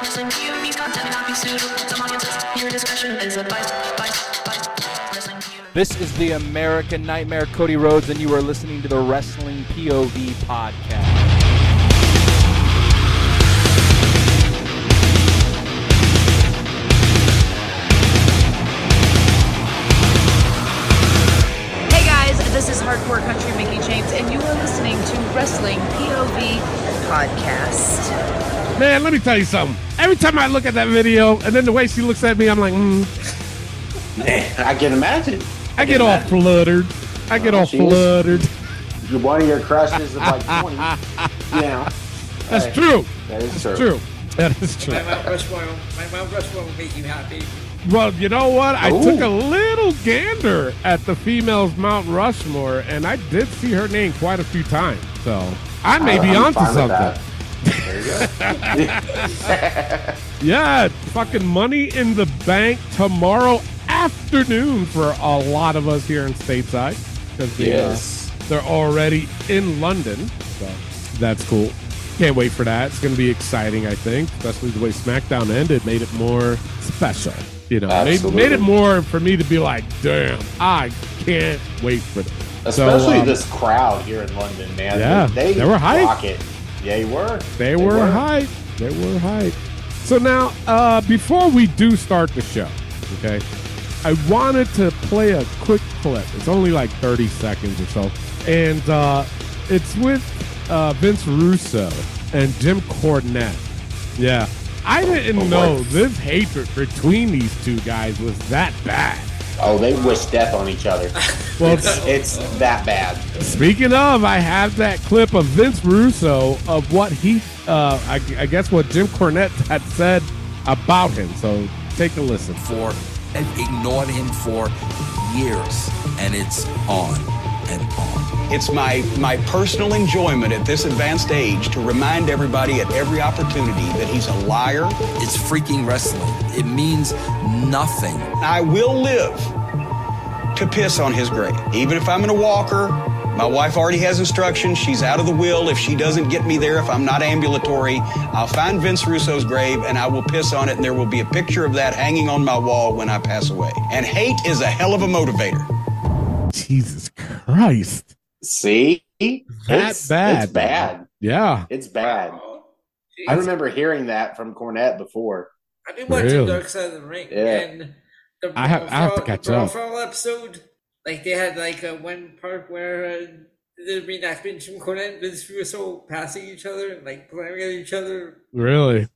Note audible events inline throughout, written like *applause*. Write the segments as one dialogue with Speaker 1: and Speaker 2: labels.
Speaker 1: Wrestling POV's content not be suitable to audiences. Your discretion is advised. advised, advised. Wrestling POV.
Speaker 2: This is the American Nightmare, Cody Rhodes, and you are listening to the Wrestling POV podcast.
Speaker 3: Hey guys, this is Hardcore Country Mickey James, and you are listening to Wrestling POV Podcast.
Speaker 4: Man, let me tell you something. Every time I look at that video, and then the way she looks at me, I'm like, mm,
Speaker 5: I can imagine.
Speaker 4: I get all fluttered. I get
Speaker 5: Oh,
Speaker 4: all
Speaker 5: she is-
Speaker 4: fluttered.
Speaker 5: You're one of your crushes of like 20. Yeah,
Speaker 4: That's
Speaker 5: Hey,
Speaker 4: true.
Speaker 5: that is
Speaker 4: That's
Speaker 5: true.
Speaker 4: true. That is true.
Speaker 6: My Mount Rushmore, my Mount Rushmore will make you happy.
Speaker 4: Well, you know what? I
Speaker 5: Ooh.
Speaker 4: took a little gander at the females Mount Rushmore, and I did see her name quite a few times. So I may be
Speaker 5: I'm
Speaker 4: onto
Speaker 5: fine with
Speaker 4: something.
Speaker 5: that. There you go.
Speaker 4: Yeah, fucking money in the bank tomorrow afternoon for a lot of us here in stateside because they, uh,
Speaker 5: Yes.
Speaker 4: they're already in London. So that's cool. Can't wait for that. It's going to be exciting, I think, especially the way SmackDown ended made it more special. You know, made,
Speaker 5: Absolutely.
Speaker 4: made it more for me to be like, damn, I can't wait for this. So,
Speaker 5: Especially
Speaker 4: um,
Speaker 5: this crowd here in London, man.
Speaker 4: Yeah,
Speaker 5: they,
Speaker 4: they were hyped.
Speaker 5: rock it. Yeah, you were.
Speaker 4: They, were, hyped. They were hyped. So now, uh, before we do start the show, okay, I wanted to play a quick clip. It's only like 30 seconds or so. And uh, it's with uh, Vince Russo and Jim Cornette. Yeah. I didn't
Speaker 5: Oh, boy.
Speaker 4: know this hatred between these two guys was that bad.
Speaker 5: Oh, they wish death on each other.
Speaker 4: *laughs* Well,
Speaker 5: it's that bad.
Speaker 4: Speaking of, I have that clip of Vince Russo of what he, uh, I, I guess, what Jim Cornette *laughs* had said about him. So take a listen.
Speaker 7: for and ignored him for years and it's on and on
Speaker 8: It's my, my personal enjoyment at this advanced age to remind everybody at every opportunity that he's a liar.
Speaker 7: it's freaking wrestling it means nothing
Speaker 8: I will live to piss on his grave. Even if I'm in a walker, my wife already has instructions. She's out of the will. If she doesn't get me there, if I'm not ambulatory, I'll find Vince Russo's grave and I will piss on it, and there will be a picture of that hanging on my wall when I pass away. And hate is a hell of a motivator.
Speaker 4: Jesus Christ.
Speaker 5: See? it's,
Speaker 4: bad.
Speaker 5: It's bad.
Speaker 4: Yeah.
Speaker 5: It's bad.
Speaker 6: Jeez.
Speaker 5: I remember hearing that from Cornette before.
Speaker 6: I've been watching
Speaker 4: Really?
Speaker 6: Dark Side of the Ring,
Speaker 5: Yeah.
Speaker 6: and the
Speaker 4: I have- I have to
Speaker 6: Brawl-
Speaker 4: catch
Speaker 6: Brawl
Speaker 4: up.
Speaker 6: Fall episode, like they had like uh, one part where uh, the reenactment Jim Cornette and Vince Russo passing each other and like glaring at each other
Speaker 4: Really?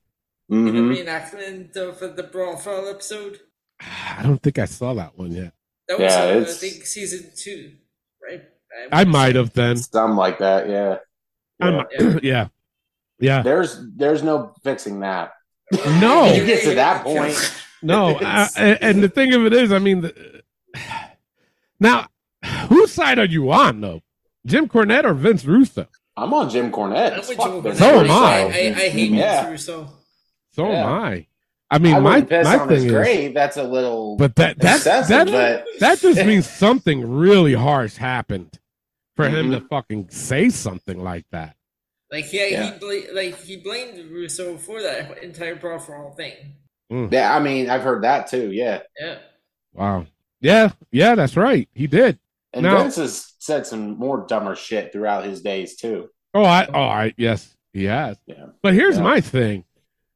Speaker 6: in the
Speaker 5: Mhm.
Speaker 6: reenactment of uh, the Brawl Fall episode.
Speaker 4: I don't think I saw that one yet.
Speaker 6: That was
Speaker 5: Yeah,
Speaker 6: uh, I
Speaker 5: it's-
Speaker 6: think season two, right?
Speaker 4: I might have then.
Speaker 5: Something like that, yeah.
Speaker 4: I
Speaker 5: Yeah.
Speaker 4: might- *clears throat* Yeah. Yeah.
Speaker 5: There's there's no fixing that.
Speaker 4: No.
Speaker 5: You get to
Speaker 4: *laughs*
Speaker 5: that point.
Speaker 4: No. I,
Speaker 5: It's-
Speaker 4: and and the thing of it is, I mean, the, *sighs* now, whose side are you on, though? Jim Cornette or Vince Russo?
Speaker 5: I'm on Jim Cornette.
Speaker 6: I'm with
Speaker 5: Fuck
Speaker 6: Jim Cornette.
Speaker 5: Vince
Speaker 4: So am
Speaker 5: Russo.
Speaker 4: I.
Speaker 6: I, I hate
Speaker 5: Yeah.
Speaker 6: Vince Russo.
Speaker 4: So
Speaker 5: Yeah.
Speaker 4: am I. I mean,
Speaker 5: I
Speaker 4: my
Speaker 5: wouldn't piss
Speaker 4: my
Speaker 5: on
Speaker 4: thing
Speaker 5: his
Speaker 4: is,
Speaker 5: grave. That's a little.
Speaker 4: but that that
Speaker 5: excessive,
Speaker 4: that,
Speaker 5: but-
Speaker 4: that
Speaker 5: *laughs*
Speaker 4: just means something really harsh happened for him
Speaker 5: Mm-hmm.
Speaker 4: to fucking say something like that.
Speaker 6: Like yeah,
Speaker 5: Yeah.
Speaker 6: he bla- like he blamed Russo for that entire brawl for all thing.
Speaker 5: yeah, I mean, I've heard that too. Yeah,
Speaker 6: Yeah,
Speaker 4: Wow. Yeah, yeah, that's right. He did.
Speaker 5: and
Speaker 4: Now-
Speaker 5: Vince has said some more dumber shit throughout his days too.
Speaker 4: Oh, I oh, I yes, he has.
Speaker 5: Yeah.
Speaker 4: But here's
Speaker 5: Yeah.
Speaker 4: my thing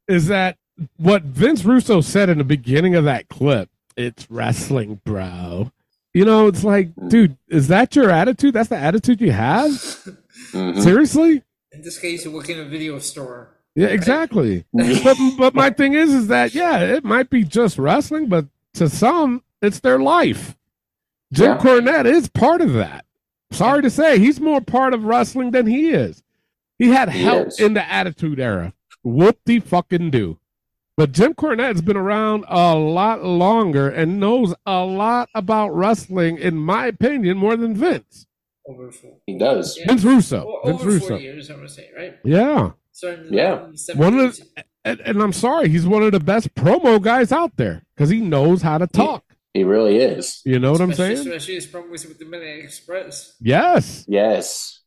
Speaker 4: is that what Vince Russo said in the beginning of that clip, it's wrestling, bro. You know, it's like,
Speaker 5: Mm.
Speaker 4: dude, is that your attitude? That's the attitude you
Speaker 5: *laughs*
Speaker 4: have?
Speaker 5: Mm-hmm.
Speaker 4: Seriously?
Speaker 6: in this case, you work in a video store.
Speaker 4: Yeah, exactly. but but my thing is is that yeah, it might be just wrestling, but to some, it's their life. Jim
Speaker 5: Yeah.
Speaker 4: Cornette is part of that. Sorry to say, he's more part of wrestling than he is. He had
Speaker 5: He
Speaker 4: help
Speaker 5: is.
Speaker 4: in the Attitude Era. Whoop de fucking do. But Jim Cornette's been around a lot longer and knows a lot about wrestling, in my opinion, more than Vince.
Speaker 6: Over four,
Speaker 5: He does.
Speaker 6: Yeah.
Speaker 4: Vince Russo.
Speaker 6: or
Speaker 4: Vince
Speaker 6: over four
Speaker 4: Oh, Russo.
Speaker 6: years, I would say, right?
Speaker 4: Yeah.
Speaker 6: Starting in
Speaker 5: Yeah.
Speaker 6: the
Speaker 4: One of
Speaker 6: 70s.
Speaker 4: the, and, and I'm sorry, he's one of the best promo guys out there because he knows how to talk.
Speaker 5: He really is.
Speaker 4: You know what I'm
Speaker 6: especially,
Speaker 4: saying?
Speaker 6: especially his promos with the Midnight Express.
Speaker 4: Yes,
Speaker 5: Yes,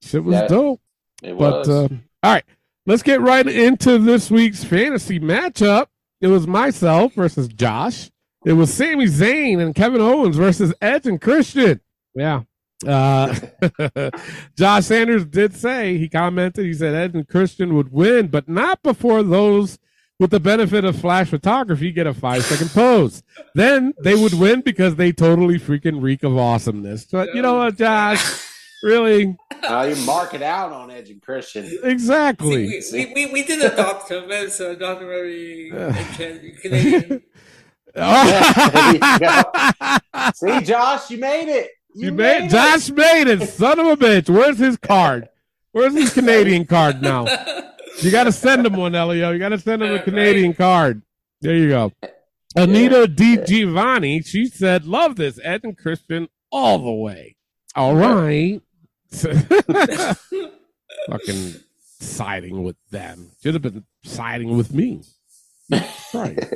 Speaker 4: shit was
Speaker 5: Yeah,
Speaker 4: dope.
Speaker 5: it
Speaker 4: But
Speaker 5: was.
Speaker 4: uh, all right, Let's get right into this week's fantasy matchup. It was myself versus Josh. It was Sami Zayn and Kevin Owens versus Edge and Christian. Yeah. Uh, *laughs* Josh Sanders did say, he commented, he said Edge and Christian would win, but not before those with the benefit of flash photography get a five
Speaker 5: *laughs*
Speaker 4: second pose. Then they would win because they totally freaking reek of awesomeness. But you know what, Josh?
Speaker 5: *laughs*
Speaker 4: Really?
Speaker 5: Uh, you mark it out on Edge and Christian.
Speaker 4: Exactly.
Speaker 6: We, we, we, we did adopt him as
Speaker 4: *laughs*
Speaker 6: an honorary Canadian.
Speaker 5: *laughs* See, Josh, you made it.
Speaker 4: You, made, Josh made it, son of a bitch. Where's his card? Where's his Canadian card now? You got to send him one, Elio. You got to send him a
Speaker 6: Right.
Speaker 4: Canadian card. There you go. Anita D. Giovanni, she said, Love this. Ed and Christian all the way. All right. Fucking siding with them. Should have been siding with me. Right.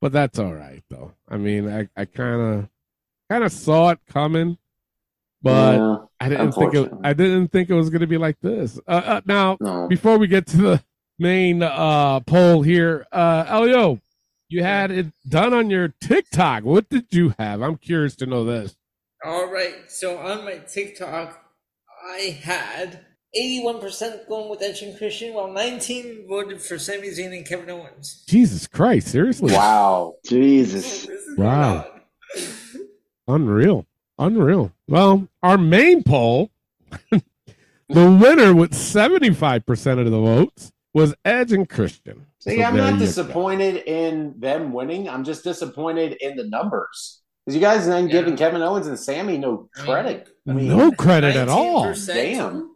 Speaker 4: but that's all right, though. I mean, I, I kind of kind of saw it coming, but
Speaker 5: Yeah,
Speaker 4: I didn't think it,
Speaker 5: unfortunately.
Speaker 4: I didn't think it was going to be like this. Uh, uh, now,
Speaker 5: no.
Speaker 4: before we get to the main uh, poll here, uh, Elio, you had it done on your TikTok. What did you have? I'm curious to know this.
Speaker 6: All right. So on my TikTok, I had 81% going with Edge and Christian, while 19 voted for Sami Zayn and Kevin Owens.
Speaker 4: Jesus Christ, seriously,
Speaker 5: Wow.
Speaker 6: This
Speaker 5: Jesus.
Speaker 6: is
Speaker 4: Wow.
Speaker 6: not-
Speaker 4: unreal, unreal. Well, our main poll, *laughs* the winner with 75 percent of the votes was Edge and Christian.
Speaker 5: See,
Speaker 4: So
Speaker 5: I'm
Speaker 4: there you
Speaker 5: not
Speaker 4: go.
Speaker 5: disappointed in them winning. I'm just disappointed in the numbers. Because you guys then
Speaker 6: Yeah.
Speaker 5: giving Kevin Owens and Sammy no
Speaker 6: I mean,
Speaker 5: credit. I mean,
Speaker 4: No credit at all.
Speaker 6: 19%.
Speaker 5: damn.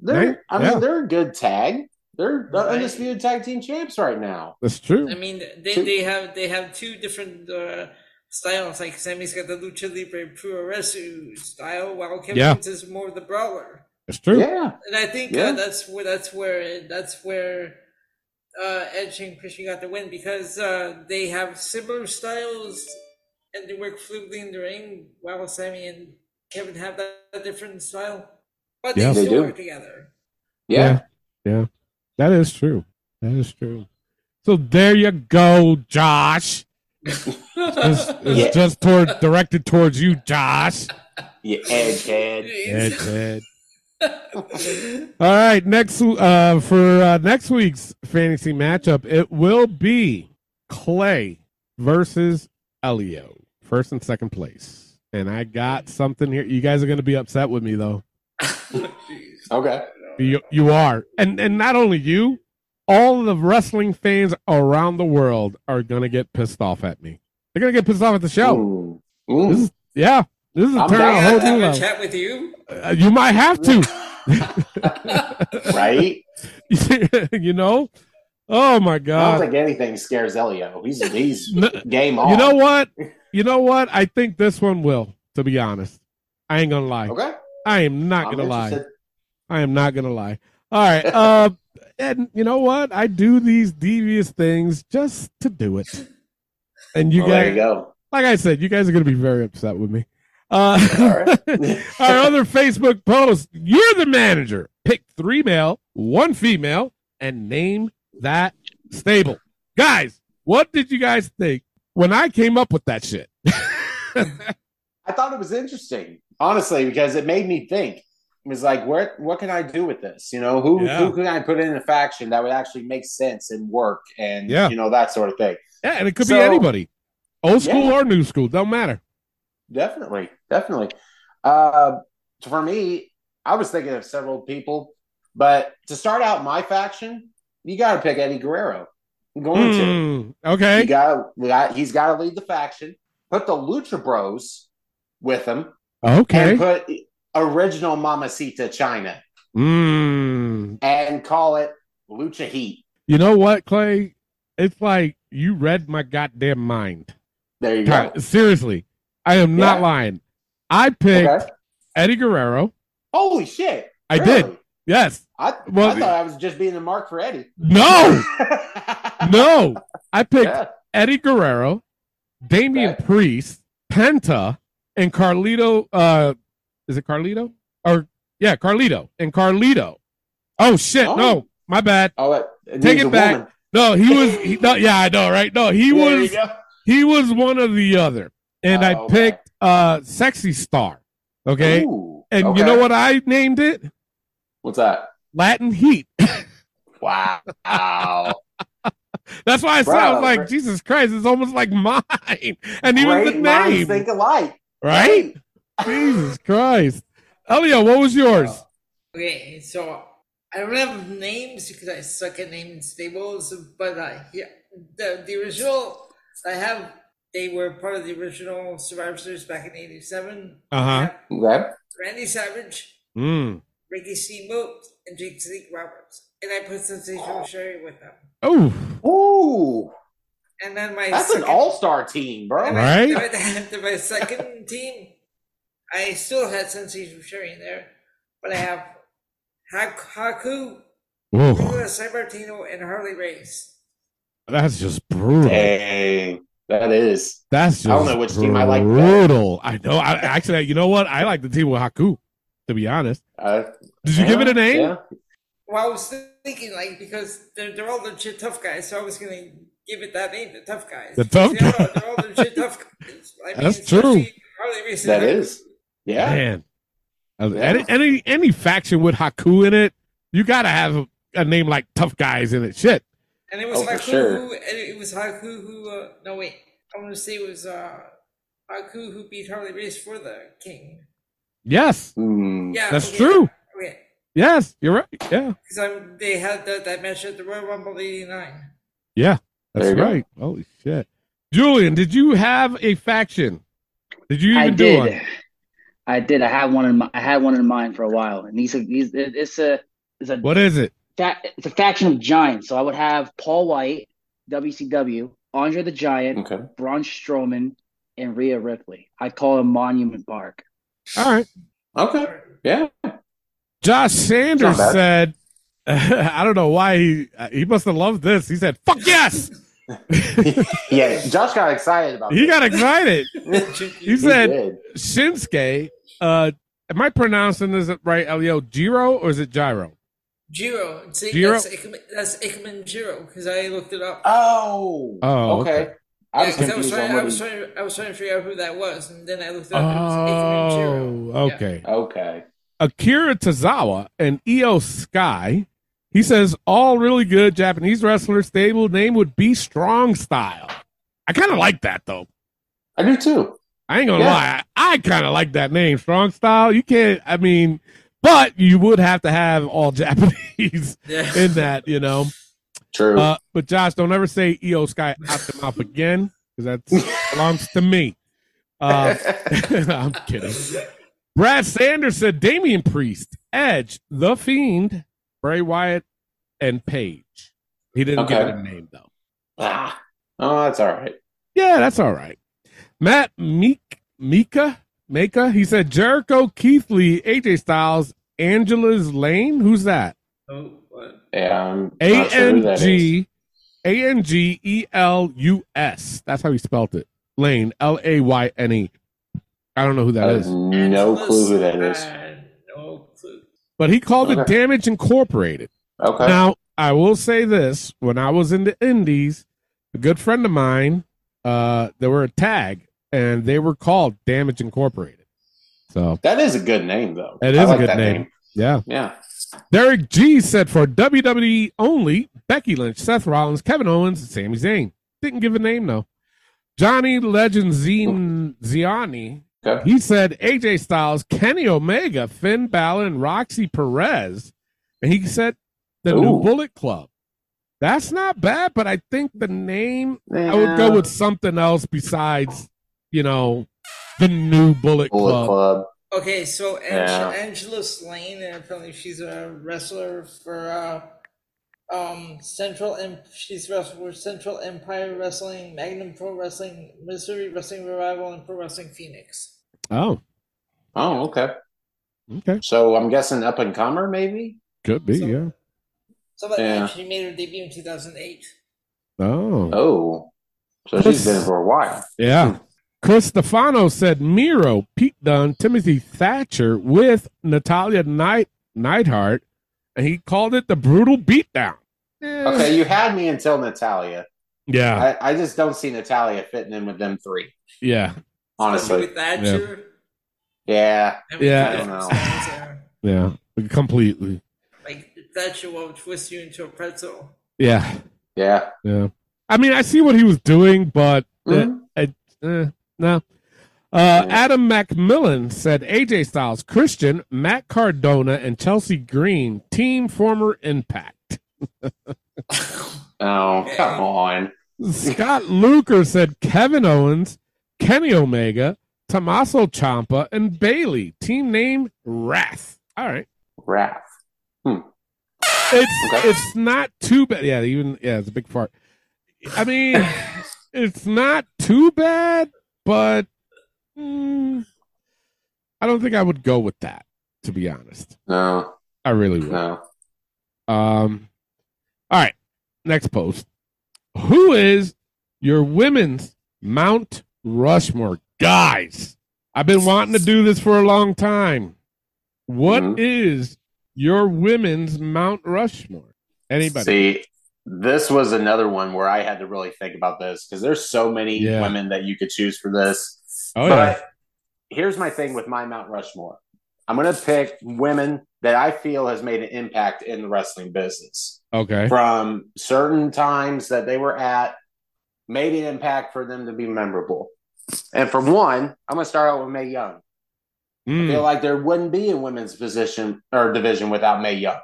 Speaker 5: They're, I mean,
Speaker 4: Yeah.
Speaker 5: they're a good tag. They're the
Speaker 6: Right.
Speaker 5: undisputed tag team champs right now.
Speaker 4: That's true.
Speaker 6: I mean, they, they have they have two different uh, styles. Like Sammy's got the lucha libre pro wrestling style, while Kevin
Speaker 4: Yeah.
Speaker 6: Owens is more the brawler.
Speaker 4: That's true.
Speaker 5: Yeah.
Speaker 6: And I think
Speaker 5: Yeah.
Speaker 6: uh, that's where that's where that's where uh, Edge and Christian got the win because uh, they have similar styles and they work fluidly in the ring, while Sammy and Kevin have that, that different style, but
Speaker 4: Yeah.
Speaker 6: they
Speaker 5: They
Speaker 6: still
Speaker 5: do.
Speaker 6: work together. *laughs*
Speaker 5: Yeah.
Speaker 4: Yeah. Yeah. That is true. That is true. So there you go, Josh. It's, it's
Speaker 5: Yeah.
Speaker 4: just toward directed towards you, Josh.
Speaker 5: You egghead.
Speaker 6: *laughs*
Speaker 4: Ed, Ed. All right, next uh, for uh, next week's fantasy matchup, it will be Clay versus Elio, first and second place. And I got something here. You guys are going to be upset with me though.
Speaker 5: Okay.
Speaker 4: You you are, and and not only you, all the wrestling fans around the world are gonna get pissed off at me. They're gonna get pissed off at the show.
Speaker 5: Mm. Mm.
Speaker 4: This is yeah. This is a
Speaker 5: I'm
Speaker 4: turn
Speaker 5: down.
Speaker 4: on a whole
Speaker 6: Have
Speaker 4: new
Speaker 6: a
Speaker 4: level.
Speaker 6: chat with you.
Speaker 4: Uh, You might have *laughs*
Speaker 5: right?
Speaker 4: to, *laughs* you know. Oh my
Speaker 5: I don't
Speaker 4: god!
Speaker 5: think anything scares Elio. He's
Speaker 4: *laughs*
Speaker 5: he's
Speaker 4: N-
Speaker 5: game on.
Speaker 4: You know what? You know what? I think this one will. To be honest, I ain't gonna lie.
Speaker 5: Okay.
Speaker 4: I am not
Speaker 5: I'm
Speaker 4: gonna lie.
Speaker 5: interested.
Speaker 4: I am not gonna lie. All right. Uh, *laughs* and you know what? I do these devious things just to do it. And you
Speaker 5: Well,
Speaker 4: guys,
Speaker 5: oh, there you go.
Speaker 4: like I said, you guys are gonna be very upset with me. Uh,
Speaker 5: All
Speaker 4: *laughs* our other Facebook post: You're the manager. Pick three male, one female, and name that stable. Guys, what did you guys think when I came up with that shit? *laughs*
Speaker 5: I thought it was interesting, honestly, because it made me think. It was like, where, what can I do with this? You know, who
Speaker 4: Yeah.
Speaker 5: who can I put in a faction that would actually make sense and work, and
Speaker 4: Yeah.
Speaker 5: you know that sort of thing.
Speaker 4: Yeah, and it could
Speaker 5: So-
Speaker 4: be anybody, old school
Speaker 5: Yeah.
Speaker 4: or new school, don't matter.
Speaker 5: Definitely, definitely. Uh, for me, I was thinking of several people, but to start out my faction, you got to pick Eddie Guerrero. I'm going to.
Speaker 4: Mm, okay.
Speaker 5: You got to he's got to lead the faction. Put the Lucha Bros with him,
Speaker 4: Okay.
Speaker 5: and put original Mamacita China,
Speaker 4: Mm.
Speaker 5: and call it Lucha Heat.
Speaker 4: You know what, Clay? It's like you read my goddamn mind.
Speaker 5: There you go.
Speaker 4: God, seriously, I am not
Speaker 5: Yeah.
Speaker 4: lying. I picked
Speaker 5: Okay.
Speaker 4: Eddie Guerrero.
Speaker 5: Holy shit!
Speaker 4: I
Speaker 5: Really?
Speaker 4: did. Yes.
Speaker 5: I,
Speaker 4: Well-
Speaker 5: I thought I was just being a mark
Speaker 4: *laughs*
Speaker 5: for Eddie. *laughs*
Speaker 4: No. no. I picked
Speaker 5: Yeah.
Speaker 4: Eddie Guerrero, Damian
Speaker 5: Okay.
Speaker 4: Priest, Penta, and Carlito. Uh, is it Carlito? Or yeah, Carlito and Carlito. Oh shit!
Speaker 5: Oh.
Speaker 4: No, My bad.
Speaker 5: Oh, it, it
Speaker 4: Take
Speaker 5: needs
Speaker 4: it
Speaker 5: a
Speaker 4: back.
Speaker 5: woman.
Speaker 4: No, he was. He, no, yeah, I know, right? No, he
Speaker 5: There you
Speaker 4: was.
Speaker 5: go.
Speaker 4: He was one of the other, and I
Speaker 5: Oh, okay.
Speaker 4: picked uh, sexy star. Okay,
Speaker 5: Ooh,
Speaker 4: and
Speaker 5: okay.
Speaker 4: you know what I named it?
Speaker 5: What's that?
Speaker 4: Latin heat.
Speaker 5: Wow.
Speaker 4: *laughs* That's why I said I was
Speaker 5: Bro.
Speaker 4: like, Jesus Christ, it's almost like *laughs* mine, and even the
Speaker 5: Great minds
Speaker 4: name,
Speaker 5: think alike.
Speaker 4: right? Jesus Christ, Elio, what was yours?
Speaker 6: Okay, so I don't have names because I suck at naming stables, but uh, yeah, the, the original I have, they were part of the original Survivor Series back in 87.
Speaker 5: Oh.
Speaker 4: Uh huh.
Speaker 5: Okay.
Speaker 6: Randy Savage,
Speaker 4: Mm.
Speaker 6: Ricky Steamboat, and Jake Zeke Roberts. And I put Sensational Sherry with them.
Speaker 4: Oh,
Speaker 5: Ooh,
Speaker 6: And then my
Speaker 5: that's an
Speaker 6: second,
Speaker 5: all-star team,
Speaker 6: and
Speaker 5: bro.
Speaker 4: Right.
Speaker 6: my- then my second team, I still had Sensational Sherry in there, but I have Hak- Haku,
Speaker 4: Whoa,
Speaker 6: Nicholas Cybertino, and Harley Race.
Speaker 4: that's just brutal.
Speaker 5: Dang, that is.
Speaker 4: That's just
Speaker 5: I don't know which team I like better.
Speaker 4: Brutal. I know. I actually, you know what? I like the team with Haku. To be honest,
Speaker 5: Uh,
Speaker 4: did you give it a name?
Speaker 5: Yeah.
Speaker 6: Well, I was thinking like because they're they're all legit tough guys, so I was gonna give it that name, the tough guys.
Speaker 4: The tough
Speaker 6: They're all,
Speaker 4: guys.
Speaker 6: they're all legit tough
Speaker 4: *laughs*
Speaker 6: guys. I mean,
Speaker 4: That's
Speaker 6: especially
Speaker 4: true.
Speaker 6: Harley Race
Speaker 5: That is. Yeah.
Speaker 4: Man, Uh,
Speaker 5: Yeah.
Speaker 4: any, any any faction with Haku in it, you gotta have a, a name like Tough Guys in it. Shit.
Speaker 6: and it was
Speaker 5: Oh, for
Speaker 6: Haku
Speaker 5: sure.
Speaker 6: who, and it was Haku who. Uh, no wait, I want to say it was uh, Haku who beat Harley Race for the king.
Speaker 4: Yes,
Speaker 5: Hmm.
Speaker 6: Yeah,
Speaker 4: That's
Speaker 6: okay,
Speaker 4: true.
Speaker 6: Okay,
Speaker 4: yes, you're right. Yeah,
Speaker 6: because I'm they had that that match at the Royal Rumble '89.
Speaker 4: that's
Speaker 5: There you go.
Speaker 4: right. Holy shit, Julian, did you have a faction? Did you even
Speaker 9: I
Speaker 4: do
Speaker 9: did.
Speaker 4: one?
Speaker 9: I did. I had one in my, I had one in mind for a while, and these are these. it- It's a it's a
Speaker 4: What is it?
Speaker 9: fa- it's a faction of giants. So I would have Paul White, WCW, Andre the Giant,
Speaker 5: Okay.
Speaker 9: Braun Strowman, and Rhea Ripley. I call it Monument Park.
Speaker 4: All right.
Speaker 5: Okay. Yeah.
Speaker 4: Josh Sanders
Speaker 5: Not
Speaker 4: said, *laughs* I don't know why he he must have loved this. He said, "Fuck yes."
Speaker 5: Yeah. Josh got excited about.
Speaker 4: He got excited.
Speaker 5: *laughs*
Speaker 4: He said,
Speaker 5: did.
Speaker 4: Shinsuke, uh, am I pronouncing this right, Elio? Giro or is it Gyro?
Speaker 6: Jiro, see,
Speaker 4: Jiro?
Speaker 6: that's Ickman, that's Ickman Jiro because I looked it up.
Speaker 5: Oh.
Speaker 4: Oh,
Speaker 5: Okay. I
Speaker 6: Yeah, 'cause
Speaker 5: was
Speaker 6: I was
Speaker 5: confused.
Speaker 6: trying.
Speaker 5: on
Speaker 6: I was
Speaker 5: what
Speaker 6: trying. I was trying to figure out who that was, and then I looked it up. it was Ichiro. Yeah.
Speaker 4: Oh, okay.
Speaker 5: he- okay.
Speaker 4: Akira Tozawa and Io Sky. He says all really good Japanese wrestler stable name would be Strong Style. I kind of like that though.
Speaker 5: I do too.
Speaker 4: I ain't gonna
Speaker 5: Yeah.
Speaker 4: lie. I, I kind of like that name, Strong Style. You can't. I mean, but you would have to have all *laughs* Japanese
Speaker 6: *laughs* Yeah.
Speaker 4: in that, you know.
Speaker 5: True.
Speaker 4: Uh, but Josh, don't ever say EO Sky out the mouth again because that belongs to me. Uh, *laughs* I'm kidding. Brad Sanders said Damian Priest, Edge, The Fiend, Bray Wyatt, and Paige. He didn't give
Speaker 5: Okay.
Speaker 4: it a name though.
Speaker 5: *laughs* ah. Oh, that's all right.
Speaker 4: Yeah, that's all right. Matt Meek Mika Mika. He said Jericho, Keith Lee, AJ Styles, Angela's Lane. Who's that?
Speaker 6: *laughs* Oh, what?
Speaker 5: Yeah. I'm
Speaker 4: A
Speaker 5: not sure who
Speaker 4: N
Speaker 5: that is.
Speaker 4: G A N G E L U S. That's how he spelled it. Lane. L A Y N E. I don't know who
Speaker 5: I
Speaker 4: that
Speaker 5: have
Speaker 4: is.
Speaker 5: no
Speaker 6: Angeles,
Speaker 5: clue who that is.
Speaker 6: uh, no clue.
Speaker 4: But he called it
Speaker 5: Okay.
Speaker 4: Damage Incorporated.
Speaker 5: Okay.
Speaker 4: Now, I will say this. When I was in the Indies, a good friend of mine, uh, they were a tag and they were called Damage Incorporated. So
Speaker 5: That is a good name, though.
Speaker 4: That
Speaker 5: I
Speaker 4: is a
Speaker 5: like
Speaker 4: good name. yeah.
Speaker 5: Yeah.
Speaker 4: Derek G said for WWE only, Becky Lynch, Seth Rollins, Kevin Owens, and Sami Zayn. Didn't give a name though. Johnny Legend Zine Ziani,
Speaker 5: Okay.
Speaker 4: he said AJ Styles, Kenny Omega, Finn Balor, and Roxy Perez. And he said the new
Speaker 5: Ooh.
Speaker 4: Bullet Club. That's not bad, but I think the name I would go with something else besides, you know, the new Bullet, Club.
Speaker 5: Bullet Club.
Speaker 6: Okay, so Ange-
Speaker 5: Yeah.
Speaker 6: Angeles Lane, and apparently she's a wrestler for uh, um Central, and she's wrestled for Central Empire Wrestling, Magnum Pro Wrestling, Missouri Wrestling Revival, and Pro Wrestling Phoenix.
Speaker 4: Oh,
Speaker 5: Oh, okay.
Speaker 4: okay.
Speaker 5: So I'm guessing up and comer, maybe.
Speaker 4: Could be,
Speaker 6: So-
Speaker 4: yeah.
Speaker 6: So that
Speaker 5: Yeah.
Speaker 6: actually made her debut in 2008.
Speaker 4: Oh.
Speaker 5: Oh, so she's been for a while.
Speaker 4: Yeah. Chris Stefano said Miro, Pete Dunne, Timothy Thatcher with Natalia Knight Neidhart, and he called it the brutal beatdown. Eh,
Speaker 5: Okay, you had me until Natalia.
Speaker 4: Yeah.
Speaker 5: I, I just don't see Natalia fitting in with them three.
Speaker 4: Yeah.
Speaker 6: Especially
Speaker 5: Honestly,
Speaker 6: with Thatcher.
Speaker 5: yeah,
Speaker 6: and with
Speaker 4: Yeah.
Speaker 5: I don't know.
Speaker 6: Thatcher,
Speaker 4: Yeah. Completely.
Speaker 6: Like Thatcher will twist you into a pretzel.
Speaker 4: Yeah.
Speaker 5: yeah.
Speaker 4: Yeah. I mean, I see what he was doing, but eh,
Speaker 5: Mhm.
Speaker 4: eh, no. Uh,
Speaker 5: Yeah.
Speaker 4: Adam Macmillan said AJ Styles, Christian, Matt Cardona, and Chelsea Green, team former Impact.
Speaker 5: Oh, come on.
Speaker 4: Scott Luker said Kevin Owens, Kenny Omega, Tommaso Ciampa, and Bailey. Team name Wrath. All right.
Speaker 5: Wrath.
Speaker 4: It's
Speaker 5: Okay.
Speaker 4: it's not too bad. Yeah, even yeah, it's a big fart. I mean, it's not too bad, but mm, I don't think I would go with that. To be honest,
Speaker 5: No,
Speaker 4: I really would.
Speaker 5: no.
Speaker 4: Um, all right, next post. Who is your women's Mount Rushmore, guys? I've been wanting to do this for a long time. What is
Speaker 5: Mhm.
Speaker 4: your women's Mount Rushmore? Anybody?
Speaker 5: See, this was another one where I had to really think about this because there's so many
Speaker 4: Yeah.
Speaker 5: women that you could choose for this.
Speaker 4: Oh,
Speaker 5: here's my thing with my Mount Rushmore. I'm going to pick women that I feel has made an impact in the wrestling business
Speaker 4: Okay.
Speaker 5: from certain times that they were at, made an impact for them to be memorable. And for one, I'm going to start out with May Young. I
Speaker 4: Mm,
Speaker 5: feel like there wouldn't be a women's position or division without May Young,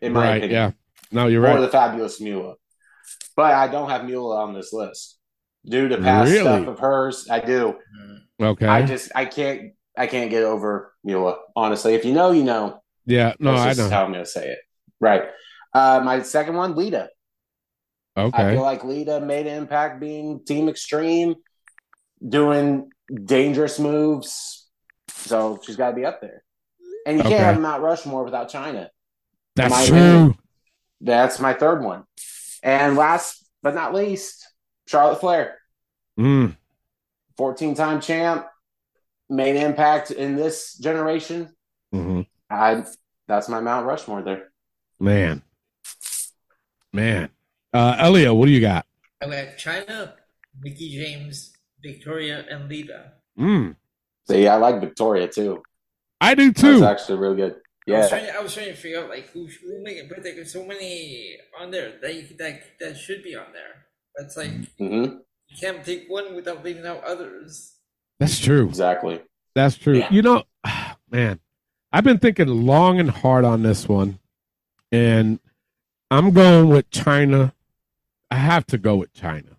Speaker 5: in my
Speaker 4: right.
Speaker 5: opinion
Speaker 4: Yeah. No, you're
Speaker 5: or
Speaker 4: right.
Speaker 5: the fabulous Mula. But I don't have Mula on this list due to past
Speaker 4: Really?
Speaker 5: stuff of hers. I do.
Speaker 4: okay.
Speaker 5: I just I can't I can't get over Mula. Honestly, if you know, you know.
Speaker 4: yeah. No, I
Speaker 5: That's
Speaker 4: know.
Speaker 5: just how I'm going to say it. Right. Uh, my second one, Lita. I
Speaker 4: okay.
Speaker 5: feel like Lita made an impact being Team Extreme, doing dangerous moves. So she's got to be up there. And you
Speaker 4: Okay.
Speaker 5: can't have Mount Rushmore without China.
Speaker 4: That's
Speaker 5: my
Speaker 4: true.
Speaker 5: opinion. That's my third one. And last but not least, Charlotte Flair.
Speaker 4: Mm,
Speaker 5: 14 time champ, made impact in this generation.
Speaker 4: mhm.
Speaker 5: I that's my Mount Rushmore there.
Speaker 4: Man. Man. Uh, Elio, what do you got?
Speaker 6: I got China, Mickey James, Victoria, and Lita.
Speaker 4: Mm,
Speaker 5: So yeah, I like Victoria too.
Speaker 4: I do too.
Speaker 5: That's actually really good.
Speaker 6: I was,
Speaker 5: Yeah.
Speaker 6: trying to, I was trying to figure out like who should who make it, but like, there's so many on there that you, that that should be on there. That's like
Speaker 5: hmm
Speaker 6: you can't take one without leaving out others.
Speaker 4: That's true.
Speaker 5: Exactly.
Speaker 4: That's true.
Speaker 5: Yeah.
Speaker 4: You know, *sighs* man, I've been thinking long and hard on this one, and I'm going with China. I have to go with China.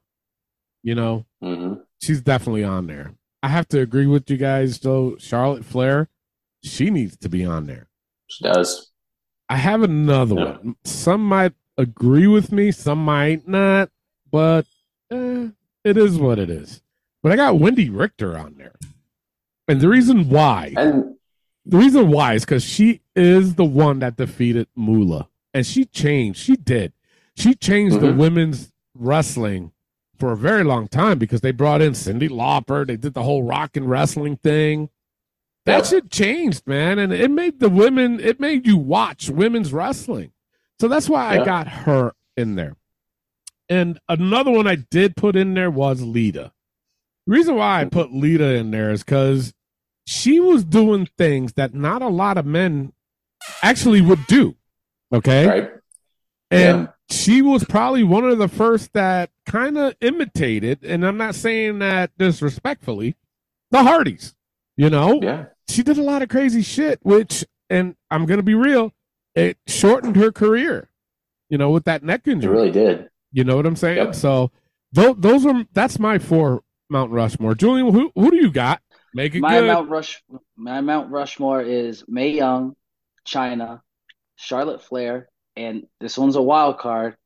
Speaker 4: You know,
Speaker 5: hmm
Speaker 4: she's definitely on there. I have to agree with you guys, though. Charlotte Flair, she needs to be on there.
Speaker 5: She does.
Speaker 4: I have another
Speaker 5: Yeah.
Speaker 4: one. Some might agree with me, some might not, but eh, it is what it is. But I got Wendy Richter on there. And the reason why
Speaker 5: And
Speaker 4: the reason why is because she is the one that defeated Moolah, and she changed. She did. She changed the
Speaker 5: Mhm.
Speaker 4: women's wrestling for a very long time because they brought in Cindy Lauper. They did the whole rock and wrestling thing. That
Speaker 5: Yep.
Speaker 4: shit changed, man, and it made the women. It made you watch women's wrestling. So that's why I
Speaker 5: Yeah.
Speaker 4: got her in there. And another one I did put in there was Lita. The reason why I put Lita in there is because she was doing things that not a lot of men actually would do. Okay.
Speaker 5: right.
Speaker 4: And
Speaker 5: Yeah.
Speaker 4: she was probably one of the first that kind of imitated, and I'm not saying that disrespectfully, the Hardys. You know,
Speaker 5: Yeah.
Speaker 4: she did a lot of crazy shit, which, and I'm going to be real, it shortened her career, you know, with that neck
Speaker 5: She
Speaker 4: injury.
Speaker 5: really did.
Speaker 4: You know what I'm saying?
Speaker 5: Yep.
Speaker 4: So tho- those are that's my four Mount Rushmore. Julian, who who do you got? Make it
Speaker 9: My
Speaker 4: good.
Speaker 9: Mount Rush, my Mount Rushmore is Mae Young, China, Charlotte Flair, and this one's a wild card,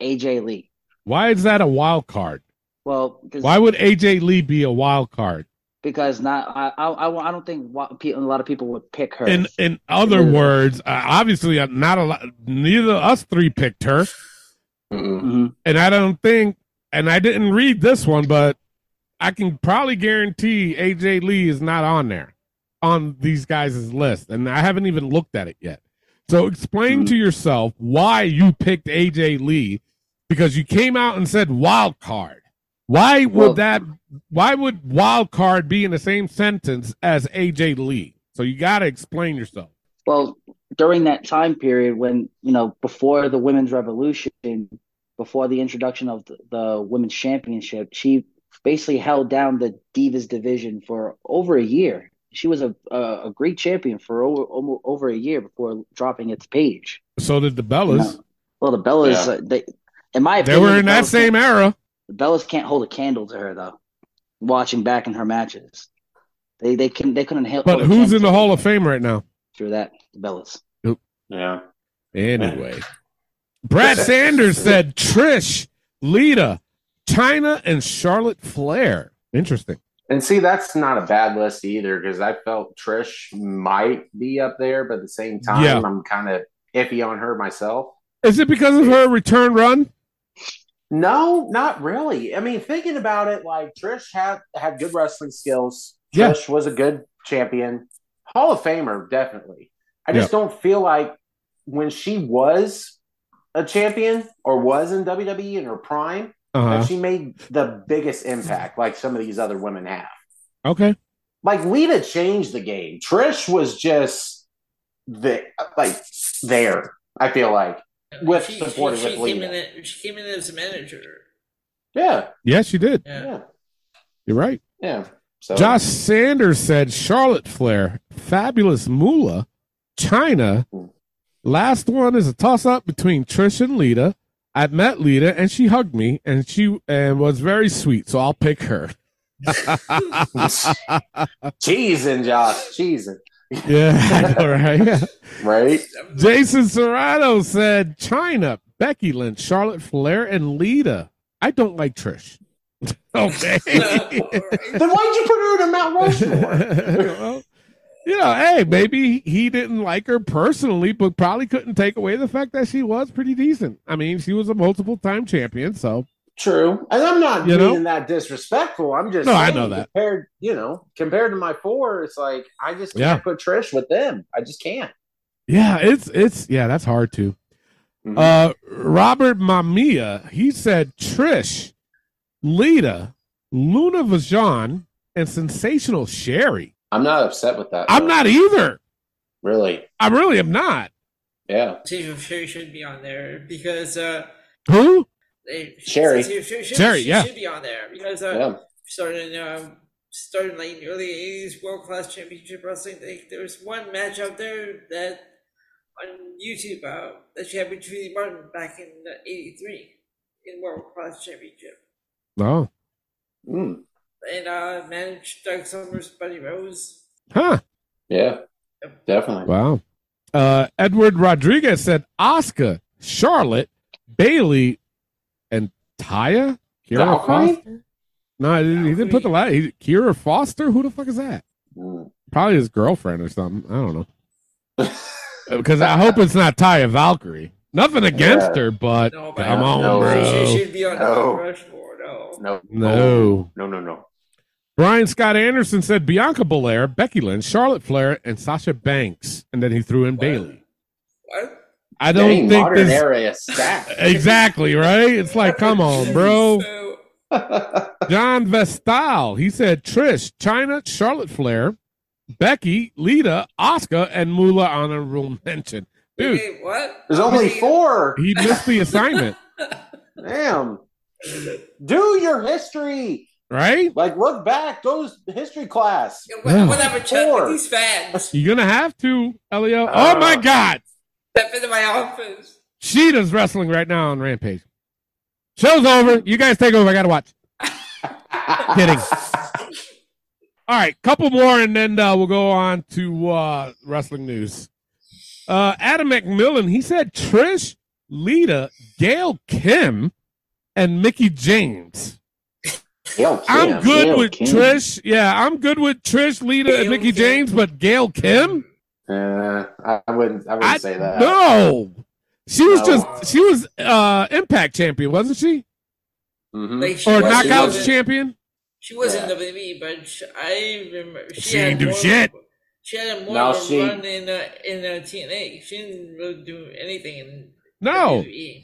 Speaker 9: AJ Lee.
Speaker 4: Why is that a wild card?
Speaker 9: Well, because
Speaker 4: Why would AJ Lee be a wild card?
Speaker 9: because not I I, I- I don't think wa- pe- a lot of people would pick her.
Speaker 4: In in other
Speaker 9: Literally.
Speaker 4: words, uh, obviously uh, not a lot. Neither of us three picked her,
Speaker 5: Mm-mm.
Speaker 9: Mhm.
Speaker 4: and I don't think, and I didn't read this one, but I can probably guarantee AJ Lee is not on there on these guys' list, and I haven't even looked at it yet. So explain to yourself why you picked AJ Lee because you came out and said wild card. Why would
Speaker 9: Well-
Speaker 4: that why would wild card be in the same sentence as AJ Lee? So you got to explain yourself.
Speaker 9: Well, during that time period when, you know, before the women's revolution, before the introduction of the, the women's championship, she basically held down the Divas division for over a year. She was a, a, a great champion for over, over, over a year before dropping its page.
Speaker 4: So did the Bellas.
Speaker 9: No. Well, the Bellas,
Speaker 5: Yeah.
Speaker 9: uh, they, in my
Speaker 4: They
Speaker 9: opinion,
Speaker 4: were
Speaker 9: the
Speaker 4: in that
Speaker 9: Bellas
Speaker 4: same
Speaker 9: can't-
Speaker 4: era.
Speaker 9: the Bellas can't hold a candle to her though. Watching back in her matches, they they can they couldn't help.
Speaker 4: But
Speaker 9: hold a
Speaker 4: who's in
Speaker 9: candle
Speaker 4: the Hall of Fame right now?
Speaker 9: through that? The Bellas.
Speaker 5: Yeah.
Speaker 4: Anyway, Brad Sanders said Trish, Lita, China, and Charlotte Flair. Interesting.
Speaker 5: And see, that's not a bad list either because I felt Trish might be up there, but at the same time,
Speaker 4: Yeah.
Speaker 5: I'm kind of iffy on her myself.
Speaker 4: Is it because of her return run?
Speaker 5: No, not really. I mean, thinking about it, like Trish had had good wrestling skills.
Speaker 4: Yeah.
Speaker 5: Trish was a good champion, Hall of Famer definitely. I just don't feel like when she was a champion or was in WWE in her prime, that
Speaker 4: Uh-huh.
Speaker 5: she made the biggest impact like some of these other women have.
Speaker 4: Okay.
Speaker 5: Like Lita changed the game. Trish was just the like there. I feel like With
Speaker 6: she,
Speaker 5: supported
Speaker 6: she, she
Speaker 5: with
Speaker 6: came in.
Speaker 5: Lita.
Speaker 6: a- She came in as a manager.
Speaker 5: yeah,
Speaker 4: Yes, you did.
Speaker 6: Yeah.
Speaker 5: yeah,
Speaker 4: You're right.
Speaker 5: yeah. So
Speaker 4: Josh Sanders said Charlotte Flair, Fabulous Moolah, China. Last one is a toss up between Trish and Lita. I met Lita and she hugged me and she and was very sweet, so I'll pick her. *laughs*
Speaker 5: cheesing, Josh, cheesing,
Speaker 4: Yeah, all right.
Speaker 5: right?
Speaker 4: Jason Serrano said China, Becky Lynch, Charlotte Flair, and Lita. I don't like Trish. *laughs* Okay.
Speaker 5: Then why'd you put her in a Mount Rushmore?
Speaker 4: well, you know, hey, maybe he didn't like her personally, but probably couldn't take away the fact that she was pretty decent. I mean, she was a multiple time champion, so
Speaker 5: True, and I'm not
Speaker 4: You know?
Speaker 5: being that disrespectful. I'm just
Speaker 4: No, I
Speaker 5: saying,
Speaker 4: know that.
Speaker 5: Compared, you know, compared to my four, it's like I just can't
Speaker 4: Yeah.
Speaker 5: put Trish with them. I just can't.
Speaker 4: yeah, it's it's yeah, that's hard too.
Speaker 5: Mhm.
Speaker 4: Uh Robert Mamia, he said Trish, Lita, Luna Vajon, and Sensational Sherry.
Speaker 5: I'm not upset with that.
Speaker 4: I'm
Speaker 5: though.
Speaker 4: not e- either.
Speaker 5: really.
Speaker 4: I really am not.
Speaker 5: Yeah,
Speaker 6: Season Sherry should be on there because uh,
Speaker 4: Who?
Speaker 6: they,
Speaker 5: Sherry.
Speaker 6: Sherry, Sherry,
Speaker 4: Sherry,
Speaker 6: she
Speaker 4: yeah.
Speaker 6: should be on there because uh,
Speaker 5: yeah.
Speaker 6: starting um, starting like in the early '80s, world class championship wrestling. Like, there was one match out there that on YouTube uh, that she had with Judy Martin back in '83 in world class championship,
Speaker 4: No.
Speaker 5: Mm.
Speaker 6: and uh, managed Doug Summers, Buddy Rose.
Speaker 4: Huh.
Speaker 5: Yeah, definitely.
Speaker 4: Wow. Uh Edward Rodriguez said Oscar, Charlotte, Bailey, and Taya? Kira
Speaker 5: Valkyrie?
Speaker 4: Foster? No, I didn't, he didn't put the last. He, Kira Foster? Who the fuck is that?
Speaker 5: Mm. *laughs*
Speaker 4: Probably his girlfriend or something. I don't know. Because Uh, I hope it's not Taya Valkyrie. Nothing against
Speaker 5: Yeah.
Speaker 4: her, but
Speaker 6: No, but
Speaker 4: come on,
Speaker 5: no.
Speaker 4: bro.
Speaker 6: She, oh. she should be on
Speaker 5: No.
Speaker 6: the Rushmore. No.
Speaker 5: No,
Speaker 4: No.
Speaker 5: no, no, no.
Speaker 4: Brian Scott Anderson said Bianca Belair, Becky Lynch, Charlotte Flair, and Sasha Banks, and then he threw in Bailey.
Speaker 6: What?
Speaker 4: I don't
Speaker 5: Dang,
Speaker 4: think
Speaker 5: modern
Speaker 4: this
Speaker 5: era is stacked.
Speaker 4: *laughs* exactly right. It's like, come
Speaker 6: *laughs*
Speaker 4: on, bro.
Speaker 6: So,
Speaker 4: John Vestal, he said Trish, China, Charlotte Flair, Becky, Lita, Oscar, and Moolah honorable mention. Dude,
Speaker 6: wait, what?
Speaker 5: There's only four.
Speaker 4: he missed the assignment,
Speaker 5: Damn. Do your history.
Speaker 4: right?
Speaker 5: Like look back, go to history class.
Speaker 6: What,
Speaker 4: Wow.
Speaker 6: what happened, Chuck,
Speaker 5: Four.
Speaker 6: with these fans?
Speaker 4: You're gonna have to, Elio.
Speaker 5: Uh.
Speaker 4: oh my God,
Speaker 6: Step into my office.
Speaker 4: Sheeta's wrestling right now on Rampage. Show's over. You guys take over. I gotta watch.
Speaker 5: *laughs*
Speaker 4: Kidding. All right, couple more, and then uh, we'll go on to uh, wrestling news. Uh, Adam McMillan, he said Trish, Lita, Gail Kim, and Mickey James.
Speaker 5: Yo,
Speaker 4: I'm
Speaker 5: Kim.
Speaker 4: good
Speaker 9: Gail
Speaker 4: with
Speaker 9: Kim.
Speaker 4: Trish. Yeah, I'm good with Trish, Lita, and
Speaker 6: Gail
Speaker 4: Mickey
Speaker 6: Kim.
Speaker 4: James, but Gail Kim?
Speaker 5: Uh, I- I wouldn't. I wouldn't
Speaker 4: I-
Speaker 5: say that.
Speaker 4: No. She was
Speaker 5: No.
Speaker 4: just she was uh Impact champion, wasn't she?
Speaker 5: Mhm.
Speaker 6: Like, she
Speaker 4: Or
Speaker 6: wasn't- she
Speaker 4: knockouts
Speaker 6: wasn't-
Speaker 4: champion?
Speaker 6: She wasn't WWE, but she, I remember
Speaker 4: She ain't do
Speaker 6: more-
Speaker 4: shit.
Speaker 6: She had a more
Speaker 5: No,
Speaker 6: of a
Speaker 5: she-
Speaker 6: run in uh, in uh, TNA. She didn't really do anything in E.
Speaker 4: No.
Speaker 6: WWE.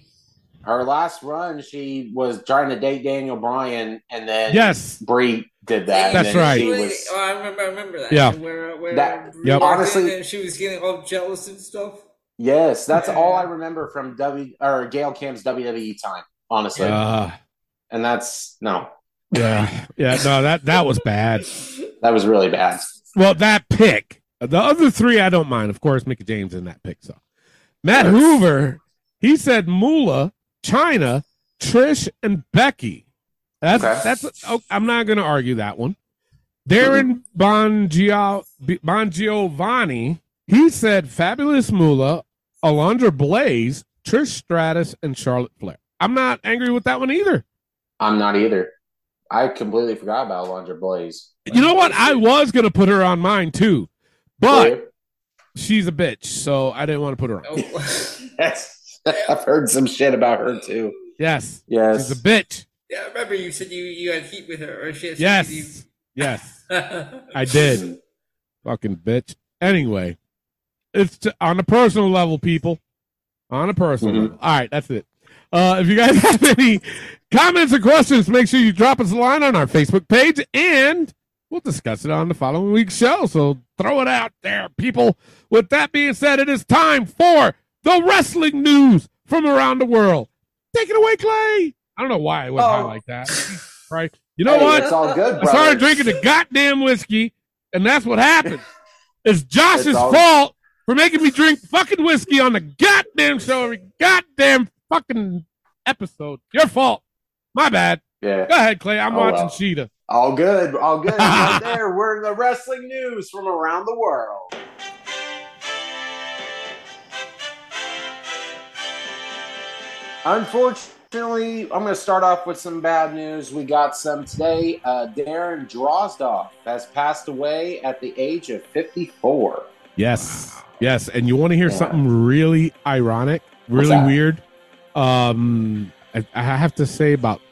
Speaker 5: Her last run, she was trying to date Daniel Bryan, and then
Speaker 4: Yes.
Speaker 5: Brie did that.
Speaker 4: That's
Speaker 5: and then
Speaker 4: right.
Speaker 5: She
Speaker 6: Wait,
Speaker 5: was,
Speaker 6: oh, I remember. I remember that.
Speaker 4: Yeah.
Speaker 6: Where, uh, where
Speaker 5: That-
Speaker 6: Brie
Speaker 4: Yep.
Speaker 6: walked in
Speaker 5: Honestly-
Speaker 6: and she was getting all jealous and stuff.
Speaker 5: yes, that's all I remember from W or Gail Kim's WWE E time, honestly.
Speaker 4: Uh,
Speaker 5: and that's no,
Speaker 4: yeah. Yeah. No, that that was bad.
Speaker 5: that was really bad.
Speaker 4: Well, that pick. The other three I don't mind. Of course, Mickey James in that pick. So Matt Hoover, he said Moolah, China, Trish, and Becky. That's
Speaker 5: Okay.
Speaker 4: that's. Oh, I'm not going to argue that one. Darren Bongio, Bongiovanni, he said Fabulous Moolah, Alondra Blaze, Trish Stratus, and Charlotte Flair. I'm not angry with that one either.
Speaker 5: I'm not either. I completely forgot about Alondra Blaze.
Speaker 4: You know what? I was going to put her on mine too, but she's a bitch, so I didn't want to put her on.
Speaker 5: *laughs*
Speaker 6: Oh, *laughs*
Speaker 5: yes, I've heard some shit about her too.
Speaker 4: Yes.
Speaker 5: Yes,
Speaker 4: She's a bitch.
Speaker 6: yeah, I remember you said you, you had heat with her, or she had *laughs*
Speaker 4: Yes. Yes. I
Speaker 6: I
Speaker 4: did. Fucking bitch. Anyway, it's t- on a personal level, people. On a personal
Speaker 5: Mhm.
Speaker 4: level. All right, that's it. Uh, if you guys *laughs* have any comments or questions, make sure you drop us a line on our Facebook page and we'll discuss it on the following week's show. So throw it out there, people. With that being said, it is time for the wrestling news from around the world. Take it away, Clay. I don't know why I went high
Speaker 5: Oh.
Speaker 4: like that. Right. You know
Speaker 5: Hey,
Speaker 4: what?
Speaker 5: It's all good,
Speaker 4: I
Speaker 5: brother.
Speaker 4: started drinking the goddamn whiskey, and that's what happened.
Speaker 5: *laughs*
Speaker 4: It's Josh's
Speaker 5: It's all-
Speaker 4: fault for making me drink fucking whiskey on the goddamn show every goddamn fucking episode. Your fault. My bad.
Speaker 5: Yeah,
Speaker 4: Go ahead, Clay. I'm
Speaker 5: Oh,
Speaker 4: watching
Speaker 5: well.
Speaker 4: Sheeta.
Speaker 5: all good, all
Speaker 4: *laughs*
Speaker 5: good. right there, we're in the wrestling news from around the world. Unfortunately, I'm going to start off with some bad news. We got some today. Uh, Darren Drozdoff has passed away at the age of 54.
Speaker 4: Yes. Yes. And you want to hear
Speaker 5: Yeah.
Speaker 4: something really ironic, really
Speaker 5: that?
Speaker 4: weird? Um, I, I have to say, about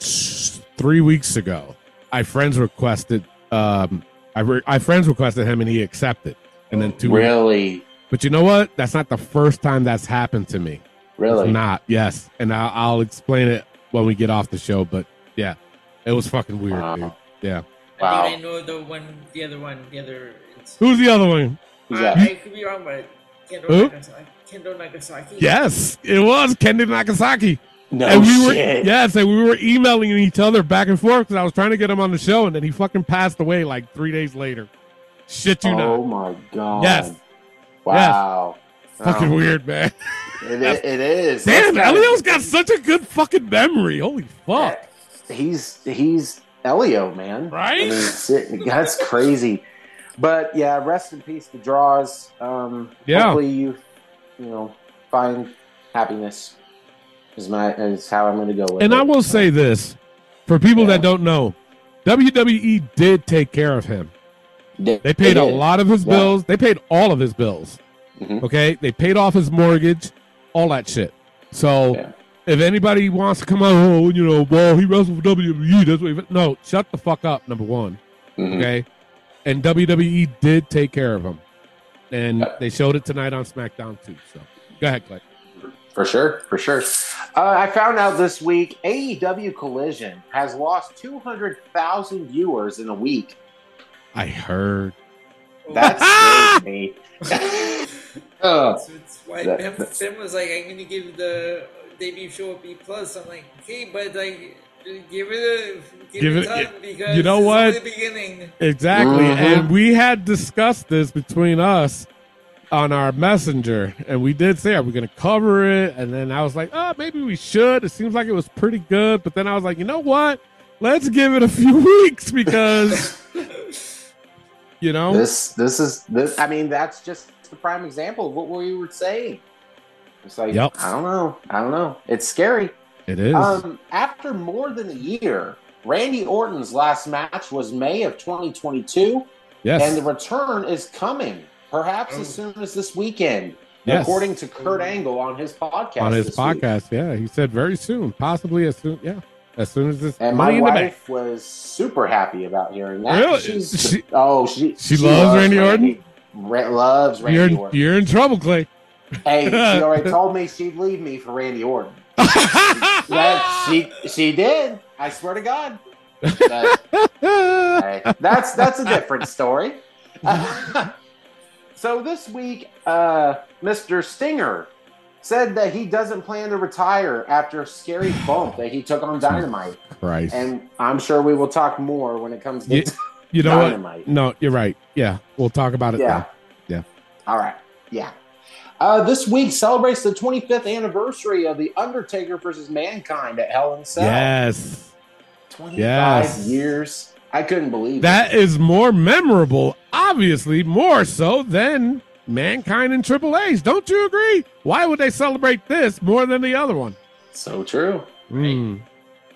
Speaker 4: three weeks ago, I friends requested, um, I, re- I friends requested him and he accepted. And then two weeks
Speaker 5: Really,
Speaker 4: But you know what? That's not the first time that's happened to me.
Speaker 5: really.
Speaker 4: It's not. Yes, and I'll, I'll explain it when we get off the show. But yeah, it was fucking weird,
Speaker 5: Wow.
Speaker 4: dude. Yeah.
Speaker 5: Wow.
Speaker 6: I think I know the one, the other one, the other.
Speaker 4: Who's the other one?
Speaker 5: Who's
Speaker 6: I,
Speaker 5: that?
Speaker 6: I could be wrong, but Kendo
Speaker 4: Who?
Speaker 6: Nagasaki. Kendo Nagasaki.
Speaker 4: Yes, it was Kendi Nakasaki.
Speaker 5: No
Speaker 4: and we were
Speaker 5: Oh, shit.
Speaker 4: yes, and we were emailing each other back and forth because I was trying to get him on the show, and then he fucking passed away like three days later. Shit, you
Speaker 5: oh
Speaker 4: know.
Speaker 5: my god.
Speaker 4: Yes.
Speaker 5: Wow.
Speaker 4: Fucking
Speaker 5: Wow.
Speaker 4: weird, man.
Speaker 5: It, it, it is.
Speaker 4: Damn,
Speaker 5: That's
Speaker 4: Elio's got such a good fucking memory. Holy fuck.
Speaker 5: He's he's Elio, man.
Speaker 4: Right?
Speaker 5: I mean, it's- it- that's crazy. But yeah, rest in peace to draws. Um,
Speaker 4: Yeah.
Speaker 5: Hopefully you, you know, find happiness. Is my is how I'm going to go with
Speaker 4: And
Speaker 5: it.
Speaker 4: I will say this for people
Speaker 5: Yeah.
Speaker 4: that don't know, WWE did take care of him.
Speaker 5: they,
Speaker 4: They paid a
Speaker 5: did.
Speaker 4: lot of his
Speaker 5: Yeah.
Speaker 4: bills. They paid all of his bills.
Speaker 5: Mhm.
Speaker 4: Okay. They paid off his mortgage, all that shit. So
Speaker 5: Yeah.
Speaker 4: if anybody wants to come out, oh, you know, well, he wrestled for WWE. That's what he, no, shut the fuck up, number one.
Speaker 5: Mhm.
Speaker 4: Okay. And WWE did take care of him. And
Speaker 5: Yeah.
Speaker 4: they showed it tonight on SmackDown too. So go ahead, Clay.
Speaker 5: For sure, for sure. Uh, I found out this week AEW Collision has lost 200,000 viewers in a week.
Speaker 4: I heard. *laughs*
Speaker 5: That scares me. Ugh.
Speaker 6: So it's why
Speaker 5: That-
Speaker 6: Pim,
Speaker 5: that's-
Speaker 6: Pim was like, I'm gonna give the debut show a B plus. I'm like, okay, but like, give it a give,
Speaker 4: Give
Speaker 6: it
Speaker 4: it-
Speaker 6: time
Speaker 4: y-
Speaker 6: because
Speaker 4: you know
Speaker 6: it's only
Speaker 4: what?
Speaker 6: The beginning.
Speaker 4: Exactly.
Speaker 5: Mhm.
Speaker 4: And we had discussed this between us on our messenger, and we did say, Are we going to cover it? And then I was like, Oh, maybe we should. It seems like it was pretty good. But then I was like, You know what? Let's give it a *laughs* few weeks because, you know,
Speaker 5: This, this is this. I mean, that's just the prime example of what we were saying. It's like
Speaker 4: Yep.
Speaker 5: I don't know, I don't know. It's scary.
Speaker 4: it is.
Speaker 5: Um, after more than a year, Randy Orton's last match was May of 2022, and
Speaker 4: yes. Oh.
Speaker 5: the return is coming, perhaps as soon as this weekend,
Speaker 4: Yes.
Speaker 5: according to Kurt Angle on his podcast.
Speaker 4: On his
Speaker 5: this week.
Speaker 4: podcast. Yeah. He said very soon, possibly as soon. Yeah. As soon as this.
Speaker 5: And
Speaker 4: Money
Speaker 5: my
Speaker 4: in the Bank.
Speaker 5: wife was super happy about hearing that.
Speaker 4: Really?
Speaker 5: She's,
Speaker 4: She-
Speaker 5: oh, she
Speaker 4: She loves Randy Orton?
Speaker 5: Ra- loves
Speaker 4: You're
Speaker 5: Randy
Speaker 4: in,
Speaker 5: Orton.
Speaker 4: you're in trouble, Clay. *laughs*
Speaker 5: Hey, she already told me she'd leave me for Randy Orton. That she she did. I swear
Speaker 4: *laughs*
Speaker 5: to God. But, hey, that's that's a different story. *laughs* so this week, uh, Mr. Stinger said that he doesn't plan to retire after a scary bump that he took on Dynamite,
Speaker 4: Christ.
Speaker 5: and I'm sure we will talk more when it comes to
Speaker 4: Yeah. you know what?
Speaker 5: Dynamite.
Speaker 4: No, you're right. Yeah, we'll talk about it.
Speaker 5: Yeah.
Speaker 4: Yeah.
Speaker 5: All right. Yeah. Uh, this week celebrates the 25th anniversary of The Undertaker versus Mankind at Hell in a Cell.
Speaker 4: Then. Yes,
Speaker 5: 25
Speaker 4: Yes.
Speaker 5: years. I couldn't believe
Speaker 4: that
Speaker 5: it.
Speaker 4: is more memorable, obviously, more so than mankind and Triple A's. Don't you agree? Why would they celebrate this more than the other one?
Speaker 5: so true.
Speaker 4: Mm,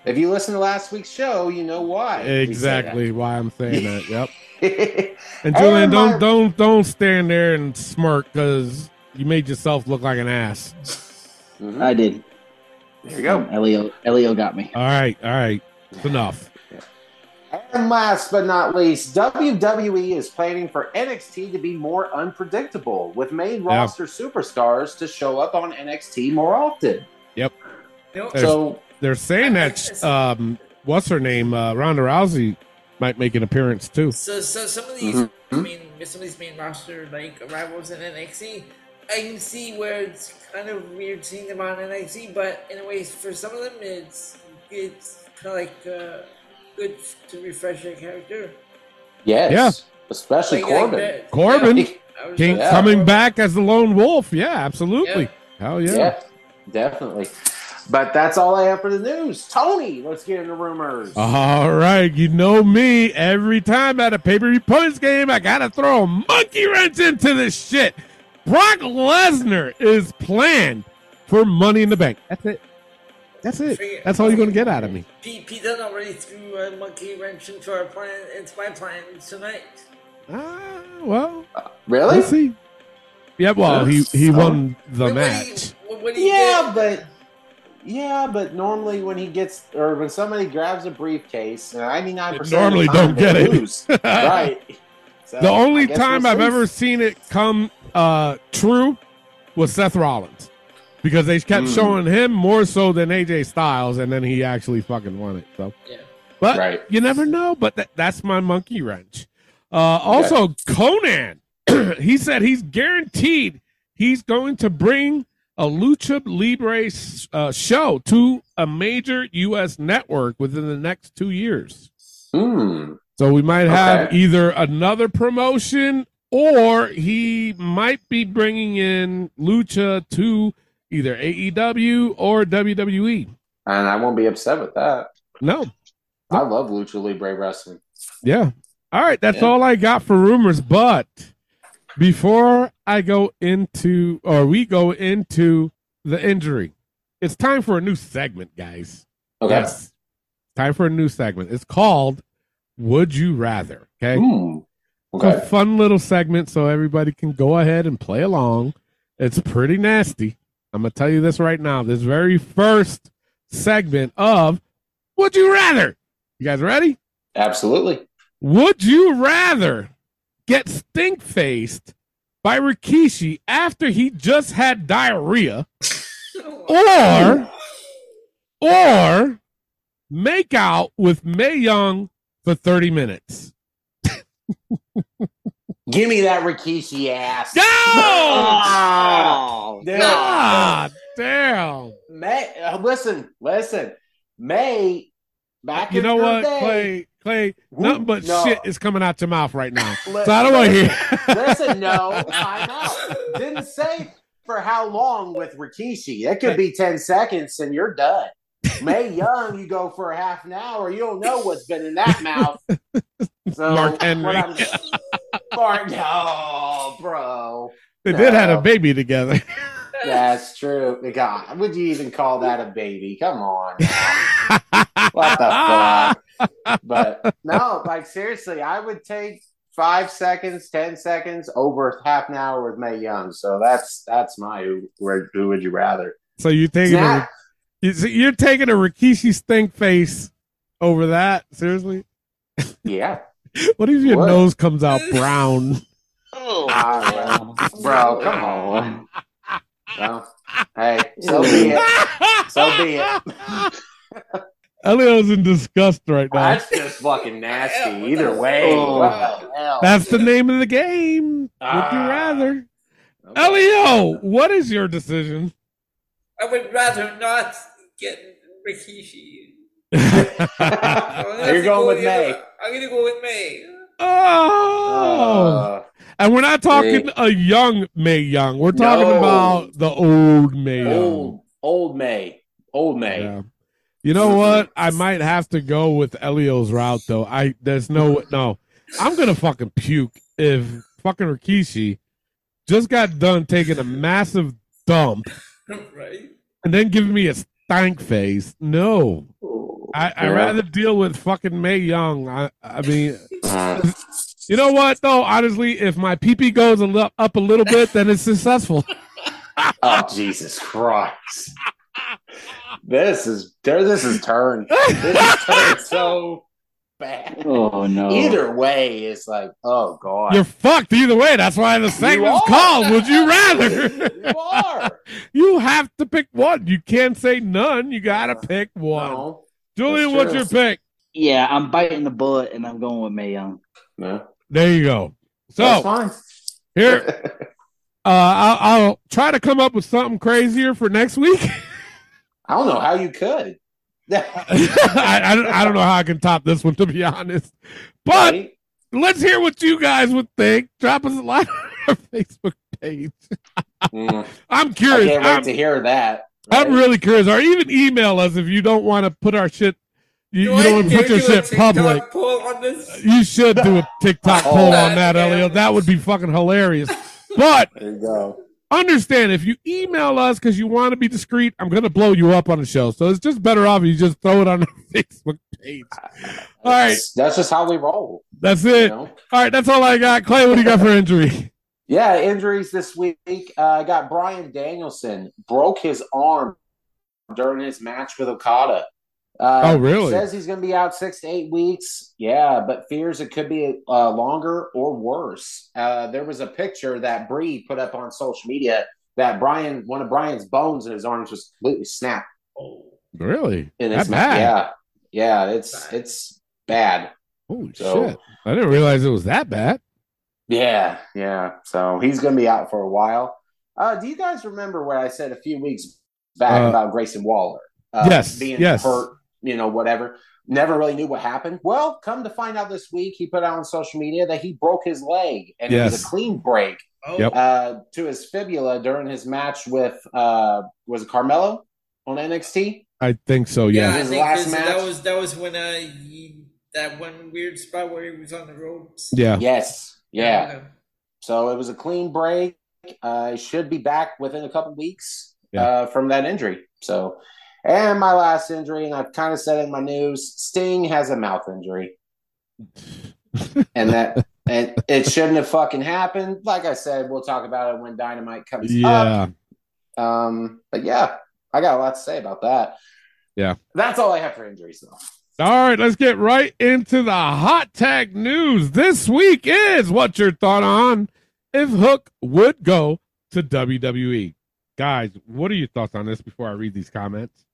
Speaker 5: If you listen to last week's show, you know why. we said
Speaker 4: exactly why I'm saying that.
Speaker 5: *laughs*
Speaker 4: Yep.
Speaker 5: that.
Speaker 4: And Julian,
Speaker 5: And
Speaker 4: don't
Speaker 5: my-
Speaker 4: don't don't stand there and smirk because you made yourself look like an ass.
Speaker 5: Mhm.
Speaker 9: I did.
Speaker 5: There you go.
Speaker 9: Elio, Elio got me.
Speaker 4: All right, all right, it's enough.
Speaker 5: And last but not least, WWE is planning for NXT to be more unpredictable, with main
Speaker 4: Yeah.
Speaker 5: roster superstars to show up on NXT more often.
Speaker 6: No,
Speaker 4: There's-
Speaker 5: So,
Speaker 4: They're saying that um, what's her name, uh, Ronda Rousey, might make an appearance too.
Speaker 6: So, so some of these
Speaker 5: Mhm.
Speaker 6: main, some of these main roster like arrivals in NXT, I can see where it's kind of weird seeing them on NXT, but in a way, for some of them, it's it's kind of like uh, good to refresh their character.
Speaker 5: yes.
Speaker 4: Yeah.
Speaker 5: Especially
Speaker 6: Like- like
Speaker 5: Corbin.
Speaker 6: that-
Speaker 4: Corbin.
Speaker 6: yeah, I was
Speaker 4: King
Speaker 6: gonna say
Speaker 4: coming
Speaker 6: Corbin.
Speaker 4: back as the lone wolf. Yeah, absolutely. Hell yeah.
Speaker 5: Yeah. definitely. But that's all I have for the news. Tony, let's get into rumors.
Speaker 4: All right, you know me. Every time at a pay per view points game, I gotta throw a monkey wrench into this shit. Brock Lesnar is planned for Money in the Bank. That's it. That's it. That's all you're gonna get out of me.
Speaker 6: Pete, Pete Dunne already threw a monkey wrench into our plan. It's my plan tonight.
Speaker 4: Ah, well,
Speaker 5: really?
Speaker 4: we'll see. Yeah, well, he he won the
Speaker 6: What- what do you-
Speaker 4: match.
Speaker 6: What, what do you
Speaker 5: Yeah,
Speaker 6: get?
Speaker 5: but yeah, but normally when he gets or when somebody grabs a briefcase, ninety nine percent
Speaker 4: Normally don't get it. *laughs*
Speaker 5: right. So,
Speaker 4: The only
Speaker 5: I guess
Speaker 4: time
Speaker 5: we'll
Speaker 4: I've
Speaker 5: see.
Speaker 4: ever seen it come uh, true was Seth Rollins because they kept
Speaker 5: Mm.
Speaker 4: showing him more so than AJ Styles, and then he actually fucking won it. So,
Speaker 6: Yeah.
Speaker 4: but
Speaker 5: Right.
Speaker 4: you never know. But that, that's my monkey wrench. Uh, also, Conan, *clears throat* he said he's guaranteed he's going to bring a Lucha Libre uh, show to a major U.S. network within the next two years.
Speaker 5: Hmm.
Speaker 4: So we might have
Speaker 5: Okay.
Speaker 4: either another promotion or he might be bringing in Lucha to either AEW or WWE.
Speaker 5: And I won't be upset with that.
Speaker 4: No.
Speaker 5: I love Lucha Libre wrestling.
Speaker 4: Yeah. All right. That's
Speaker 5: Yeah.
Speaker 4: all I got for rumors. But before I go into, or we go into the injury, it's time for a new segment, guys.
Speaker 5: Okay.
Speaker 4: Yes. Time for a new segment. It's called Would You Rather? Okay.
Speaker 5: Hmm.
Speaker 4: It's a
Speaker 5: Okay.
Speaker 4: fun little segment, so everybody can go ahead and play along. It's pretty nasty. I'm gonna tell you this right now. This very first segment of Would You Rather? You guys ready?
Speaker 5: Absolutely.
Speaker 4: Would you rather get stink faced by Rikishi after he just had diarrhea? Or or make out with May Young for 30 minutes.
Speaker 5: Give me that Rikishi ass. *laughs*
Speaker 4: Go!
Speaker 5: Ah! Oh, dude. *laughs*
Speaker 4: God damn.
Speaker 5: May, uh, listen, listen. May back
Speaker 4: You
Speaker 5: in
Speaker 4: know
Speaker 5: her
Speaker 4: what,
Speaker 5: day-
Speaker 4: Clay? Clay,
Speaker 5: Who-
Speaker 4: nothing but
Speaker 5: no.
Speaker 4: shit is coming out your mouth right now.
Speaker 5: Li-
Speaker 4: So I don't want to
Speaker 5: listen,
Speaker 4: hear. *laughs*
Speaker 5: Listen, no, time out. Didn't say for how long with Rikishi. It could be ten seconds, and you're done.
Speaker 4: *laughs*
Speaker 5: May Young, you go for a half an hour. You don't know what's been in that mouth. So
Speaker 4: Mark
Speaker 5: what
Speaker 4: Henry.
Speaker 5: I'm- *laughs* Mark, no, bro.
Speaker 4: they did have
Speaker 5: No.
Speaker 4: a baby together.
Speaker 5: That's true. God, would you even call that a baby? Come on. *laughs* What the fuck? But no, like seriously, I would take five seconds, ten seconds over half an hour with May Young. So that's that's my who, where, who would you rather?
Speaker 4: *laughs* So you're taking a,
Speaker 5: Snap.
Speaker 4: you- so you're taking a Rikishi stink face over that? Seriously?
Speaker 5: Yeah.
Speaker 4: What if your
Speaker 5: What?
Speaker 4: nose comes out brown?
Speaker 9: Oh,
Speaker 5: Ah, well, bro, come on. Well, hey, so be it. *laughs* So be it.
Speaker 4: *laughs* Elio's in disgust right now.
Speaker 5: That's just fucking nasty. Either way.
Speaker 9: Oh.
Speaker 5: What the hell?
Speaker 4: That's the name of the game. Would you
Speaker 5: Ah.
Speaker 4: rather? Elio, what is your
Speaker 5: *laughs*
Speaker 4: decision? *laughs*
Speaker 6: I would rather not get Rikishi. I'm gonna have
Speaker 5: *laughs* You're
Speaker 6: to
Speaker 5: going
Speaker 6: go
Speaker 5: with
Speaker 6: the other-
Speaker 5: May.
Speaker 6: I'm gonna go with May. *laughs*
Speaker 4: oh.
Speaker 5: Uh,
Speaker 4: and we're not talking
Speaker 5: see.
Speaker 4: a young May Young. We're talking
Speaker 5: No.
Speaker 4: about the old May Young.
Speaker 5: Uh, old, old May. Old May.
Speaker 4: Yeah. You know what? I might have to go with Elio's route though. I there's no no. I'm gonna fucking puke if fucking Rikishi just got done taking a massive dump
Speaker 6: right?
Speaker 4: and then giving me a stank face. No, I I
Speaker 5: Yeah.
Speaker 4: rather deal with fucking May Young. I I mean,
Speaker 5: Uh,
Speaker 4: you know what though? Honestly, if my pee pee goes a li- up a little bit, then it's successful. *laughs*
Speaker 5: oh Jesus Christ! This is there. This
Speaker 4: *laughs*
Speaker 5: is turned. This is turned so bad.
Speaker 9: Oh no.
Speaker 5: Either way, it's like, oh god,
Speaker 4: You're fucked either way. That's why the segment's
Speaker 5: are.
Speaker 4: called. Would you rather?
Speaker 5: *laughs*
Speaker 4: *laughs*
Speaker 5: You are.
Speaker 4: You have to pick one. You can't say none. You gotta pick one.
Speaker 5: No,
Speaker 4: Julian,
Speaker 5: that's
Speaker 4: what's
Speaker 5: true.
Speaker 4: your pick?
Speaker 9: Yeah, I'm biting the bullet and I'm going with May Young.
Speaker 5: no.
Speaker 4: There you go.
Speaker 5: That's
Speaker 4: So
Speaker 5: fine.
Speaker 4: here, uh, I'll, I'll try to come up with something crazier for next week.
Speaker 5: *laughs*
Speaker 4: *laughs*
Speaker 5: I don't know how you could. *laughs*
Speaker 4: I, I, don't- I don't know how I can top this one, to be honest. But
Speaker 5: Right?
Speaker 4: let's hear what you guys would think. Drop us a line *laughs* on our Facebook page.
Speaker 5: Mm,
Speaker 4: I'm
Speaker 5: I
Speaker 4: curious.
Speaker 5: can't wait
Speaker 4: I'm,
Speaker 5: to hear that.
Speaker 4: I'm
Speaker 5: Right?
Speaker 4: really curious. Or even email us if you don't want to put our shit. You, you
Speaker 6: I
Speaker 4: don't want to
Speaker 6: dare
Speaker 4: put your
Speaker 6: do a
Speaker 4: shit
Speaker 6: TikTok
Speaker 4: public.
Speaker 6: poll on this?
Speaker 4: You should do a TikTok
Speaker 5: Oh.
Speaker 4: poll on that,
Speaker 6: Yeah.
Speaker 4: Elliot. That would be fucking hilarious. But
Speaker 5: There you go.
Speaker 4: understand if you email us because you want to be discreet, I'm gonna blow you up on the show. So it's just better off you just throw it on *laughs* our Facebook page. All right,
Speaker 5: That's- that's just how we roll.
Speaker 4: that's
Speaker 5: You
Speaker 4: it. All
Speaker 5: know?
Speaker 4: right, that's all I got. Clay, what do you got for injury? *laughs*
Speaker 5: Yeah, injuries this week. Uh, I got Brian Danielson broke his arm during his match with Okada. Uh,
Speaker 4: Oh, really?
Speaker 5: Says he's going to be out six to eight weeks. Yeah, but fears it could be uh, longer or worse. Uh, there was a picture that Bree put up on social media that Brian, one of Brian's bones in his arms, was completely snapped
Speaker 6: Oh,
Speaker 4: Really?
Speaker 5: in his
Speaker 4: That
Speaker 5: mouth.
Speaker 4: bad?
Speaker 5: Yeah, yeah, it's it's bad.
Speaker 4: Holy
Speaker 5: So-
Speaker 4: shit! I didn't realize it was that bad.
Speaker 5: Yeah, yeah. So he's going to be out for a while. Uh, do you guys remember what I said a few weeks back
Speaker 4: Uh,
Speaker 5: about Grayson Waller? Uh,
Speaker 4: yes,
Speaker 5: being
Speaker 4: yes.
Speaker 5: hurt, you know, whatever. Never really knew what happened. Well, come to find out this week, he put out on social media that he broke his leg, and it was
Speaker 4: Yes.
Speaker 5: a clean break
Speaker 6: oh,
Speaker 4: Yep.
Speaker 5: uh, to his fibula during his match with uh, was it Carmelo on NXT.
Speaker 4: I think so.
Speaker 6: Yeah,
Speaker 4: Oh, Yeah.
Speaker 6: I
Speaker 5: His
Speaker 6: think
Speaker 5: last
Speaker 6: this-
Speaker 5: match.
Speaker 6: That was that was when uh, he, that one weird spot where he was on the ropes.
Speaker 4: Yeah.
Speaker 5: Yes, yeah. So it was a clean break. Uh, he should be back within a couple weeks
Speaker 4: Yeah.
Speaker 5: uh, from that injury. So, and my last injury, and I've kind of said in my news, Sting has a mouth injury, and that and it shouldn't have fucking happened. Like I said, we'll talk about it when Dynamite comes up.
Speaker 4: Yeah.
Speaker 5: Um, but yeah, I got a lot to say about that.
Speaker 4: Yeah.
Speaker 5: that's all I have for injuries though.
Speaker 4: All right, let's get right into the hot tag news. This week is what's your thought on if Hook would go to WWE? Guys, what are your thoughts on this before I read these comments?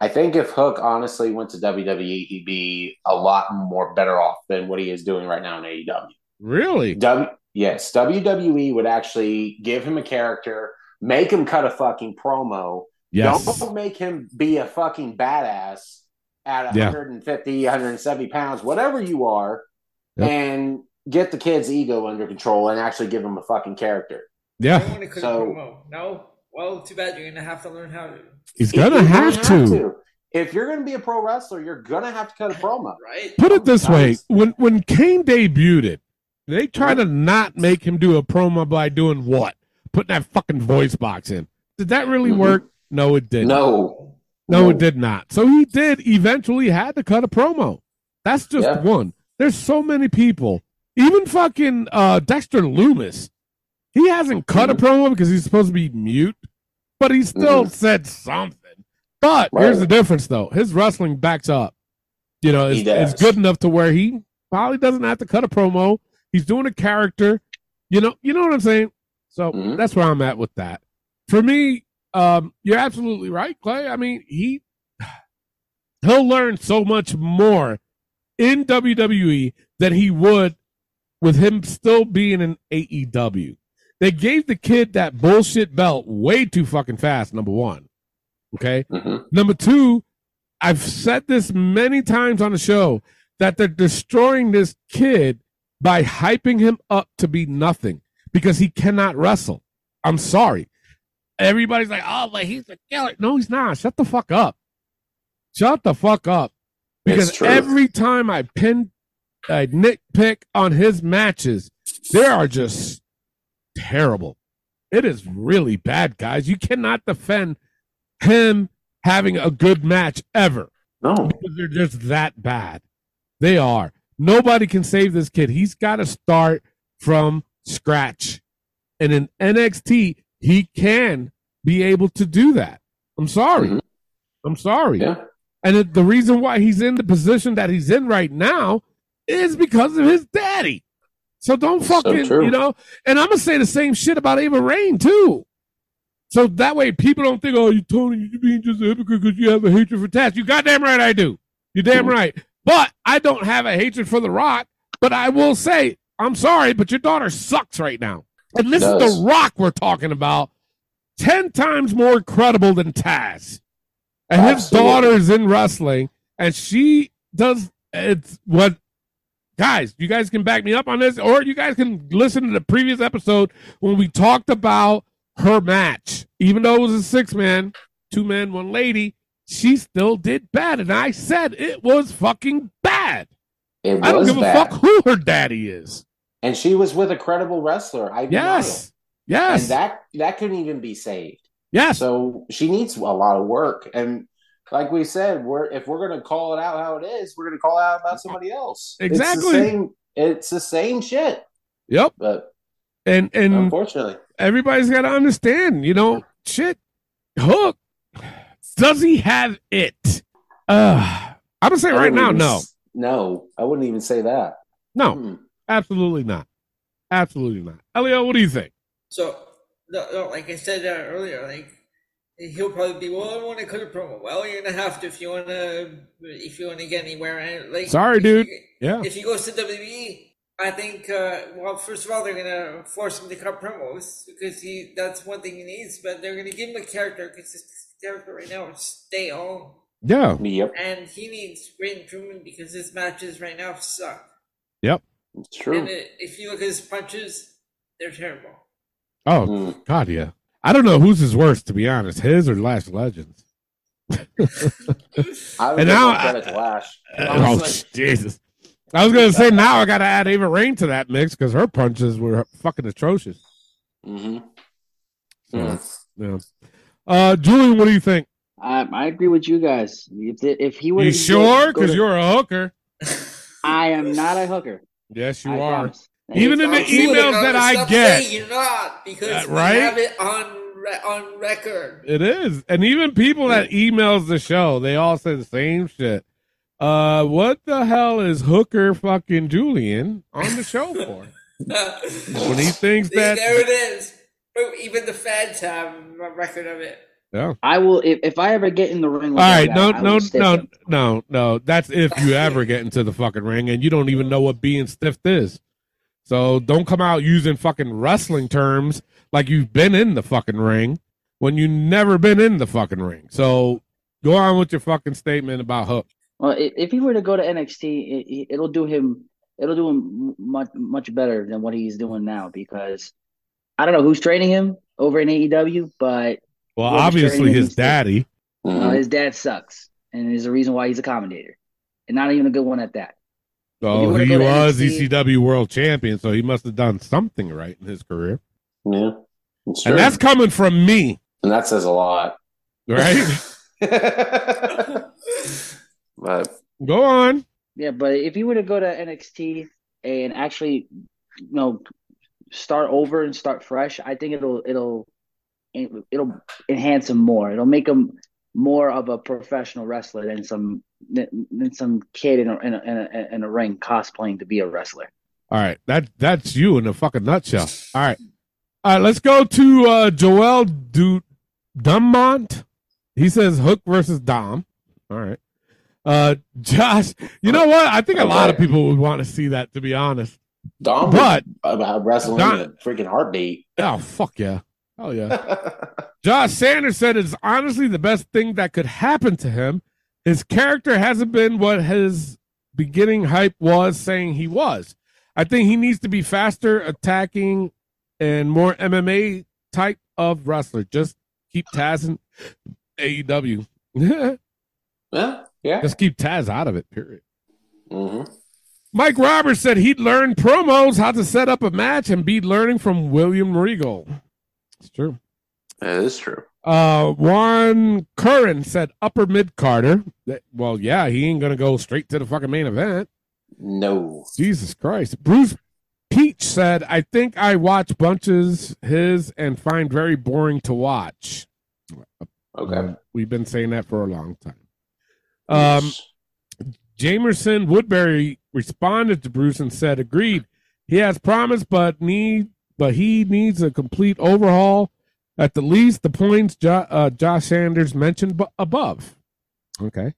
Speaker 5: I think if Hook honestly went to WWE, he'd be a lot more better off than what he is doing right now in E AEW.
Speaker 4: Really?
Speaker 5: W- yes, WWE would actually give him a character, make him cut a fucking promo.
Speaker 4: Yes.
Speaker 5: Don't make him be a fucking badass at
Speaker 4: Yeah.
Speaker 5: 150, 170 pounds, whatever you are,
Speaker 4: Yep.
Speaker 5: and get the kid's ego under control and actually give him a fucking character.
Speaker 6: I
Speaker 4: Yeah,
Speaker 6: don't want to cook
Speaker 5: So-
Speaker 6: a promo. No. Well, too bad. You're gonna have to learn how to.
Speaker 4: he's
Speaker 5: You're
Speaker 4: gonna have to.
Speaker 5: If you're going to be a pro wrestler, you're going to have to cut a promo.
Speaker 6: Right.
Speaker 4: Put it this way:
Speaker 5: Nice.
Speaker 4: when when Kane debuted it, they tried to not make him do a promo by doing what? Putting that fucking voice box in. Did that really
Speaker 5: Mhm.
Speaker 4: work? No, it didn't.
Speaker 5: No.
Speaker 4: No, it
Speaker 5: No.
Speaker 4: did not. So he did eventually had to cut a promo. That's just
Speaker 5: Yeah.
Speaker 4: one. There's so many people. Even fucking uh, Dexter Loomis, he hasn't
Speaker 5: Mm-hmm.
Speaker 4: cut a promo because he's supposed to be mute, but he still said something. But here's
Speaker 5: Mm-hmm. Right.
Speaker 4: the difference, though. His wrestling backs up. You know,
Speaker 5: He
Speaker 4: it's, it's
Speaker 5: does.
Speaker 4: good enough to where he probably doesn't have to cut a promo. He's doing a character. You know, you know what I'm saying? So
Speaker 5: Mhm.
Speaker 4: that's where I'm at with that. For me, um, you're absolutely right, Clay. I mean, he *sighs* he'll learn so much more in WWE than he would with him still being in AEW. They gave the kid that bullshit belt way too fucking fast, number one. Okay.
Speaker 5: Mhm.
Speaker 4: Number two, I've said this many times on the show that they're destroying this kid by hyping him up to be nothing because he cannot wrestle. I'm sorry. Everybody's like, oh, but he's a killer. No, he's not. Shut the fuck up. Shut the fuck up.
Speaker 5: It's
Speaker 4: Because
Speaker 5: true.
Speaker 4: every time I pin a nitpick on his matches, they are just terrible. It is really bad, guys. You cannot defend him having a good match ever.
Speaker 5: No.
Speaker 4: They're just that bad. They are. Nobody can save this kid. He's got to start from scratch. And in NXT, he can be able to do that. I'm sorry.
Speaker 5: Mhm.
Speaker 4: I'm sorry.
Speaker 5: Yeah.
Speaker 4: And it, the reason why he's in the position that he's in right now is because of his daddy. So don't
Speaker 5: So
Speaker 4: fucking,
Speaker 5: true.
Speaker 4: you know. And I'm gonna say the same shit about Ava Rain too. So that way people don't think, oh, you Tony, you being just a hypocrite because you have a hatred for Taz. You goddamn right I do. You damn
Speaker 5: Mm-hmm.
Speaker 4: right. But I don't have a hatred for The Rock. But I will say, I'm sorry, but your daughter sucks right now. And this is
Speaker 5: Does.
Speaker 4: The Rock we're talking about. Ten times more credible than Taz. And his
Speaker 5: Absolutely.
Speaker 4: daughter is in wrestling. And she does it's what guys, you guys can back me up on this, or you guys can listen to the previous episode when we talked about her match. Even though it was a six man, two men, one lady, she still did bad. And I said it was fucking bad.
Speaker 5: It was
Speaker 4: I don't give
Speaker 5: bad.
Speaker 4: a fuck who her daddy is.
Speaker 5: And she was with a credible wrestler. I
Speaker 4: Yes.
Speaker 5: deny it.
Speaker 4: Yes.
Speaker 5: And that that couldn't even be saved.
Speaker 4: yes.
Speaker 5: So she needs a lot of work. And like we said, we're if we're gonna call it out how it is, we're gonna call it out about somebody else. It's the
Speaker 4: Exactly.
Speaker 5: same- It's the same, shit.
Speaker 4: yep.
Speaker 5: But
Speaker 4: And and
Speaker 5: unfortunately,
Speaker 4: everybody's got to understand, you know, shit. Hook, does he have it? Uh, I'm gonna say
Speaker 5: I
Speaker 4: right
Speaker 5: wouldn't
Speaker 4: now,
Speaker 5: even
Speaker 4: no,
Speaker 5: s- No, I wouldn't even say that.
Speaker 4: no,
Speaker 5: Hmm.
Speaker 4: absolutely not, absolutely not. Elio, what do you think?
Speaker 6: So, no, no, like I said uh, earlier, like he'll probably be, well, I want to cut a promo. Well, you're gonna have to if you wanna if you wanna get anywhere. And like,
Speaker 4: Sorry,
Speaker 6: if you-
Speaker 4: dude. Yeah,
Speaker 6: If he goes to WWE, I think, uh, well, first of all, they're gonna force him to cut promos because he that's one thing he needs. But they're gonna give him a character because his character right now is stale,
Speaker 4: yeah,
Speaker 5: Yep,
Speaker 6: and he needs great improvement because his matches right now suck.
Speaker 5: it's true.
Speaker 6: And uh, if you look at his punches, they're terrible.
Speaker 4: oh
Speaker 5: Hmm.
Speaker 4: god, yeah. I don't know whose is worse, to be honest, his or Last Legends.
Speaker 5: I would
Speaker 4: And
Speaker 5: give
Speaker 4: now uh,
Speaker 5: more credit
Speaker 4: I-
Speaker 5: to Lash.
Speaker 4: Oh
Speaker 5: Honestly.
Speaker 4: Jesus! I was gonna say now I gotta add Ava Rain to that mix because her punches were fucking atrocious.
Speaker 5: Mhm.
Speaker 4: So,
Speaker 5: Mm.
Speaker 4: yeah. Uh, Julian, what do you think?
Speaker 9: I, I agree with you guys. If the, if he would,
Speaker 4: You sure?
Speaker 9: go to-
Speaker 4: Because you're a hooker.
Speaker 9: I am not a hooker.
Speaker 4: Yes, you
Speaker 9: I
Speaker 4: are.
Speaker 9: promise.
Speaker 4: Even in the
Speaker 6: Don't do it,
Speaker 4: emails that
Speaker 6: Donald.
Speaker 4: I
Speaker 6: Stop
Speaker 4: get,
Speaker 6: saying you're not because
Speaker 4: Uh,
Speaker 6: we
Speaker 4: right?
Speaker 6: have it on re- on record. *laughs*
Speaker 4: it is. And even people that emails the show, they all say the same shit. Uh, what the hell is Hooker fucking Julian on the
Speaker 9: *laughs*
Speaker 4: show for? when he thinks
Speaker 6: See, there
Speaker 4: that,
Speaker 6: it is. Oh, Even the fans have a record of it.
Speaker 4: yeah.
Speaker 9: I will if, if I ever get in the ring.
Speaker 4: All
Speaker 9: With
Speaker 4: right,
Speaker 9: that guy,
Speaker 4: no,
Speaker 9: I
Speaker 4: no,
Speaker 9: will stiff
Speaker 4: no,
Speaker 9: him.
Speaker 4: no, no. That's if you ever get into the fucking ring and you don't even know what being stiffed is. So don't come out using fucking wrestling terms like you've been in the fucking ring when you never been in the fucking ring. So go on with your fucking statement about Hook.
Speaker 9: Well, i- if he were to go to NXT, it- it, it'll do him. It'll do him much much better than what he's doing now because I don't know who's training him over in AEW, but
Speaker 4: Well,
Speaker 9: Well,
Speaker 4: obviously
Speaker 9: Australian
Speaker 4: his
Speaker 9: is-
Speaker 4: daddy.
Speaker 9: you know,
Speaker 5: Mhm.
Speaker 9: his dad sucks, and there's a reason why he's a commentator, and not even a good one at that. you
Speaker 4: So
Speaker 9: wanna
Speaker 4: he
Speaker 9: go to
Speaker 4: was
Speaker 9: NXT
Speaker 4: ECW world champion, so he must have done something right in his career.
Speaker 5: Mm-hmm. Yeah, it's true.
Speaker 4: And that's coming from me,
Speaker 5: and that says a lot,
Speaker 4: right?
Speaker 5: *laughs*
Speaker 9: *laughs*
Speaker 5: but
Speaker 4: go on.
Speaker 9: Yeah, but if he were to go to NXT and actually, you know, start over and start fresh, I think it'll it'll it'll enhance him more. It'll make him more of a professional wrestler than some than some kid in a in a in a, in a ring cosplaying to be a wrestler.
Speaker 4: All right, that that's you in a fucking nutshell. All right, all right. Let's go to uh, Joel du- Dumont. He says Hook versus Dom. All right, uh, Josh. You know what? I think a lot of people would want to see that, to be honest.
Speaker 5: Dom was
Speaker 4: But
Speaker 5: about wrestling
Speaker 4: Dom-
Speaker 5: in a freaking heartbeat. *laughs*
Speaker 4: oh fuck yeah, oh yeah. Josh Sanders said it's honestly the best thing that could happen to him. His character hasn't been what his beginning hype was saying he was. I think he needs to be faster attacking and more MMA type of wrestler. Just keep Taz and AEW.
Speaker 5: yeah, yeah.
Speaker 4: *laughs* Just keep Taz out of it, period.
Speaker 5: hmm
Speaker 4: Mike Roberts said he'd learned promos, how to set up a match, and be learning from William Regal. It's true.
Speaker 5: That is true.
Speaker 4: Uh, Juan Curran said upper mid Carter. Well, yeah, he ain't gonna go straight to the fucking main event.
Speaker 5: No.
Speaker 4: Jesus Christ. Bruce Peach said, I think I watch bunches his and find very boring to watch.
Speaker 5: Okay.
Speaker 4: We've been saying that for a long time. Um, Jamerson Woodbury responded to Bruce and said, "Agreed. He has promise, but need but he needs a complete overhaul. At the least, the points jo- uh, Josh Sanders mentioned bu- above." Okay.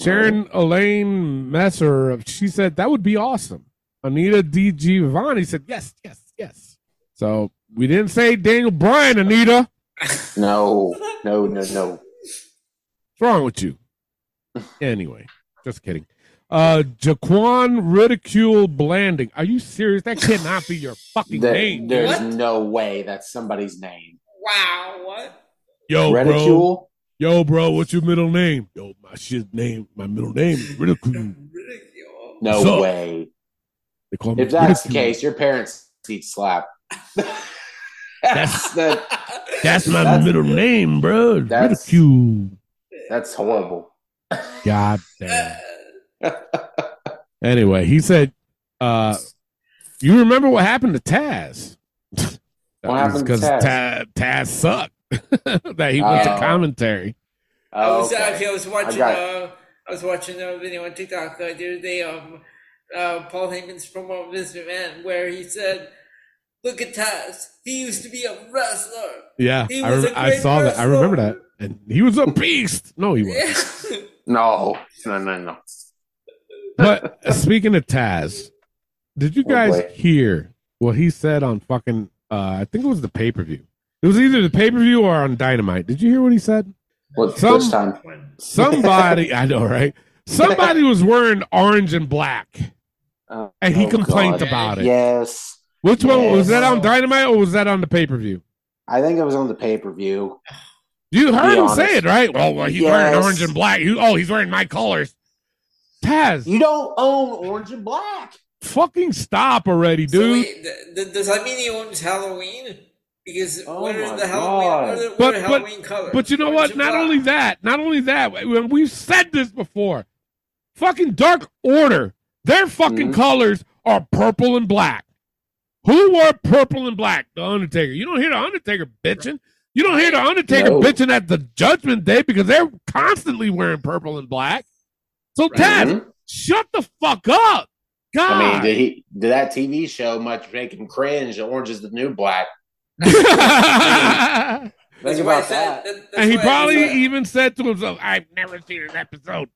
Speaker 4: Sharon Elaine Messer, she said that would be awesome. Anita D. Giovanni said, "Yes, yes, yes." So we didn't say Daniel Bryan, Anita.
Speaker 5: No. No. No.
Speaker 4: *laughs*
Speaker 5: No.
Speaker 4: What's wrong with you? Anyway, just kidding. Uh Jaquan Ridicule Blanding. Are you serious? That cannot be your fucking
Speaker 5: There-
Speaker 4: name.
Speaker 5: there's
Speaker 6: What?
Speaker 5: no way that's somebody's name.
Speaker 6: Wow, what?
Speaker 4: Yo, Oh, bro.
Speaker 5: Ridicule.
Speaker 4: Yo, bro, what's your middle name? Yo, my shit name, my middle name is Ridicule.
Speaker 6: Ridicule. *laughs*
Speaker 5: No
Speaker 4: So-
Speaker 5: way.
Speaker 4: They call me
Speaker 5: If that's the
Speaker 4: Ridicule.
Speaker 5: case, your parents seat slap. *laughs* that's the,
Speaker 4: That's my
Speaker 5: that's-
Speaker 4: middle name, bro.
Speaker 5: that's-
Speaker 4: Ridicule.
Speaker 6: *laughs*
Speaker 5: that's horrible.
Speaker 4: God damn. Anyway, he said, uh, "You remember what happened to Taz? That
Speaker 5: *laughs* What
Speaker 4: was
Speaker 5: happened to
Speaker 4: Taz? Taz sucked. *laughs* that he went
Speaker 5: Oh.
Speaker 4: to commentary.
Speaker 6: I was
Speaker 5: Okay.
Speaker 6: actually Oh, I was watching
Speaker 5: got
Speaker 6: uh, I was watching a video on TikTok uh, the other day um uh, Paul Heyman's promo of Vince McMahon where he said, "Look at Taz. He used to be a wrestler." *laughs*
Speaker 4: Yeah,
Speaker 6: He
Speaker 4: I,
Speaker 6: was
Speaker 4: rem-
Speaker 6: a
Speaker 4: I
Speaker 6: great
Speaker 4: saw that. I
Speaker 6: wrestler.
Speaker 4: remember that. And he was a beast. No, he was.
Speaker 6: Yeah.
Speaker 5: No. No. No. No.
Speaker 4: But uh, speaking of Taz, did you
Speaker 5: Oh,
Speaker 4: guys
Speaker 5: boy.
Speaker 4: hear what he said on fucking? Uh, I think it was the pay per view. It was either the pay per view or on Dynamite. Did you hear what he
Speaker 5: *laughs*
Speaker 4: said?
Speaker 5: What,
Speaker 4: Some-
Speaker 5: which time?
Speaker 4: Somebody, I know, right? Somebody was wearing orange and black.
Speaker 5: Oh,
Speaker 4: And he
Speaker 5: oh,
Speaker 4: complained
Speaker 5: God.
Speaker 4: about it.
Speaker 5: Yes.
Speaker 4: Which one was
Speaker 5: Yes.
Speaker 4: that on Dynamite or was that on the pay per view?
Speaker 5: I think it was on the pay per view.
Speaker 4: You heard him
Speaker 5: honest.
Speaker 4: say it, right? Oh, Well, well he's wearing
Speaker 5: Yes.
Speaker 4: orange and black. You, oh, he's wearing my colors. Taz,
Speaker 5: You don't own orange and black.
Speaker 4: fucking stop already,
Speaker 6: So
Speaker 4: dude.
Speaker 6: wait, th- th- does that mean he owns Halloween? Because
Speaker 5: Oh
Speaker 6: what are
Speaker 5: my
Speaker 6: the Halloween? What are the,
Speaker 4: God.
Speaker 6: what are
Speaker 4: But- but-
Speaker 6: Halloween colors?
Speaker 4: but you know
Speaker 6: Orange
Speaker 4: what?
Speaker 6: and
Speaker 4: Not
Speaker 6: black.
Speaker 4: only that, not only that, when we've said this before, fucking Dark Order, their fucking
Speaker 5: Mhm.
Speaker 6: Mm-hmm.
Speaker 4: colors are purple and black. Who wore purple and black? The Undertaker. You don't hear the Undertaker bitching. You don't hear the Undertaker
Speaker 5: No.
Speaker 4: bitching at the Judgment Day because they're constantly wearing purple and black. So Taz,
Speaker 5: Mhm.
Speaker 4: shut the fuck up. God.
Speaker 5: I mean, did he did that TV show much make him cringe? The Orange is the new black.
Speaker 6: That's
Speaker 5: Think
Speaker 6: why I
Speaker 5: about
Speaker 6: said- that-
Speaker 5: that.
Speaker 6: that's
Speaker 4: *laughs* and he
Speaker 6: why I
Speaker 4: probably
Speaker 6: said-
Speaker 4: even said to himself, I've never seen an episode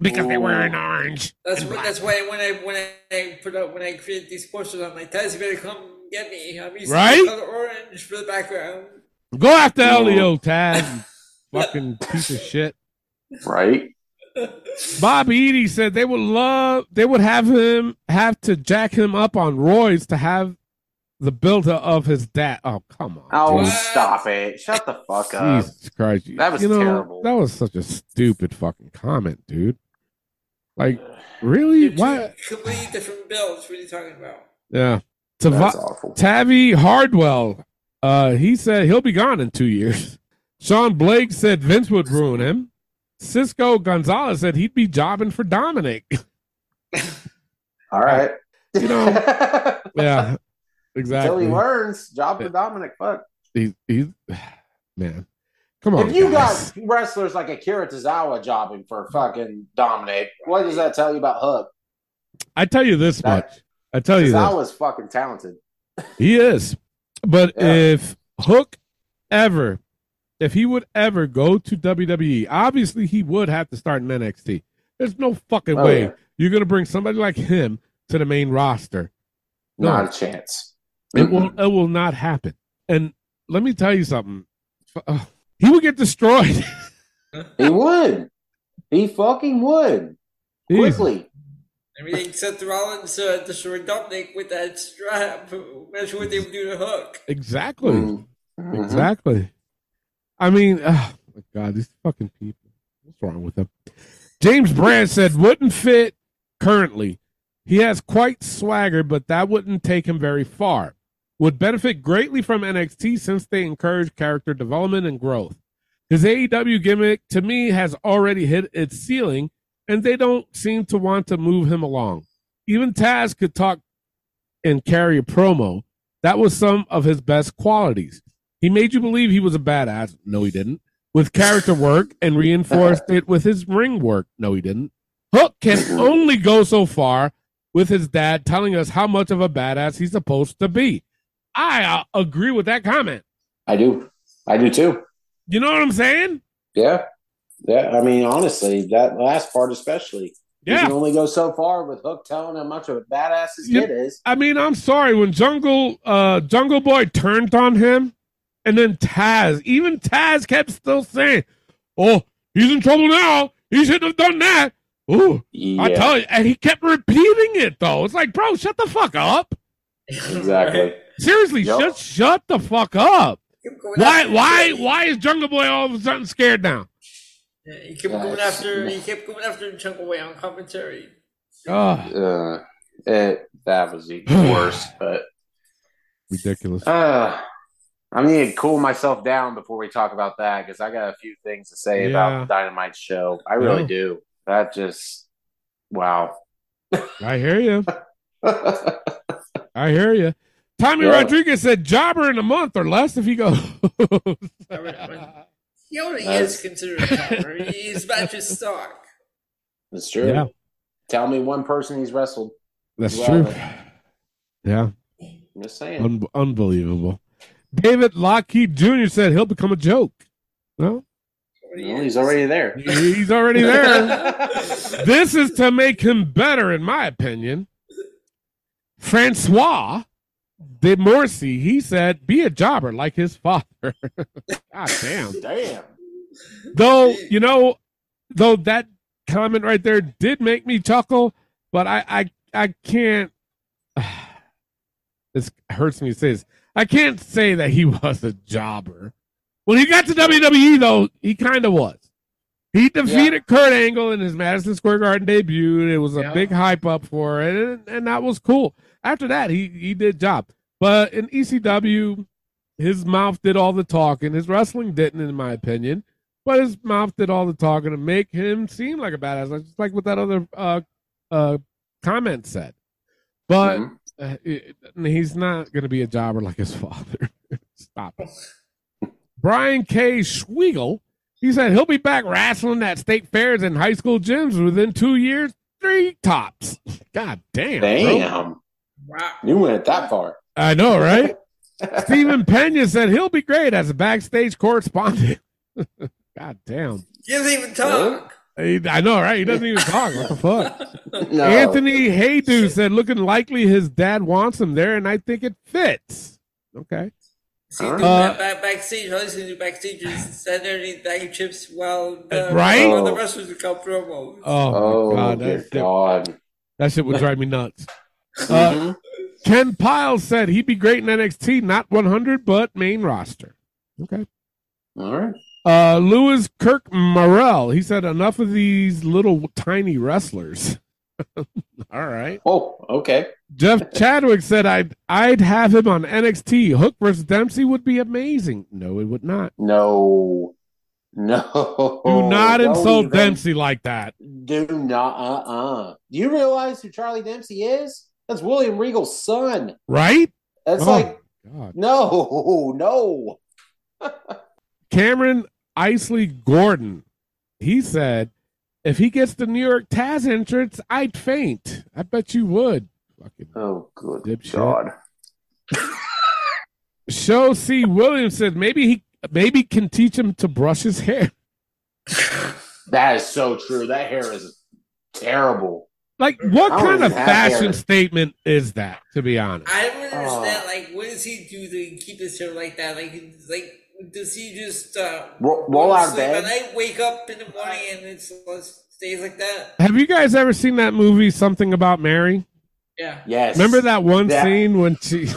Speaker 4: because they were in
Speaker 5: Ooh.
Speaker 4: orange.
Speaker 6: That's
Speaker 4: and
Speaker 6: wh-
Speaker 4: black."
Speaker 6: that's why when I when I put up when I create these posters, I'm like, Taz, you better come get me. I'm using
Speaker 4: Right?
Speaker 6: the color orange for the background.
Speaker 4: Go after Elio, Taz, you fucking piece of shit.
Speaker 5: Right?
Speaker 4: Bob Eady said they would love, they would have him have to jack him up on Roy's to have the build of his dad. Oh, come on.
Speaker 5: Oh,
Speaker 4: dude.
Speaker 5: stop it! Shut the fuck up.
Speaker 4: Jesus Christ. You-
Speaker 5: That was
Speaker 4: you know,
Speaker 5: terrible.
Speaker 4: That was such a stupid fucking comment, dude. Like, really?
Speaker 6: They're two
Speaker 4: What?
Speaker 6: Completely different builds. What are you talking about?
Speaker 4: Yeah.
Speaker 5: That's
Speaker 4: Tavi-
Speaker 5: awful.
Speaker 4: Tavi Hardwell, uh, he said he'll be gone in two years. Sean Blake said Vince would ruin him. Cisco Gonzalez said he'd be jobbing for Dominic. *laughs*
Speaker 5: All right.
Speaker 4: You
Speaker 5: *laughs*
Speaker 4: know- yeah,
Speaker 5: Until
Speaker 4: exactly.
Speaker 5: he learns, job for Dominic. Fuck.
Speaker 4: He, he, man, come on.
Speaker 5: if you
Speaker 4: guys.
Speaker 5: got wrestlers like Akira Tozawa jobbing for fucking Dominic, what does that tell you about Hook?
Speaker 4: I tell you this
Speaker 5: That-
Speaker 4: much. I tell you,
Speaker 5: I
Speaker 4: this,
Speaker 5: was fucking talented.
Speaker 4: he is. But
Speaker 5: Yeah.
Speaker 4: if Hook ever, if he would ever go to WWE, obviously he would have to start in NXT. There's no fucking
Speaker 5: Oh,
Speaker 4: way
Speaker 5: yeah.
Speaker 4: you're gonna bring somebody like him to the main roster. No.
Speaker 5: Not a chance.
Speaker 4: It will it will not happen. And let me tell you something. F- uh, he will get destroyed. *laughs*
Speaker 5: He would. He fucking would.
Speaker 4: Easy.
Speaker 5: Quickly.
Speaker 6: Everything Seth Rollins uh, destroyed Dominic with that strap. Imagine what they would do to Hook.
Speaker 4: Exactly. Mm-hmm.
Speaker 5: Mhm.
Speaker 4: Exactly. I mean, oh my God, these fucking people. What's wrong with them? James Brand said wouldn't fit currently. He has quite swagger, but that wouldn't take him very far. Would benefit greatly from NXT since they encourage character development and growth. His AEW gimmick to me has already hit its ceiling, and they don't seem to want to move him along. Even Taz could talk and carry a promo. That was some of his best qualities. He made you believe he was a badass. No, he didn't. With character work and reinforced it with his ring work. No, he didn't. Hook can only go so far with his dad telling us how much of a badass he's supposed to be. I uh, agree with that comment.
Speaker 5: I do. I do too.
Speaker 4: You know what I'm saying?
Speaker 5: Yeah. Yeah. I mean, honestly, that last part especially. You
Speaker 4: Yeah.
Speaker 5: can only go so far with Hook telling how much of a badass his
Speaker 4: You-
Speaker 5: kid is.
Speaker 4: I mean, I'm sorry when Jungle uh Jungle Boy turned on him, and then Taz, even Taz kept still saying, "Oh, he's in trouble now. He shouldn't have done that." Ooh,
Speaker 5: Yeah,
Speaker 4: I tell you, and he kept repeating it though. It's like, bro, shut the fuck up.
Speaker 5: exactly.
Speaker 4: Seriously,
Speaker 5: Yup.
Speaker 4: just shut the fuck up.
Speaker 6: Keep going
Speaker 4: Why,
Speaker 6: after-
Speaker 4: why, why is Jungle Boy all of a sudden scared now?
Speaker 6: Yeah, he kept
Speaker 5: Yeah,
Speaker 6: going
Speaker 5: it's-
Speaker 6: after. He kept going after Chunk away on commentary.
Speaker 4: Oh,
Speaker 5: Uh, it, that was
Speaker 4: *sighs*
Speaker 5: even worse. But
Speaker 4: ridiculous.
Speaker 5: uh, I need to cool myself down before we talk about that because I got a few things to say
Speaker 4: Yeah.
Speaker 5: about the Dynamite show. I really
Speaker 4: Yeah.
Speaker 5: do. That just wow. *laughs*
Speaker 4: I hear you.
Speaker 5: yeah,
Speaker 4: I hear you. Tommy
Speaker 5: Yeah.
Speaker 4: Rodriguez said jobber in a month or less if he goes. *laughs*
Speaker 6: He already
Speaker 5: That's-
Speaker 6: is considered a topper. He's about
Speaker 5: *laughs*
Speaker 6: to stock.
Speaker 5: that's true.
Speaker 4: Yeah.
Speaker 5: Tell me one person he's wrestled.
Speaker 4: That's
Speaker 5: Wow.
Speaker 4: true. Yeah,
Speaker 5: I'm just saying.
Speaker 4: un- unbelievable. David Lockheed Jr. said he'll become a joke. Well,
Speaker 5: No,
Speaker 6: *laughs*
Speaker 5: he's already there.
Speaker 4: he's already there. this is to make him better, in my opinion. Francois de Morsi, he said, be a jobber like his father. *laughs* God damn.
Speaker 5: Damn.
Speaker 4: though, you know, though that comment right there did make me chuckle, but I, I, I can't, *sighs* this hurts me to say this. I can't say that he *laughs* was a jobber. When he got to WWE, though, he kind of was. He defeated Kurt Angle in his Madison Square Garden debut. and It was a
Speaker 6: Yeah.
Speaker 4: big hype up for it, and, and that was cool. After that, he he did job. But in ECW, his mouth did all the talking. His wrestling didn't, in my opinion. But his mouth did all the talking to make him seem like a badass, like- just like what that other uh, uh, comment said. But
Speaker 5: Mhm.
Speaker 4: uh, it- he's not going to be a jobber like his *laughs* father. Stop it. Brian K. Schwiegel, he said he'll be back wrestling at state fairs and high school gyms within two years, three tops. God damn. bro.
Speaker 5: Damn.
Speaker 6: Wow.
Speaker 5: You went that far.
Speaker 4: I know, right? Stephen Pena said he'll be great as a backstage correspondent. *laughs* God damn.
Speaker 6: He doesn't even talk.
Speaker 4: He- I know, right? He doesn't
Speaker 5: *laughs*
Speaker 4: even talk. What the fuck?
Speaker 5: *laughs* No.
Speaker 4: Anthony Haydu said, looking likely his dad wants him there, and I think it fits. Okay.
Speaker 6: See, do
Speaker 4: Uh,
Speaker 6: that back, backstage, all he's gonna do backstage is stand there and eat bag of chips while the,
Speaker 4: Uh, Right?
Speaker 6: while the
Speaker 5: Oh.
Speaker 6: wrestlers would come promos.
Speaker 4: Oh,
Speaker 5: Oh,
Speaker 4: my God. Uh,
Speaker 5: dear
Speaker 4: That shit,
Speaker 5: God.
Speaker 4: that shit
Speaker 5: *laughs*
Speaker 4: would drive me nuts. Uh,
Speaker 5: Mhm.
Speaker 4: Ken Pyle said he'd be great in NXT, not 100, but main roster. Okay.
Speaker 5: All right.
Speaker 4: Uh, Lewis Kirk Morrell, he said, enough of these little tiny wrestlers. *laughs* All right.
Speaker 5: Oh, okay.
Speaker 4: Jeff Chadwick said, I'd, I'd have him on NXT. Hook versus Dempsey would be amazing. No, it would not.
Speaker 5: No. No.
Speaker 4: Do not
Speaker 5: Don't
Speaker 4: insult
Speaker 5: even-
Speaker 4: Dempsey like that.
Speaker 5: Do not. Uh uh Do you realize who Charlie Dempsey is? That's William Regal's son.
Speaker 4: Right?
Speaker 5: That's
Speaker 4: Oh.
Speaker 5: like,
Speaker 4: God.
Speaker 5: no, no.
Speaker 4: Cameron Isley Gordon, he said, if he gets the New York Taz entrance, I'd faint. I bet you would. Fucking
Speaker 5: Oh, good
Speaker 4: Dipshit.
Speaker 5: God.
Speaker 4: Show C. Williams says maybe he maybe can teach him to brush his hair.
Speaker 5: That is so true. That hair is terrible.
Speaker 4: Like what
Speaker 5: I don't
Speaker 4: kind
Speaker 5: even
Speaker 4: of
Speaker 5: have
Speaker 4: fashion
Speaker 5: hair.
Speaker 4: statement is that? To be honest,
Speaker 6: I don't understand.
Speaker 5: Oh.
Speaker 6: Like, what does he do to keep his hair like that? Like, like does he just uh,
Speaker 5: Roll, roll out of
Speaker 6: sleep at
Speaker 5: bed.
Speaker 6: night, wake up in the morning, and it's it stays like that?
Speaker 4: have you guys ever seen that movie Something About Mary?
Speaker 6: Yeah.
Speaker 5: Yes.
Speaker 4: Remember that one
Speaker 5: Yeah.
Speaker 4: scene when she?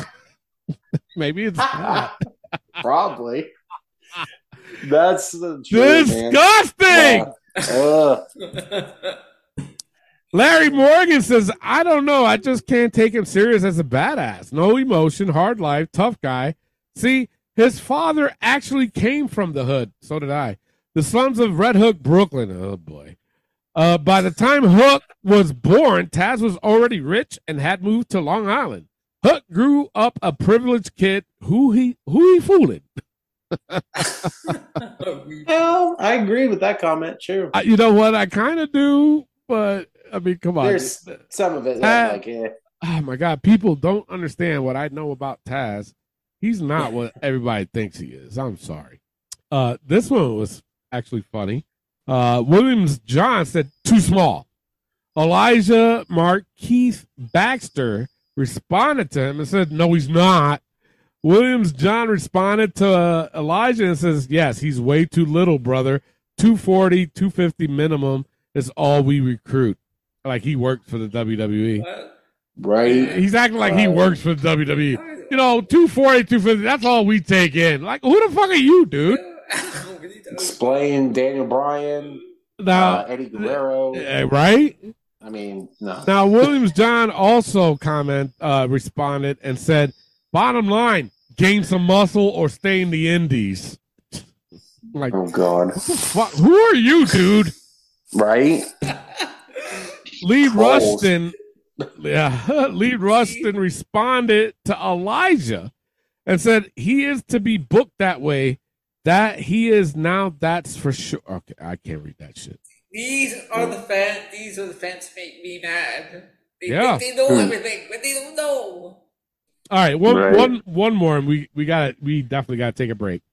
Speaker 4: *laughs* maybe
Speaker 5: *laughs*
Speaker 4: it's that.
Speaker 5: Probably. That's the truth. man.
Speaker 4: disgusting.
Speaker 5: Ugh.
Speaker 4: Larry Morgan says, I don't know. I just can't take him serious as a badass. No emotion, hard life, tough guy. See, his father actually came from the hood. So did I. The slums of Red Hook, Brooklyn. Oh, boy. Uh, by the time Hook was born, Taz was already rich and had moved to Long Island. Hook grew up a privileged kid who he who he fooling.
Speaker 5: Well, I agree with that comment. Sure.
Speaker 4: I, Uh, you know what? I kind of do, but I mean, come on.
Speaker 5: There's some of it. that
Speaker 4: Uh,
Speaker 5: I'm like, eh.
Speaker 4: oh my god, people don't understand what I know about Taz. He's not what everybody thinks he is. I'm sorry. Uh, this one was actually funny. Uh, Williams John said too small. Elijah Mark Keith Baxter responded to him and said, "No, he's not." Williams John responded to uh, Elijah and says, "Yes, he's way too little, brother. 240, 250 minimum is all we recruit." Like he worked for the E. WWE.
Speaker 6: What?
Speaker 5: right.
Speaker 4: He's acting like he
Speaker 5: Wow.
Speaker 4: works for WWE. You know, 240, 250, that's all we take in. Like, who the fuck are you, dude?
Speaker 6: What are you doing?
Speaker 5: Explain Daniel Bryan, uh,
Speaker 4: Now,
Speaker 5: Eddie Guerrero.
Speaker 4: eh, right?
Speaker 5: I mean, no.
Speaker 4: Now, Williams John also comment, uh, responded and said, bottom line, gain some muscle or stay in the indies. Like,
Speaker 5: Oh, God.
Speaker 4: fuck, who are you, dude?
Speaker 5: Right?
Speaker 4: Lee
Speaker 5: Trolls.
Speaker 4: Rustin, yeah, *laughs* Lee Rustin responded to Elijah and said he is to be booked that way. That he is now. That's for sure. Okay, I can't read that shit.
Speaker 6: These are the fans. These are the fans that make me mad. They
Speaker 4: Yeah.
Speaker 6: think they know
Speaker 5: Hmm.
Speaker 6: everything, but they don't know.
Speaker 4: All right, one,
Speaker 5: Right.
Speaker 4: one, one more, and we we got we definitely got to take a break.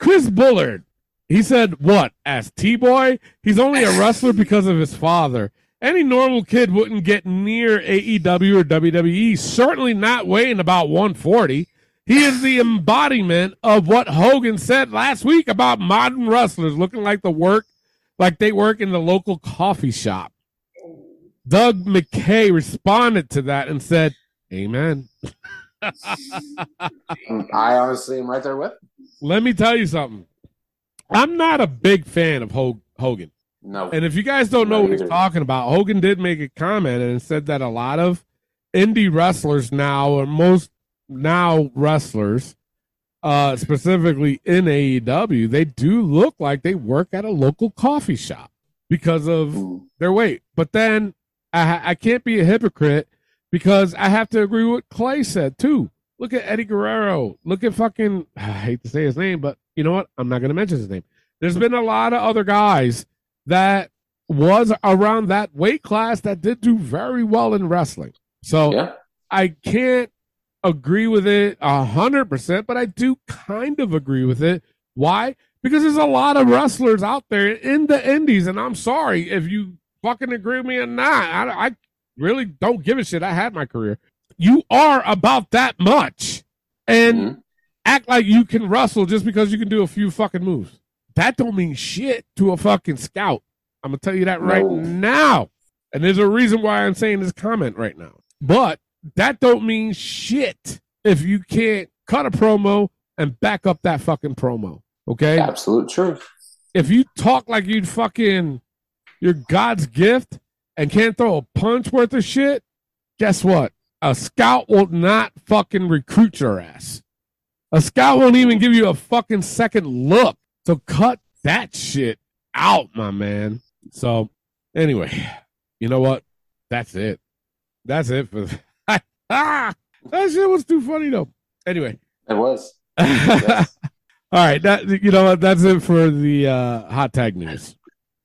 Speaker 4: Chris Bullard, he said, "What as T boy? He's only a wrestler because of his father. Any normal kid wouldn't get near AEW or WWE. Certainly not weighing about 140. He is the embodiment of what Hogan said last week about modern wrestlers looking like the work, like they work in the local coffee shop." Doug McKay responded to that and said, "Amen."
Speaker 5: I honestly am right there with. him.
Speaker 4: Let me tell you something. I'm not a big fan of Ho- Hogan.
Speaker 5: No.
Speaker 4: And if you guys don't know what he's
Speaker 5: Neither.
Speaker 4: talking about, Hogan did make a comment and said that a lot of indie wrestlers now, or most now wrestlers, uh, specifically in AEW, they do look like they work at a local coffee shop because of
Speaker 5: Mm.
Speaker 4: their weight. But then I, ha- I can't be a hypocrite because I have to agree with Clay said too. Look at Eddie Guerrero. Look at fucking. *sighs* I hate to say his name, but you know what? I'm not going to mention his name. There's been a lot of other guys that was around that weight class that did do very well in wrestling. So
Speaker 5: Yeah.
Speaker 4: I can't agree with it a hundred percent, but I do kind of agree with it. Why? Because there's a lot of wrestlers out there in the indies, and I'm sorry if you fucking agree with me or not. I, I really don't give a shit. I had my career. You are about that much, and
Speaker 5: Mhm.
Speaker 4: act like you can wrestle just because you can do a few fucking moves. That don't mean shit to a fucking scout. I'm gonna tell you that right
Speaker 5: No.
Speaker 4: now. And there's a reason why I'm saying this comment right now. But that don't mean shit if you can't cut a promo and back up that fucking promo. Okay?
Speaker 5: Absolute truth.
Speaker 4: If you talk like you fucking you're God's gift and can't throw a punch worth of shit, guess what? A scout will not fucking recruit your ass. A scout won't even give you a fucking second look. So cut that shit out, my man. So anyway, you know what? That's it. That's it for *laughs* ah, that shit was too funny though. Anyway. *laughs*
Speaker 5: It was.
Speaker 4: All
Speaker 5: Yes.
Speaker 4: right, that you know what? That's it for the uh, hot tag news.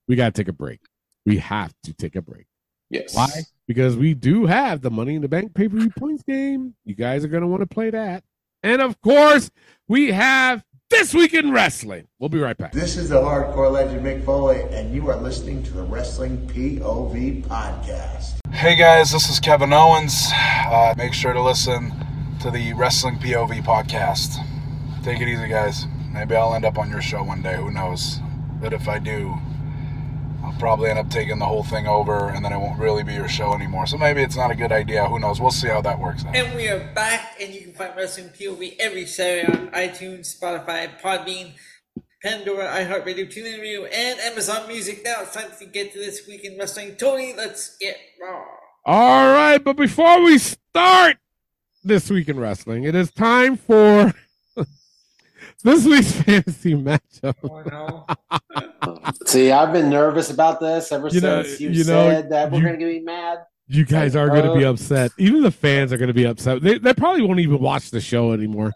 Speaker 4: We gotta take a break. We have to take a break.
Speaker 5: yes.
Speaker 4: Why? because we do have the Money in the Bank pay per view points game. You guys are going to want to play that. And of course, we have This Week in Wrestling. We'll be right back.
Speaker 10: This is the hardcore legend Mick Foley, and you are listening to the Wrestling POV podcast.
Speaker 11: Hey guys, this is Kevin Owens. Uh, make sure to listen to the Wrestling POV podcast. Take it easy, guys. Maybe I'll end up on your show one day. Who knows? But if I do, I'll probably end up taking the whole thing over, and then it won't really be your show anymore. So maybe it's not a good idea. Who knows? We'll see how that works out.
Speaker 6: And we are back, and you can find Wrestling POV every Saturday on iTunes, Spotify, Podbean, Pandora, iHeartRadio, TuneIn Radio, and Amazon Music. Now it's time to get to this week in wrestling. Tony, let's get raw.
Speaker 4: All right, but before we start this week in wrestling, it is time for *laughs* this week's fantasy matchup.
Speaker 6: Oh no!
Speaker 5: See, I've been nervous about this ever
Speaker 4: You know-
Speaker 5: since you,
Speaker 4: you know,
Speaker 5: said that we're
Speaker 4: you-
Speaker 5: going to be mad.
Speaker 4: You guys are going to
Speaker 5: uh,
Speaker 4: be upset. Even the fans are going to be upset. They, they probably won't even watch the show anymore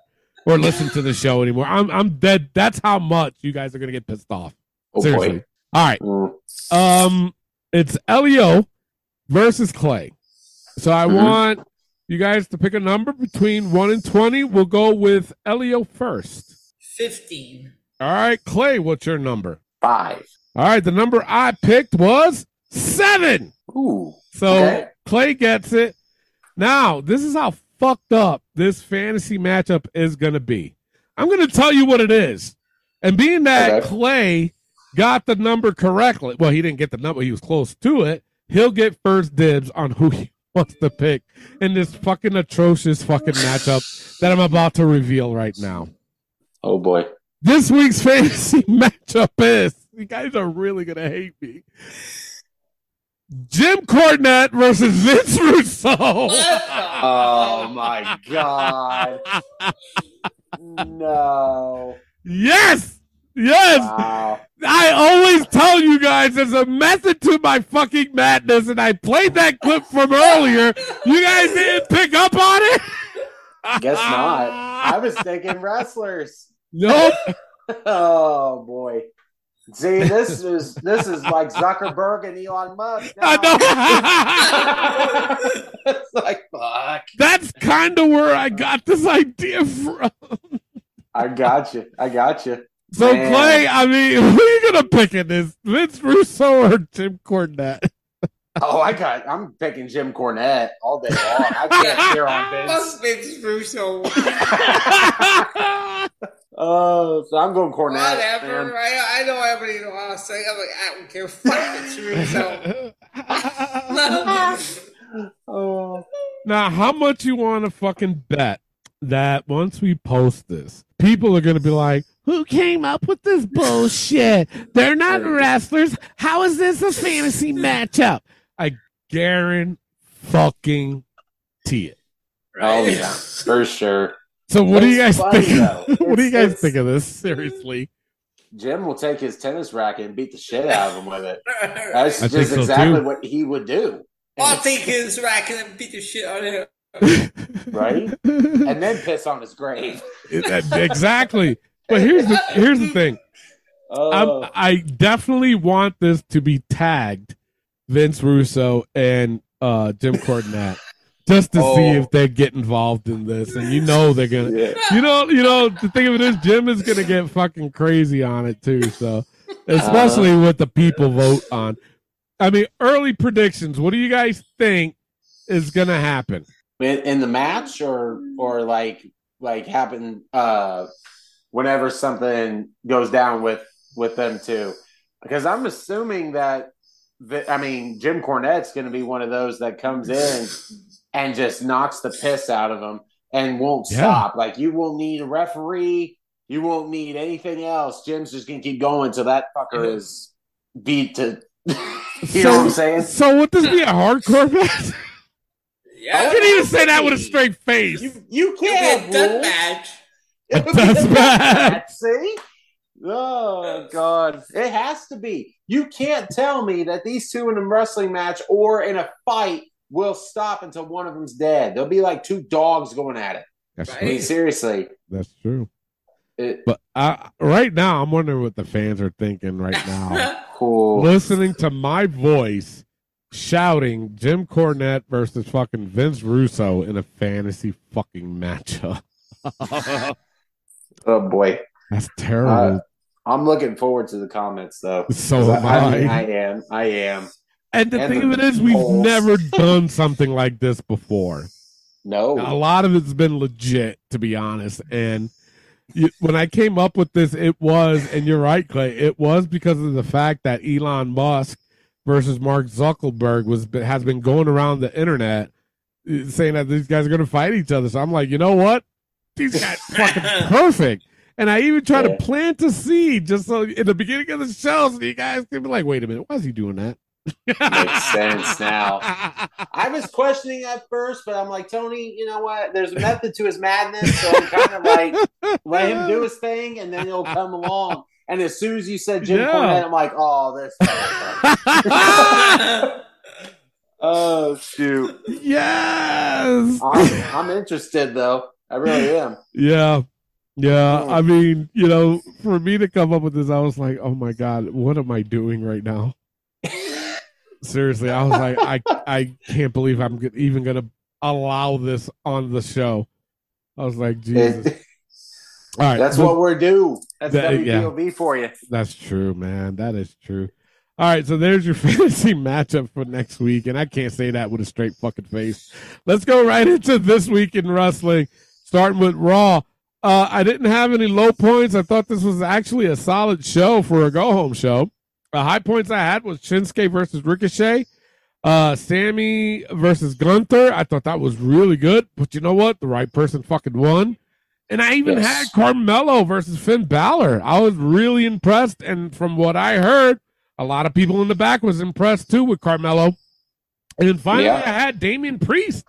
Speaker 4: or listen to the show anymore. I'm I'm dead. That's how much you guys are going to get pissed off.
Speaker 5: Oh,
Speaker 4: Seriously.
Speaker 5: boy.
Speaker 4: All right.
Speaker 5: Mm.
Speaker 4: Um, it's Elio versus Clay. So I
Speaker 5: Mhm.
Speaker 4: want you guys to pick a number between one and twenty. We'll go with Elio first.
Speaker 6: *laughs* Fifteen.
Speaker 4: All right, Clay, what's your number?
Speaker 5: Five.
Speaker 4: All right, the number I picked was seven.
Speaker 5: Ooh.
Speaker 4: So
Speaker 5: Okay.
Speaker 4: Clay gets it. Now, this is how fucked up this fantasy matchup is going to be. I'm going to tell you what it is. And being that
Speaker 5: Okay.
Speaker 4: Clay got the number correctly, well, he didn't get the number, he was close to it. He'll get first dibs on who *laughs* he wants to pick in this fucking atrocious fucking matchup that I'm about to reveal right now.
Speaker 5: Oh boy.
Speaker 4: This week's fantasy *laughs* matchup is you guys are really gonna hate me. Jim Cornette versus Vince Russo. *laughs*
Speaker 5: Oh my god. No.
Speaker 4: Yes, yes.
Speaker 5: Wow.
Speaker 4: I always tell you guys there's a method to my fucking madness, and I played that clip from earlier. You guys didn't pick up on it. *laughs*
Speaker 5: Guess not. I was thinking wrestlers.
Speaker 4: Nope.
Speaker 5: Oh boy. See, this is this is like Zuckerberg and Elon Musk.
Speaker 4: I know. *laughs*
Speaker 5: know. *laughs* it's like fuck.
Speaker 4: That's kind of where I got this idea from.
Speaker 5: I got you. I got you.
Speaker 4: So
Speaker 5: Man.
Speaker 4: Clay, I mean, *laughs* who are you gonna pick in this? Vince Russo or Jim Cornette?
Speaker 5: *laughs* Oh, I got. I'm picking Jim Cornette all day long. I can't hear on Vince.
Speaker 6: Plus Vince Russo.
Speaker 5: Oh, so I'm going Cornette.
Speaker 6: Whatever.
Speaker 5: man.
Speaker 6: I, I know everybody wants to say. I'm like, I don't care. Fuck Vince Russo. No.
Speaker 5: Oh.
Speaker 4: now, how much you want to fucking bet that once we post this, people are gonna be like, "Who came up with this bullshit? They're not wrestlers. How is this a fantasy matchup?" I guarantee fucking it.
Speaker 5: *laughs* Oh, yeah, for sure.
Speaker 4: So, what do you guys
Speaker 5: It's funny,
Speaker 4: think? *laughs*
Speaker 5: though.
Speaker 4: what do you
Speaker 5: It's-
Speaker 4: guys
Speaker 5: it's-
Speaker 4: think of this? Seriously.
Speaker 5: Jim will take his tennis racket and beat the shit out of him with it. That's
Speaker 4: *laughs* I think
Speaker 5: just
Speaker 4: so,
Speaker 5: exactly
Speaker 4: too.
Speaker 5: what he would do,
Speaker 6: I'll take his racket and beat the shit out of him.
Speaker 4: *laughs*
Speaker 5: right? and then piss on his grave.
Speaker 4: exactly. But here's the here's the thing.
Speaker 5: Oh,
Speaker 4: I'm, I definitely want this to be tagged Vince Russo and uh, Jim Cornette just to see
Speaker 5: Oh.
Speaker 4: if they get involved in this. And you know they're gonna.
Speaker 5: yeah.
Speaker 4: You know, you know. The thing of it is, Jim is gonna get fucking crazy on it too. So, especially with the people vote on. I mean, early predictions. What do you guys think is gonna happen?
Speaker 5: In, in the match, or or like like happen uh, whenever something goes down with with them too, because I'm assuming that the, I mean Jim Cornette's going to be one of those that comes in and just knocks the piss out of them and won't
Speaker 4: Yeah.
Speaker 5: stop. Like you won't need a referee, you won't need anything else. Jim's just going to keep going till that fucker is beat to. you know what I'm saying?
Speaker 4: So would this be a hardcore *laughs* match?
Speaker 6: Yeah.
Speaker 4: I couldn't even say that with a straight face.
Speaker 5: Oh, You you
Speaker 6: It'll
Speaker 5: can't
Speaker 6: be a death
Speaker 5: Wolf.
Speaker 6: match.
Speaker 4: A death match.
Speaker 5: See? Oh God! It has to be. You can't tell me that these two in a wrestling match or in a fight will stop until one of them's dead. They'll be like two dogs going at it.
Speaker 4: That's
Speaker 5: I mean,
Speaker 6: Right?
Speaker 5: seriously.
Speaker 4: That's true.
Speaker 5: It,
Speaker 4: But uh, right now,
Speaker 5: *laughs*
Speaker 4: I'm wondering what the fans are thinking right now.
Speaker 5: cool.
Speaker 4: Listening to my voice shouting Jim Cornette versus fucking Vince Russo in a fantasy fucking matchup. *laughs*
Speaker 5: Oh boy,
Speaker 4: That's terrible.
Speaker 5: Uh, I'm looking forward to the comments though.
Speaker 4: So
Speaker 5: 'Cause
Speaker 4: am
Speaker 5: Uh,
Speaker 4: I.
Speaker 5: I, I am. I am.
Speaker 4: and the
Speaker 5: and
Speaker 4: thing
Speaker 5: the
Speaker 4: of it is, we've
Speaker 5: polls. *laughs*
Speaker 4: never done something like this before. A
Speaker 5: No.
Speaker 4: lot of it's been legit, to be honest. And you, when I came up with this, it was, and you're right, Clay, it was because of the fact that Elon Musk versus Mark Zuckerberg was has been going around the internet uh, saying that these guys are going to fight each other. So I'm like, you know what? These guys fucking
Speaker 5: *laughs*
Speaker 4: perfect. And I even try
Speaker 5: Yeah.
Speaker 4: to plant a seed just so in the beginning of the show, so you guys can be like, wait a minute, why is he doing that?
Speaker 5: Makes
Speaker 4: *laughs*
Speaker 5: sense now. *laughs* I was questioning at first, but I'm like, Tony, you know what? There's a method to his madness. So I'm kind of like, let him do his thing and then he'll come along. And as soon as you said Jim
Speaker 4: Yeah.
Speaker 5: Cornette, I'm like, oh, this. oh, shoot.
Speaker 4: yes.
Speaker 5: I'm, I'm interested, though. I really am.
Speaker 4: Yeah. Yeah.
Speaker 5: Yeah.
Speaker 4: I mean, you know, for me to come up with this, I was like, oh my God, what am I doing right
Speaker 5: *laughs*
Speaker 4: now? Seriously, I was like, I I can't believe I'm go- even gonna allow this on the show. I was like, Jesus.
Speaker 5: It-
Speaker 4: All right.
Speaker 5: that's
Speaker 4: so-
Speaker 5: what we're due. That's
Speaker 4: That- yeah.
Speaker 5: WPOV for you.
Speaker 4: that's true, man. That is true. All right, so there's your *laughs* fantasy matchup for next week, and I can't say that with a straight fucking face. Let's go right into this week in wrestling, starting with Raw. Uh, I didn't have any low points. I thought this was actually a solid show for a go home show. The high points I had was Shinsuke versus Ricochet, uh, Sammy versus Gunther. I thought that was really good, but you know what? The right person fucking won. And I even
Speaker 5: Yes.
Speaker 4: had Carmelo versus Finn Balor. I was really impressed, and from what I heard, a lot of people in the back was impressed too with Carmelo. And finally,
Speaker 5: Yeah.
Speaker 4: I had Damian Priest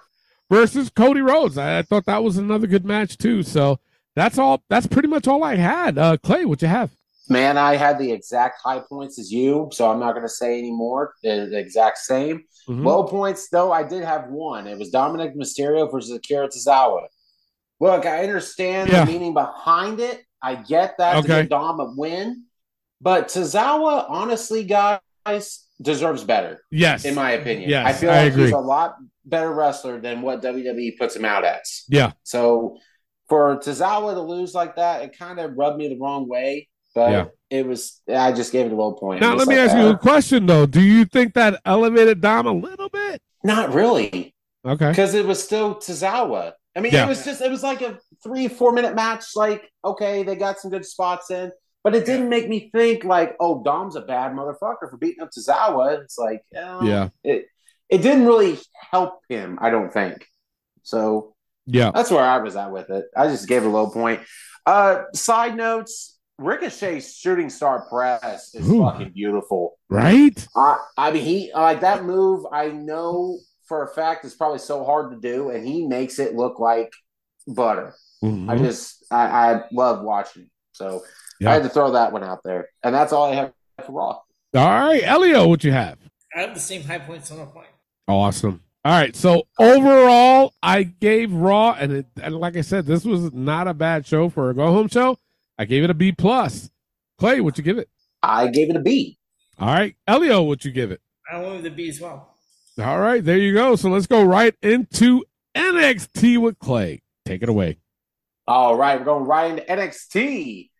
Speaker 4: versus Cody Rhodes. I, I thought that was another good match too. So that's all. That's pretty much all I had. Uh, Clay, what you have?
Speaker 5: Man, I had the exact high points as you, so I'm not going to say any more. They're the exact same.
Speaker 4: Mhm.
Speaker 5: Low points, though, I did have one. It was Dominic Mysterio versus Akira Tozawa. Look, I understand
Speaker 4: Yeah.
Speaker 5: the meaning behind it. I get that to
Speaker 4: Okay.
Speaker 5: give Dom a win, but Tozawa, honestly, guys, deserves better,
Speaker 4: yes.
Speaker 5: in my opinion.
Speaker 4: Yes,
Speaker 5: I feel
Speaker 4: I
Speaker 5: like
Speaker 4: agree.
Speaker 5: he's a lot better wrestler than what WWE puts him out as.
Speaker 4: yeah.
Speaker 5: So for Tozawa to lose like that, it kind of rubbed me the wrong way. But
Speaker 4: Yeah.
Speaker 5: it was I just gave it a low point.
Speaker 4: Now
Speaker 5: Just
Speaker 4: let me
Speaker 5: like
Speaker 4: ask
Speaker 5: that.
Speaker 4: you a question though. Do you think that elevated Dom a little bit?
Speaker 5: Not really,
Speaker 4: Okay.
Speaker 5: because it was still Tozawa. I mean,
Speaker 4: Yeah.
Speaker 5: it was just it was like a three four minute match. Like okay, they got some good spots in, but it didn't make me think like, oh, Dom's a bad motherfucker for beating up Tozawa. It's like oh,
Speaker 4: Yeah.
Speaker 5: it it didn't really help him. I don't think so.
Speaker 4: Yeah.
Speaker 5: That's where I was at with it. I just gave it a low point. Uh, side notes: Ricochet's shooting star press is
Speaker 4: Ooh.
Speaker 5: fucking beautiful.
Speaker 4: Right.
Speaker 5: I, I mean, he like that move. I know for a fact it's probably so hard to do, and he makes it look like butter. I
Speaker 4: Mhm.
Speaker 5: just, I, I love watching. it. So
Speaker 4: Yeah.
Speaker 5: I had to throw that one out there, and that's all I have for Raw.
Speaker 4: All right, Elio, what you have?
Speaker 6: *laughs* I have the same high points and low point.
Speaker 4: Awesome. All right. So overall, I gave Raw, and, it, and like I said, this was not a bad show for a go home show. I gave it a B plus. Clay, what you give it?
Speaker 5: I gave it a B.
Speaker 4: All right, Elio, what you give it?
Speaker 6: I wanted the B as well.
Speaker 4: All right, there you go. So let's go right into NXT with Clay. Take it away.
Speaker 5: All right, we're going right into NXT.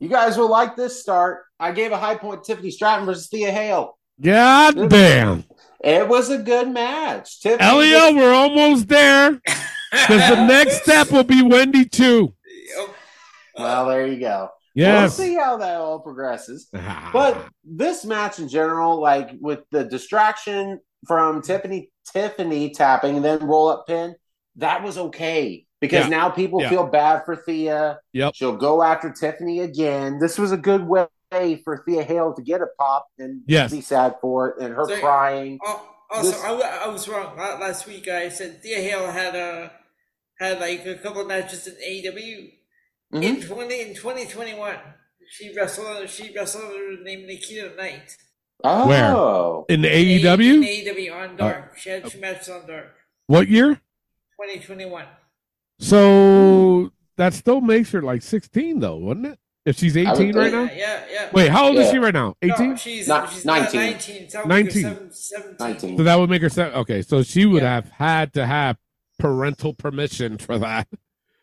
Speaker 5: You guys will like this start. I gave a high point Tiffany Stratton versus Thea Hale.
Speaker 4: God damn,
Speaker 5: It was a good match. Tiffany
Speaker 4: Elio, we're almost there. Because the
Speaker 6: *laughs*
Speaker 4: next step will be Wendy Chu.
Speaker 6: Oh,
Speaker 5: Well, there you go.
Speaker 4: Yes.
Speaker 5: We'll see how that all progresses. But this match in general, like with the distraction from Tiffany Tiffany tapping and then roll up pin, that was okay. Because
Speaker 4: Yeah.
Speaker 5: now people
Speaker 4: Yeah.
Speaker 5: feel bad for Thea.
Speaker 4: Yep.
Speaker 5: She'll go after Tiffany again. This was a good way for Thea Hale to get a pop and
Speaker 4: Yes.
Speaker 5: be sad for it and her
Speaker 6: So-
Speaker 5: crying.
Speaker 6: Al- Also,
Speaker 5: This-
Speaker 6: I, wa- oh, I was wrong. La- Last week, I said Thea Hale had a had like a E couple of matches in AEW in
Speaker 4: Mm-hmm.
Speaker 6: twenty in twenty twenty one. She wrestled. She wrestled named Nikita Knight.
Speaker 5: Oh.
Speaker 4: Where? in E the AEW?
Speaker 6: In AEW
Speaker 4: Uh,
Speaker 6: on Dark. she had two matches on Dark.
Speaker 4: what year?
Speaker 6: Twenty twenty one.
Speaker 4: So that still makes her like 16, though, wouldn't it? If she's
Speaker 5: I would
Speaker 4: 18 right now?
Speaker 5: think-
Speaker 6: Yeah, yeah.
Speaker 4: Wait, how old is
Speaker 5: Yeah.
Speaker 4: she right now? 18?
Speaker 6: No, she's,
Speaker 5: Not-
Speaker 6: she's not
Speaker 5: 19.
Speaker 6: 19. That would be
Speaker 4: 19.
Speaker 6: seven- 17.
Speaker 5: 19.
Speaker 4: So that would make her seven. Okay, so she would have had to have parental permission *laughs* for that.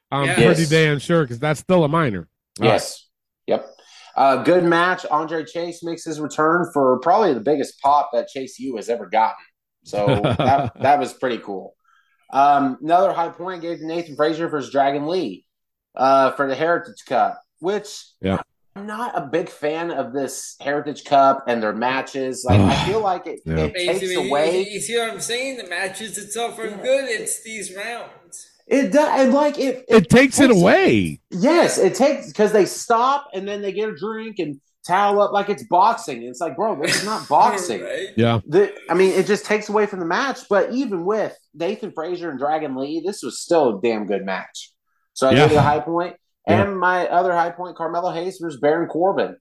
Speaker 4: I'm
Speaker 6: Yeah.
Speaker 4: pretty
Speaker 5: Yes.
Speaker 4: damn sure because that's still a minor. All right.
Speaker 5: Yes. Yep. Uh, good match. Andre Chase makes his return for probably the biggest pop that Chase U has ever gotten.
Speaker 4: *laughs*
Speaker 5: So that, that was pretty cool. Um, another high point I gave to Nathan Frazier versus Dragon Lee uh, for the Heritage Cup, which
Speaker 4: Yeah.
Speaker 5: I'm not a big fan of this Heritage Cup and their matches.
Speaker 4: *sighs*
Speaker 5: Like I feel like it,
Speaker 4: Yeah.
Speaker 5: it takes
Speaker 6: Basically,
Speaker 5: away.
Speaker 6: You, you see what I'm saying? The matches itself are good. It's these rounds.
Speaker 5: It does, and like it,
Speaker 4: It takes it away.
Speaker 5: Yes, it takes because they stop and then they get a drink and towel up like it's boxing. It's like, bro, this is not boxing.
Speaker 6: Right?
Speaker 4: Yeah.
Speaker 5: The, I mean, it just takes away from the match. But even with Nathan Frazier and Dragon Lee, this was still a damn good match. So I
Speaker 4: Yeah.
Speaker 5: gave it a high point.
Speaker 4: Yeah.
Speaker 5: And my other high point, Carmelo Hayes versus Baron Corbin.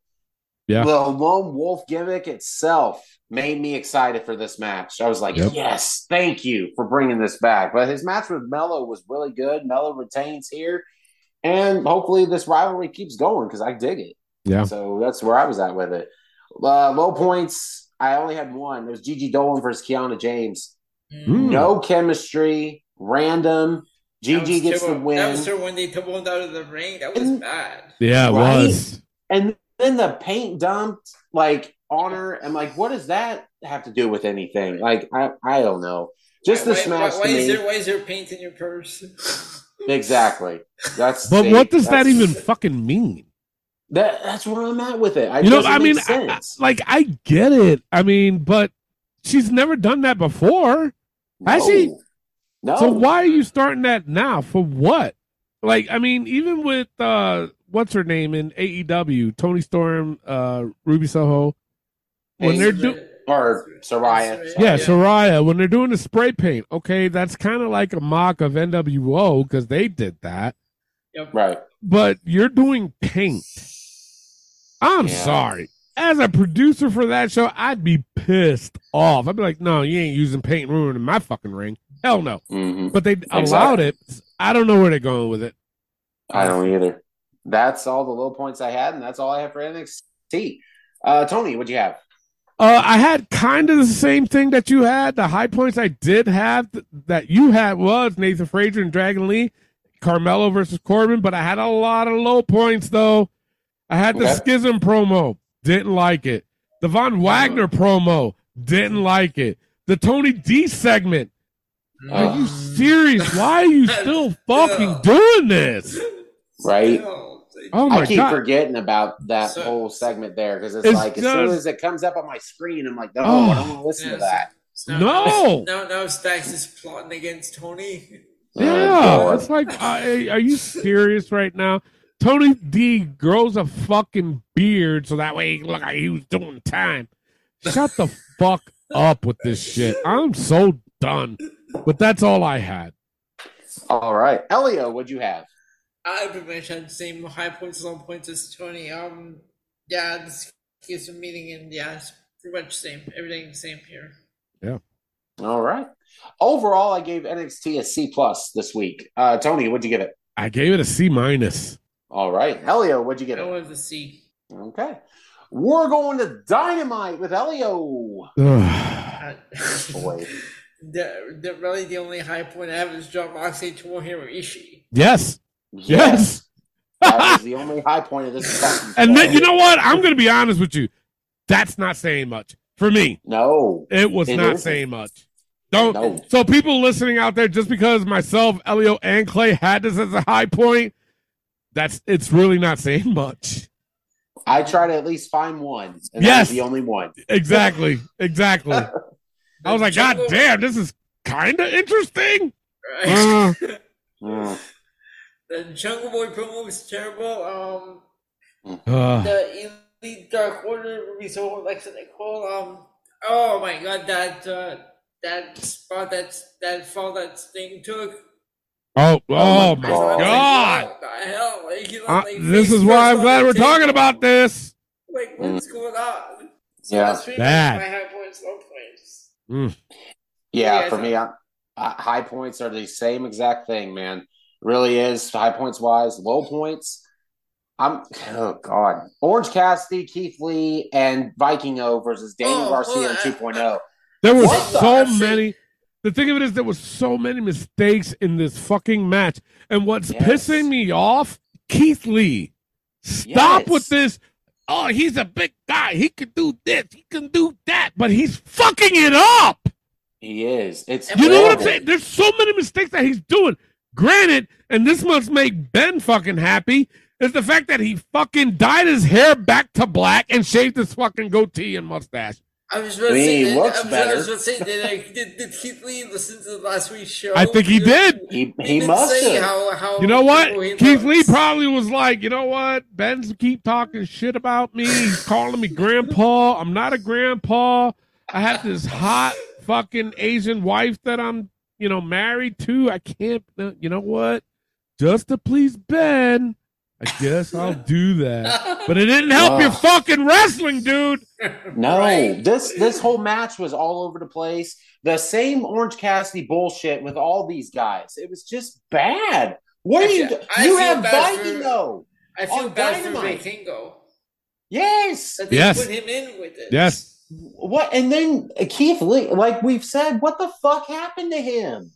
Speaker 4: Yeah.
Speaker 5: The lone wolf gimmick itself made me excited for this match. I was like,
Speaker 4: Yep.
Speaker 5: yes, thank you for bringing this back. But his match with Mello was really good. Mello retains here. And hopefully this rivalry keeps going because I dig it.
Speaker 4: Yeah.
Speaker 5: So that's where I was at with it. Uh, low points. I only had one. It was Gigi Dolan versus Kiana James.
Speaker 4: Mm.
Speaker 5: No chemistry. Random.
Speaker 6: Hmm. That
Speaker 5: Gigi
Speaker 6: was
Speaker 5: gets the
Speaker 6: terrible.
Speaker 5: win.
Speaker 6: That was her when they tumbled out of the ring. That was
Speaker 5: And-
Speaker 6: bad.
Speaker 4: Yeah, it
Speaker 5: Right?
Speaker 4: was.
Speaker 5: And then the paint dumped like on her. And like, what does that have to do with anything? Like, I, I don't know. Just
Speaker 6: why,
Speaker 5: this match
Speaker 6: Why, why,
Speaker 5: to me.
Speaker 6: is there, why is there paint in your purse?
Speaker 5: Exactly. That's
Speaker 4: *laughs* But
Speaker 5: see,
Speaker 4: what does that
Speaker 5: that's-
Speaker 4: even fucking mean?
Speaker 5: That, that's where I'm at with it. I,
Speaker 4: you know,
Speaker 5: doesn't
Speaker 4: I
Speaker 5: make
Speaker 4: mean, I- I-
Speaker 5: sense.
Speaker 4: like I get it. I mean, but she's never done that before. has she?
Speaker 5: No.
Speaker 4: So why are you starting that now? For what? Like, I mean, even with uh what's her name in AEW, Tony Storm, uh Ruby Soho, when they're doing
Speaker 5: Or Soraya.
Speaker 6: Soraya.
Speaker 4: yeah,
Speaker 6: Yeah.
Speaker 4: Soraya, when they're doing the spray paint, okay, that's kind of like a mock of NWO because they did that.
Speaker 5: Right.
Speaker 4: But you're doing paint. I'm
Speaker 5: Yeah.
Speaker 4: sorry. As a producer for that show, I'd be pissed off. I'd be like, no, you ain't using paint and ruining my fucking ring. Hell no.
Speaker 5: hmm
Speaker 4: But they allowed it. I don't know where they're going with it.
Speaker 5: I don't either. That's all the low points I had, and that's all I have for NXT. Uh, Tony, what'd you have?
Speaker 4: Uh, I had kind of the same thing that you had. The high points I did have th- that you had was Nathan Frazier and Dragon Lee, Carmelo versus Corbin, but I had a lot of low points though. I had the
Speaker 5: Okay.
Speaker 4: Schism promo, didn't like it. The Von Wagner promo, didn't like it. The Tony D segment.
Speaker 6: Mm.
Speaker 4: Are you
Speaker 5: Ugh.
Speaker 4: serious? Why are you still fucking doing this?
Speaker 5: Right?
Speaker 6: No, they-
Speaker 4: Oh my
Speaker 5: I keep
Speaker 4: god.
Speaker 5: forgetting about that
Speaker 6: So-
Speaker 5: whole segment there because it's,
Speaker 4: It's
Speaker 5: like as soon
Speaker 4: just-
Speaker 5: as it comes up on my screen, I'm like, no,
Speaker 4: Oh.
Speaker 5: I don't want to listen to that.
Speaker 6: Now-
Speaker 4: No.
Speaker 6: Now, now Stax is plotting against Tony.
Speaker 5: Oh,
Speaker 4: Yeah,
Speaker 5: Lord.
Speaker 4: it's like, I, are you serious right now? Tony D grows a fucking beard so that way he look like he was doing time. Shut the fuck up with this shit. I'm so done. But that's all I had.
Speaker 5: All right, Elio, what'd you have?
Speaker 6: I pretty much had the same high points and low points as Tony. Um, yeah, this gives a meeting, and yeah, it's pretty much same. Everything the same here.
Speaker 5: All right. Overall, I gave NXT a C plus this week. Uh, Tony, what'd you give it?
Speaker 4: I gave it a C minus. *sighs*
Speaker 5: All right, Elio, what'd you
Speaker 6: I
Speaker 5: give it?
Speaker 6: wanted to see.
Speaker 5: Okay, we're going to Dynamite with Elio.
Speaker 4: Ugh.
Speaker 6: Uh,
Speaker 5: Boy.
Speaker 6: *laughs* the, the, really, the only high point I have is John Moxley, Tomohiro Ishii.
Speaker 4: Yes. Yes.
Speaker 5: *laughs* that
Speaker 4: *laughs*
Speaker 5: was the only high point of this. fucking
Speaker 4: and then,
Speaker 5: show.
Speaker 4: you know what? I'm going to be honest with you. That's not saying much for me.
Speaker 5: no,
Speaker 4: It was
Speaker 5: It
Speaker 4: not
Speaker 5: isn't.
Speaker 4: saying much. Don't.
Speaker 5: No.
Speaker 4: So people listening out there, just because myself, Elio, and Clay had this as a high point, that's it's really not saying much.
Speaker 5: I try to at least find one, and
Speaker 4: Yes.
Speaker 5: that's the only one.
Speaker 4: Exactly. Exactly. I was like, God
Speaker 6: Jungle-
Speaker 4: damn, this is kind of interesting.
Speaker 6: Right?
Speaker 4: Uh,
Speaker 5: Mm.
Speaker 6: The Jungle Boy promo was terrible. Um,
Speaker 4: uh,
Speaker 6: the Elite Dark Order would be so Lex and Nicole. Um, oh my god, that uh, that spot that that fall that Sting took.
Speaker 4: oh, oh
Speaker 5: Oh
Speaker 4: my
Speaker 5: my
Speaker 6: I was like,
Speaker 4: God.
Speaker 6: what the hell? Like, you know,
Speaker 4: Uh,
Speaker 6: like,
Speaker 4: this
Speaker 6: face
Speaker 4: is why
Speaker 6: first
Speaker 4: I'm
Speaker 6: on
Speaker 4: glad
Speaker 6: the
Speaker 4: we're
Speaker 6: table.
Speaker 4: talking about this.
Speaker 6: Like, what's going on? So
Speaker 5: Yeah.
Speaker 6: that's pretty much
Speaker 4: That.
Speaker 6: my high points, low points.
Speaker 5: Yeah,
Speaker 6: Yeah,
Speaker 5: for
Speaker 6: so-
Speaker 5: me, I, I, high points are the same exact thing, man. Really is high points wise, low points. I'm oh god, Orange Cassidy, Keith Lee, and Viking O versus
Speaker 6: Oh,
Speaker 5: Daniel Garcia and 2.0.
Speaker 4: There was
Speaker 5: What the-
Speaker 4: so many. The thing of it is, there was so many mistakes in this fucking match. And what's pissing me off, Keith Lee, stop with this. Oh, he's a big guy. He could do this. He can do that. But he's fucking it up.
Speaker 5: He is. It's
Speaker 4: you know what I'm
Speaker 5: horrible.
Speaker 4: saying? There's so many mistakes that he's doing. Granted, and this must make Ben fucking happy, is the fact that he fucking dyed his hair back to black and shaved his fucking goatee and mustache.
Speaker 6: I was about to
Speaker 4: He
Speaker 6: say, that-
Speaker 4: looks
Speaker 6: I was, I was
Speaker 4: better.
Speaker 6: about to say, did, I, did, did Keith Lee listen to last week's show?
Speaker 4: I think he did.
Speaker 5: He,
Speaker 6: he did must say have. how- how
Speaker 4: you know what?
Speaker 6: people he
Speaker 4: Keith Lee
Speaker 6: *laughs*
Speaker 4: probably was like, you know what? Ben's keep talking shit about me. He's calling me grandpa. I'm not a grandpa. I have this hot fucking Asian wife that I'm, you know, married to. I can't. You know what? Just to please Ben, I guess I'll do that. But it didn't help your
Speaker 5: Ugh.
Speaker 4: fucking wrestling, dude.
Speaker 5: No, this this whole match was all over the place. The same Orange Cassidy bullshit with all these guys. It was just bad. What are you? do-
Speaker 6: I
Speaker 5: you
Speaker 6: feel
Speaker 5: have
Speaker 6: bad
Speaker 5: Viking
Speaker 6: for-
Speaker 5: though.
Speaker 6: I feel
Speaker 5: on
Speaker 6: bad
Speaker 5: Dynamite.
Speaker 6: for Vikingo.
Speaker 5: Yes.
Speaker 6: That they
Speaker 4: Yes.
Speaker 6: put him in with it.
Speaker 4: Yes.
Speaker 5: What? And then Keith Lee, like we've said, what the fuck happened to him?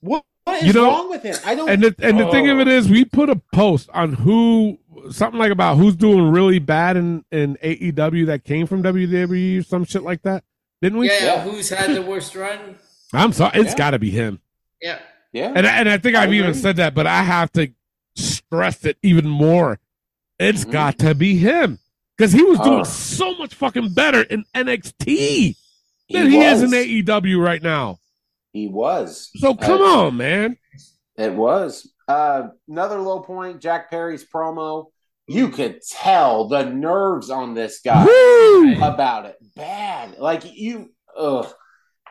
Speaker 5: What, what is
Speaker 4: You know,
Speaker 5: wrong with him? I don't.
Speaker 4: And the, and the thing
Speaker 5: Oh.
Speaker 4: of it is, we put a post on who something like about who's doing really bad in in AEW that came from WWE or some shit like that, didn't we?
Speaker 6: Yeah, who's had the worst run?
Speaker 4: I'm sorry, it's
Speaker 6: Yeah.
Speaker 4: got to be him.
Speaker 6: Yeah.
Speaker 5: Yeah.
Speaker 4: And I- and I think I've even said that, but I have to stress it even more. It's
Speaker 5: Mm-hmm.
Speaker 4: got to be him because he was doing
Speaker 12: Oh.
Speaker 4: so much fucking better in NXT than
Speaker 5: He
Speaker 4: he, is in
Speaker 5: was.
Speaker 4: AEW right now.
Speaker 5: He was.
Speaker 4: So come
Speaker 5: Uh,
Speaker 4: on, man.
Speaker 5: It was. Uh, another low point, Jack Perry's promo.
Speaker 4: Mm.
Speaker 5: You could tell the nerves on this guy about it. Bad. Like you ugh.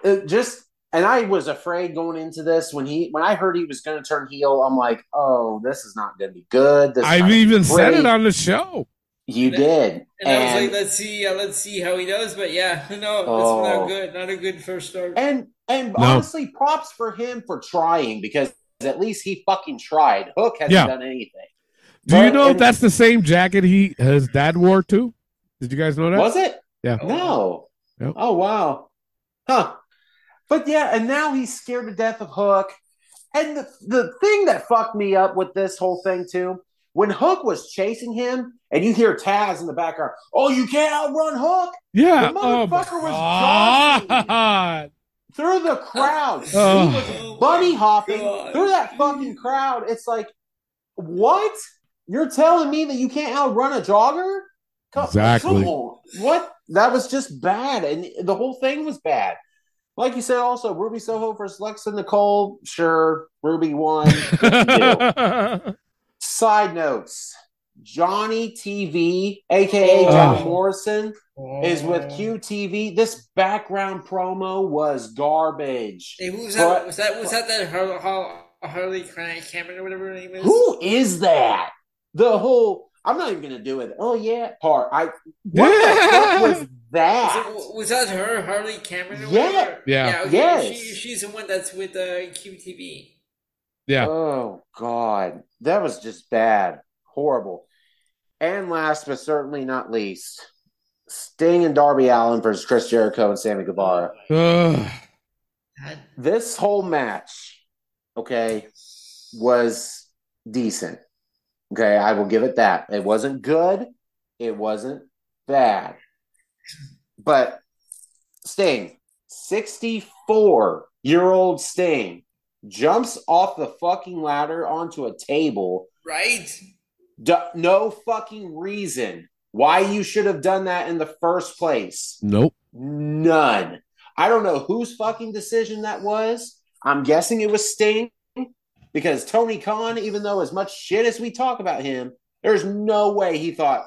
Speaker 5: It just and I was afraid going into this when he when I heard he was gonna turn heel, I'm like, oh, this is not gonna be good. This is not
Speaker 4: I've
Speaker 5: gonna be
Speaker 4: even said
Speaker 5: pretty.
Speaker 4: it on the show.
Speaker 5: You did.
Speaker 6: And, I
Speaker 5: Um,
Speaker 6: was like, let's see, uh, let's see how he does. But yeah, *laughs* no, that's
Speaker 5: Oh.
Speaker 6: not good. Not a good first start.
Speaker 5: And and
Speaker 6: No.
Speaker 5: honestly, props for him for trying because at least he fucking tried. Hook hasn't
Speaker 4: Yeah.
Speaker 5: done anything.
Speaker 4: Do you
Speaker 5: But-
Speaker 4: know
Speaker 5: and-
Speaker 4: that's the same jacket he his dad wore too? Did you guys know that?
Speaker 5: Was it?
Speaker 4: Yeah.
Speaker 5: No.
Speaker 4: Yep.
Speaker 5: Oh wow. Huh. But yeah, and now he's scared to death of Hook. And the the thing that fucked me up with this whole thing too, when Hook was chasing him, and you hear Taz in the background, "Oh, you can't outrun Hook."
Speaker 4: Yeah.
Speaker 5: The
Speaker 4: Oh, my
Speaker 5: motherfucker was
Speaker 4: God.
Speaker 5: through the crowd.
Speaker 4: Oh.
Speaker 5: He was bunny hopping through that fucking crowd. It's like, what? You're telling me that you can't outrun a jogger? Co-
Speaker 4: Exactly.
Speaker 5: come on. What? That was just bad, and the whole thing was bad. Like you said, also Ruby Soho versus Lexa Nicole. Sure, Ruby won. Good
Speaker 4: *laughs*
Speaker 5: to do. Side notes: Johnny TV, aka John
Speaker 4: Oh.
Speaker 5: Morrison, is with QTV. This background promo was garbage.
Speaker 6: Hey, who's
Speaker 5: But-
Speaker 6: that? Was that was that that Har- Har- Harley Crank Cameron or whatever her name is?
Speaker 5: Who is that? The whole I'm not even gonna do it. Oh yeah, part. I what the
Speaker 4: *laughs*
Speaker 5: fuck was that?
Speaker 6: Was, it- was that her, Harley Cameron? Or
Speaker 5: Yeah.
Speaker 6: whatever?
Speaker 5: Yeah.
Speaker 6: okay.
Speaker 5: Yes.
Speaker 6: She, she's the one that's with uh, QTV.
Speaker 4: Yeah.
Speaker 5: Oh god, that was just bad, horrible. And last but certainly not least, Sting and Darby Allen versus Chris Jericho and Sammy Guevara. This whole match, okay, was decent. Okay, I will give it that. It wasn't good. It wasn't bad. But Sting, 64 year old Sting, jumps off the fucking ladder onto a table.
Speaker 6: Right?
Speaker 5: D- no fucking reason why you should have done that in the first place.
Speaker 4: Nope.
Speaker 5: None. I don't know whose fucking decision that was. I'm guessing it was Sting because Tony Khan, even though as much shit as we talk about him, there's no way he thought,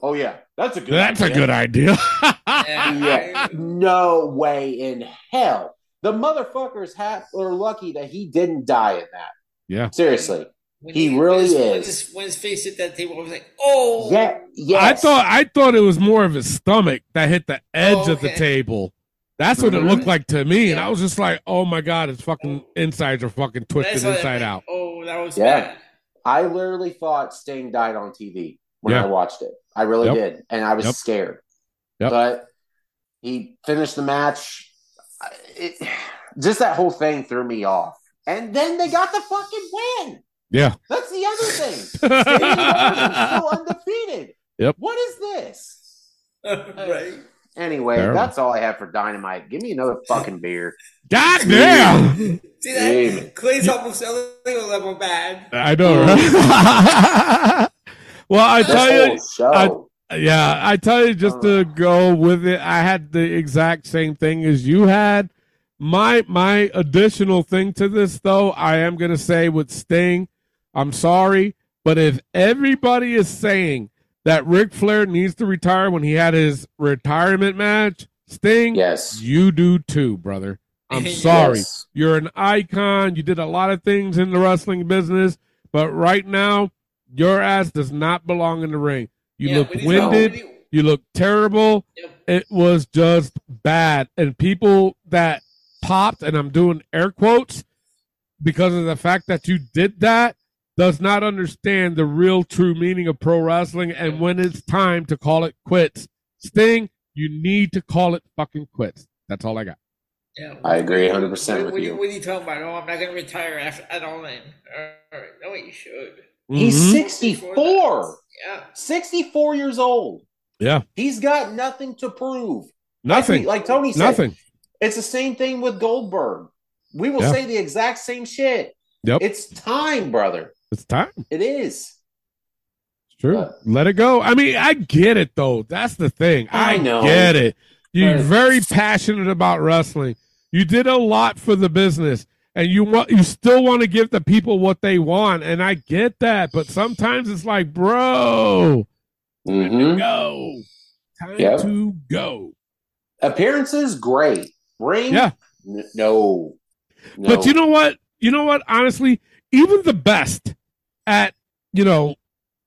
Speaker 5: oh, yeah, that's a good
Speaker 4: That's a
Speaker 5: idea."
Speaker 4: good idea.
Speaker 5: *laughs*
Speaker 4: *laughs*
Speaker 5: yeah, no way in hell. The motherfucker is half or lucky that he didn't die in that.
Speaker 4: Yeah.
Speaker 5: Seriously.
Speaker 6: When
Speaker 5: He really
Speaker 6: when his- When
Speaker 5: is.
Speaker 6: his, when his face hit that table, I was like, oh.
Speaker 5: Yeah.
Speaker 4: I
Speaker 5: Yes.
Speaker 4: thought I thought it was more of his stomach that hit the edge of the
Speaker 6: okay.
Speaker 4: table. That's what
Speaker 5: Mm-hmm.
Speaker 6: Mhm.
Speaker 4: it looked like to me, and I was just like, "Oh my god, his fucking insides are fucking
Speaker 6: That's
Speaker 4: twisted
Speaker 6: what I
Speaker 4: inside
Speaker 6: think.
Speaker 4: out."
Speaker 6: Oh, that was
Speaker 4: Yeah.
Speaker 6: bad.
Speaker 5: I literally thought Sting died on TV when
Speaker 4: Yeah.
Speaker 5: I watched it. I really
Speaker 4: Yep.
Speaker 5: did, and I was
Speaker 4: Yep.
Speaker 5: scared.
Speaker 4: Yep.
Speaker 5: But he finished the match. I- It, just that whole thing threw me off. And then they got the fucking win.
Speaker 4: Yeah.
Speaker 5: That's the other
Speaker 4: *laughs*
Speaker 5: thing. Sting and Orton still undefeated.
Speaker 4: Yep.
Speaker 5: What is this?
Speaker 6: *laughs* right.
Speaker 5: Anyway,
Speaker 4: Terrible.
Speaker 5: that's all I have for Dynamite. Give me another fucking
Speaker 4: *laughs*
Speaker 5: beer.
Speaker 4: God
Speaker 5: *laughs*
Speaker 4: damn!
Speaker 6: See
Speaker 5: Damn.
Speaker 6: that? Clay's almost illegal level bad.
Speaker 4: I know.
Speaker 5: *laughs*
Speaker 4: Right? *laughs* well, I
Speaker 5: This
Speaker 4: tell you,
Speaker 5: whole show.
Speaker 4: yeah, I tell you, just to go with it, I had the exact same thing as you had. My my additional thing to this, though, I am gonna say with Sting, I'm sorry, but if everybody is saying that Ric Flair needs to retire when he had his retirement match, Sting,
Speaker 5: yes.
Speaker 4: you do too, brother. I'm
Speaker 6: Yes.
Speaker 4: sorry.
Speaker 5: Yes.
Speaker 4: You're an icon. You did a lot of things in the wrestling business, but right now, your ass does not belong in the ring. You
Speaker 6: Yeah,
Speaker 4: look
Speaker 6: when he's
Speaker 5: not-
Speaker 4: winded.
Speaker 6: already-
Speaker 4: You look terrible.
Speaker 6: Yep.
Speaker 4: It was just bad. And people that popped, and I'm doing air quotes because of the fact that you did that, does not understand the real true meaning of pro wrestling and when it's time to call it quits. Sting, you need to call it fucking quits. That's all I got.
Speaker 6: Yeah.
Speaker 5: I agree 100%
Speaker 6: What-
Speaker 5: with
Speaker 6: what are
Speaker 5: you.
Speaker 6: What are you talking about? Oh, I'm not going to retire after, at all in. All right. No, you should.
Speaker 5: He's
Speaker 4: Mhm.
Speaker 5: 64.
Speaker 6: Yeah.
Speaker 5: 64 years old.
Speaker 4: Yeah.
Speaker 5: He's got nothing to prove.
Speaker 4: Nothing.
Speaker 5: Like Tony said,
Speaker 4: Nothing.
Speaker 5: It's the same thing with Goldberg. We will
Speaker 4: Yeah.
Speaker 5: say the exact same shit.
Speaker 4: Yep.
Speaker 5: It's time, brother.
Speaker 4: It's time.
Speaker 5: It is.
Speaker 4: True.
Speaker 5: Uh,
Speaker 4: Let it go. I mean, I get it though. That's the thing. I,
Speaker 5: I know.
Speaker 4: get it. You're
Speaker 5: But-
Speaker 4: very passionate about wrestling. You did a lot for the business, and you want you still want to give the people what they want, and I get that. But sometimes it's like, bro,
Speaker 5: Mhm.
Speaker 4: Mm-hmm. go time
Speaker 5: Yeah.
Speaker 4: to go.
Speaker 5: Appearances, great. Ring,
Speaker 4: Yeah.
Speaker 5: N- no. no.
Speaker 4: But you know what? You know what? Honestly, even the best at you know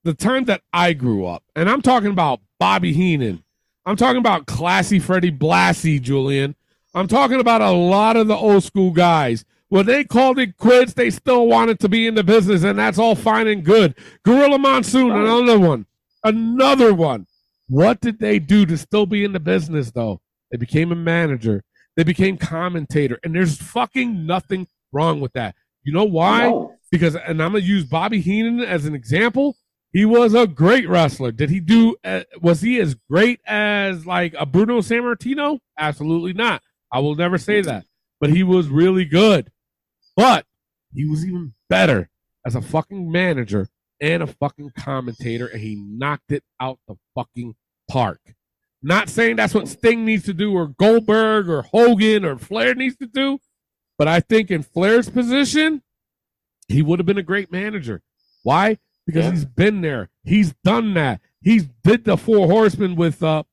Speaker 4: the time that I grew up, and I'm talking about Bobby Heenan. I'm talking about classy Freddie Blassie, Julian. I'm talking about a lot of the old school guys. When they called it quits, they still wanted to be in the business, and that's all fine and good. Gorilla Monsoon,
Speaker 5: Right.
Speaker 4: another one, another one. What did they do to still be in the business, though? They became a manager. They became commentator, and there's fucking nothing wrong with that. You know why?
Speaker 5: No.
Speaker 4: Because, and I'm gonna use Bobby Heenan as an example. He was a great wrestler. Did he do? Uh, was he as great as like a Bruno Sammartino? Absolutely not. I will never say that. But he was really good. But he was even better as a fucking manager and a fucking commentator, and he knocked it out the fucking park. Not saying that's what Sting needs to do, or Goldberg, or Hogan, or Flair needs to do, but I think in Flair's position, he would have been a great manager. Why? Because
Speaker 5: Yeah.
Speaker 4: he's been there. He's done that. He's did the Four Horsemen with uh,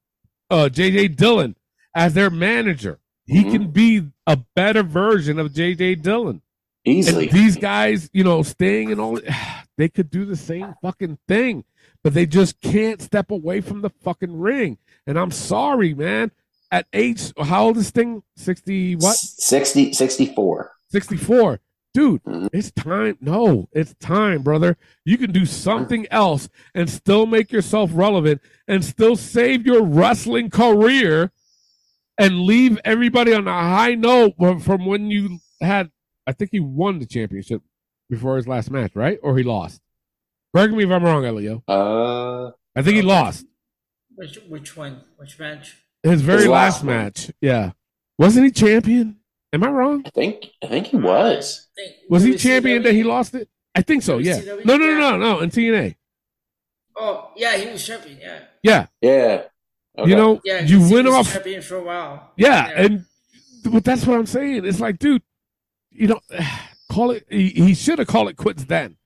Speaker 4: uh, J.J. Dillon as their manager. He
Speaker 5: Mhm.
Speaker 4: can be a better version of J.J. Dillon. And
Speaker 5: Easily.
Speaker 4: these guys, you know, staying and all, *sighs* they could do the same fucking thing, but they just can't step away from the fucking ring. And I'm sorry, man. At age, how old is Sting? 60, what?
Speaker 5: S- 60, 64.
Speaker 4: 64. Dude,
Speaker 5: Mhm.
Speaker 4: it's time. No, it's time, brother. You can do something else and still make yourself relevant and still save your wrestling career and leave everybody on a high note from- from when you had, I think he won the championship before his last match, right? Or he lost. Correct me if I'm wrong, Elio.
Speaker 5: Uh,
Speaker 4: I think he lost
Speaker 6: Which which one? Which match?
Speaker 4: his very
Speaker 5: His last
Speaker 4: last
Speaker 5: one.
Speaker 4: match. Yeah. Wasn't he champion? Am I wrong?
Speaker 5: I think I think he was.
Speaker 6: Think-
Speaker 4: Was he
Speaker 6: WCW?
Speaker 4: champion that he lost it? I think so, yeah.
Speaker 6: WCW?
Speaker 4: No, no, no,
Speaker 6: Yeah.
Speaker 4: no, no, in TNA.
Speaker 6: Oh yeah, he was champion. Yeah.
Speaker 4: Yeah.
Speaker 5: Yeah. Okay.
Speaker 4: You know,
Speaker 6: Yeah. 'cause
Speaker 4: you
Speaker 6: he
Speaker 4: went
Speaker 6: was
Speaker 4: off.
Speaker 6: champion for a while.
Speaker 4: Yeah, and but that's what I'm saying. It's like, dude, you know, *sighs* call it. He, he should have called it quits then.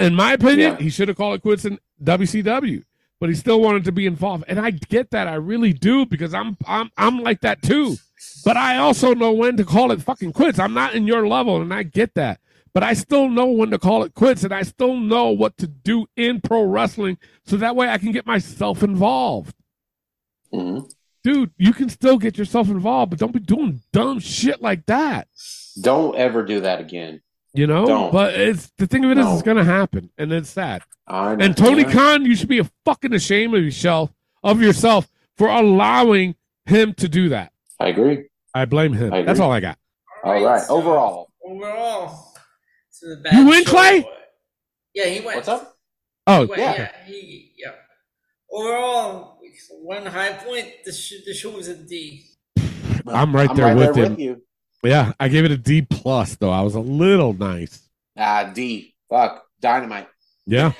Speaker 4: In my opinion,
Speaker 5: Yeah.
Speaker 4: he should have called it quits in WCW, but he still wanted to be involved, and I get that. I really do because I'm I'm I'm like that too. But I also know when to call it fucking quits. I'm not in your level, and I get that. But I still know when to call it quits, and I still know what to do in pro wrestling, so that way I can get myself involved
Speaker 5: Mhm.
Speaker 4: dude, you can still get yourself involved, but don't be doing dumb shit like that.
Speaker 5: Don't ever do that again.
Speaker 4: You know,
Speaker 5: Don't.
Speaker 4: but it's the thing of it is,
Speaker 5: No.
Speaker 4: it's going to happen, and it's sad.
Speaker 5: I know.
Speaker 4: And Tony
Speaker 5: Yeah.
Speaker 4: Khan, you should be fucking ashamed of yourself of yourself for allowing him to do that.
Speaker 5: I agree.
Speaker 4: I blame him.
Speaker 5: I
Speaker 4: That's
Speaker 5: agree.
Speaker 4: all I got.
Speaker 5: All right. Overall,
Speaker 6: Overall, to the bad
Speaker 4: You win,
Speaker 6: show.
Speaker 4: Clay.
Speaker 6: Yeah, he went.
Speaker 5: what's up?
Speaker 4: Oh,
Speaker 6: He went,
Speaker 4: yeah.
Speaker 6: yeah. He, yeah. Overall, one high point. The, sh- the show was a D.
Speaker 4: I'm right
Speaker 5: I'm
Speaker 4: there
Speaker 5: right
Speaker 4: with
Speaker 5: there
Speaker 4: him.
Speaker 5: with you.
Speaker 4: Yeah, I gave it a D plus though. I was a little nice.
Speaker 5: Ah, D. Fuck. Dynamite.
Speaker 4: Yeah.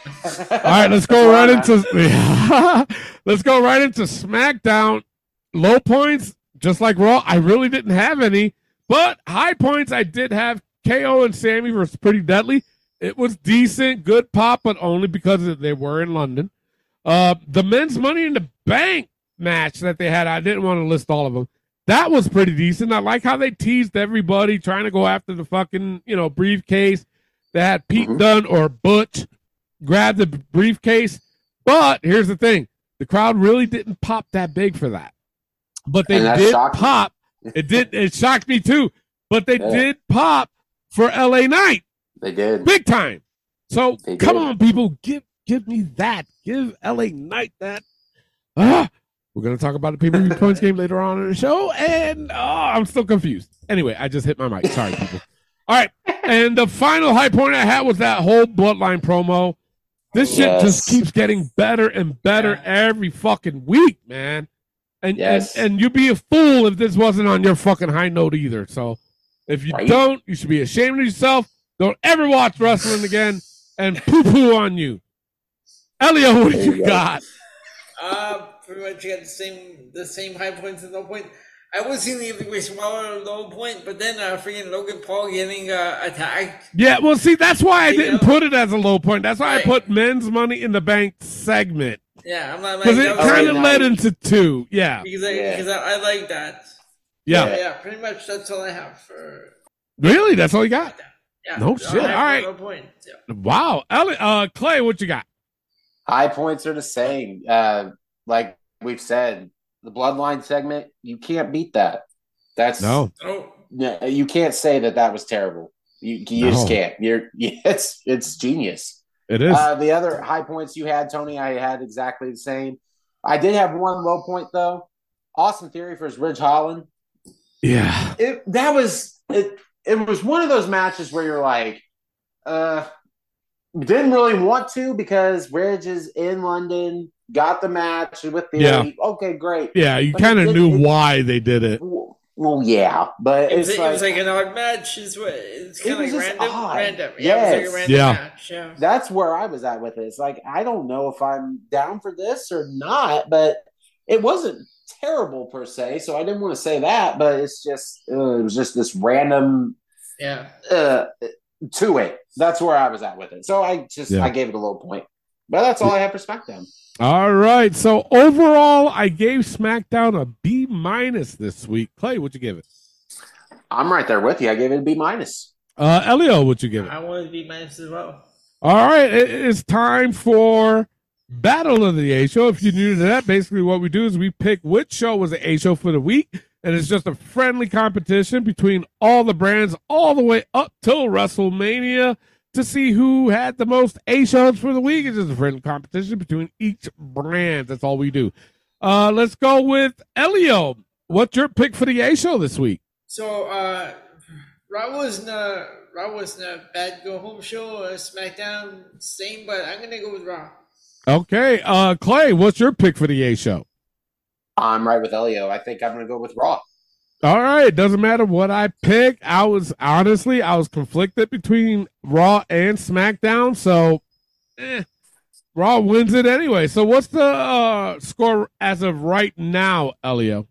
Speaker 4: All right, let's go right
Speaker 5: *laughs*
Speaker 4: into *laughs* let's go right into SmackDown. Low points, just like Raw, I really didn't have any, but high points I did have. KO and Sammy versus Pretty Deadly. It was decent, good pop, but only because they were in London. Uh, the men's Money in the Bank match that they had, I didn't want to list all of them. That was pretty decent. I like how they teased everybody trying to go after the fucking you know briefcase. They had Pete
Speaker 5: Mm-hmm.
Speaker 4: Dunne or Butch grab the briefcase. But here's the thing: the crowd really didn't pop that big for that, but they
Speaker 5: And that
Speaker 4: did
Speaker 5: shocked me.
Speaker 4: pop. It did. It shocked me too. But they
Speaker 5: Yeah.
Speaker 4: did pop for L.A. Knight
Speaker 5: They did.
Speaker 4: big time. So
Speaker 5: They
Speaker 4: come
Speaker 5: did.
Speaker 4: on, people, give give me that. Give LA Knight that. Ah, we're gonna talk about the pay per
Speaker 5: *laughs*
Speaker 4: view points game later on in the show, and oh, I'm still confused. Anyway, I just hit my mic. Sorry, people. All right, and the final high point I had was that whole bloodline promo. This shit just
Speaker 5: Yes.
Speaker 4: keeps getting better and better every fucking week, man. And,
Speaker 5: Yes.
Speaker 4: and and you'd be a fool if this wasn't on your fucking high note either. So if you
Speaker 5: Right.
Speaker 4: don't, you should be ashamed of yourself. Don't ever watch wrestling again and poo poo on you. Elio, what do
Speaker 5: There
Speaker 4: you
Speaker 5: you go.
Speaker 4: got?
Speaker 6: Uh, pretty much got the same the same high points and low point. I was seeing the way smaller low point, but then uh, freaking Logan Paul getting uh, attacked.
Speaker 4: Yeah, well, see, that's why I
Speaker 6: You
Speaker 4: didn't
Speaker 6: know?
Speaker 4: put it as a low point. That's why I
Speaker 6: Right.
Speaker 4: put men's money in the bank segment
Speaker 6: Yeah, I'm not like
Speaker 4: because it
Speaker 6: that was-
Speaker 4: kind of
Speaker 5: nice.
Speaker 4: led into two. Yeah,
Speaker 6: because I,
Speaker 5: Yeah.
Speaker 6: because I, I like that.
Speaker 4: yeah.
Speaker 6: Yeah, yeah, pretty much that's all I have for.
Speaker 4: Really, that's all you got?
Speaker 6: Yeah,
Speaker 4: No
Speaker 6: all I
Speaker 4: shit,
Speaker 6: have for
Speaker 4: alright.
Speaker 6: Low point. Yeah.
Speaker 4: Wow, Elio, uh, Clay, what you got?
Speaker 5: High points are the same. Uh, like we've said, the bloodline segment, you can't beat that. That's
Speaker 6: Oh,
Speaker 5: Yeah, you can't say that that was terrible. You, you just
Speaker 4: No.
Speaker 5: can't. You're *laughs* it's it's genius.
Speaker 4: it is.
Speaker 5: Uh, the other high points you had, Tony, I had exactly the same. I did have one low point though. Awesome theory for Ridge Holland.
Speaker 4: yeah,
Speaker 5: It that was it. It was one of those matches where you're like, uh, didn't really want to because Ridge is in London, got the match with the
Speaker 4: Yeah.
Speaker 5: okay, great.
Speaker 4: yeah. You
Speaker 5: But it
Speaker 4: kind of
Speaker 5: did-
Speaker 4: knew
Speaker 5: it-
Speaker 4: why they did it.
Speaker 5: Well, well, yeah, but
Speaker 6: it was,
Speaker 5: it's
Speaker 6: it
Speaker 5: like,
Speaker 6: was like an odd match. Is what it's
Speaker 5: It
Speaker 6: kind of
Speaker 5: was
Speaker 6: like
Speaker 5: just
Speaker 6: random,
Speaker 5: odd.
Speaker 6: random. Yeah, it was
Speaker 5: Yes.
Speaker 6: like a random
Speaker 4: Yeah.
Speaker 6: match. Yeah.
Speaker 5: that's where I was at with it. It's like I don't know if I'm down for this or not, but it wasn't terrible per se, so I didn't want to say that. But it's just uh, it was just this random
Speaker 6: Yeah.
Speaker 5: uh, to it. That's where I was at with it. So I just
Speaker 4: Yeah.
Speaker 5: I gave it a low point, but that's all I have for SmackDown.
Speaker 4: All right. So overall, I gave SmackDown a B minus this week. Clay, what'd you give it?
Speaker 5: I'm right there with you. I gave it a B minus.
Speaker 4: Uh, Elio, what'd you give it?
Speaker 6: I wanted to be minus as well.
Speaker 4: All right. It is time for Battle of the A Show. If you're new to that, basically what we do is we pick which show was the A Show for the week, and it's just a friendly competition between all the brands all the way up till WrestleMania to see who had the most A Shows for the week. It's just a friendly competition between each brand. That's all we do. Uh, let's go with Elio. What's your pick for the A Show this week?
Speaker 6: So, uh, Raw wasn't a Raw wasn't a bad go home show. Uh, SmackDown same, but I'm gonna go with Raw.
Speaker 4: Okay, uh, Clay, what's your pick for the A Show?
Speaker 5: I'm right with Elio. I think I'm going to go with Raw.
Speaker 4: All right, doesn't matter what I pick. I was honestly, I was conflicted between Raw and SmackDown, so eh, Raw wins it anyway. So, what's the uh, score as of right now, Elio?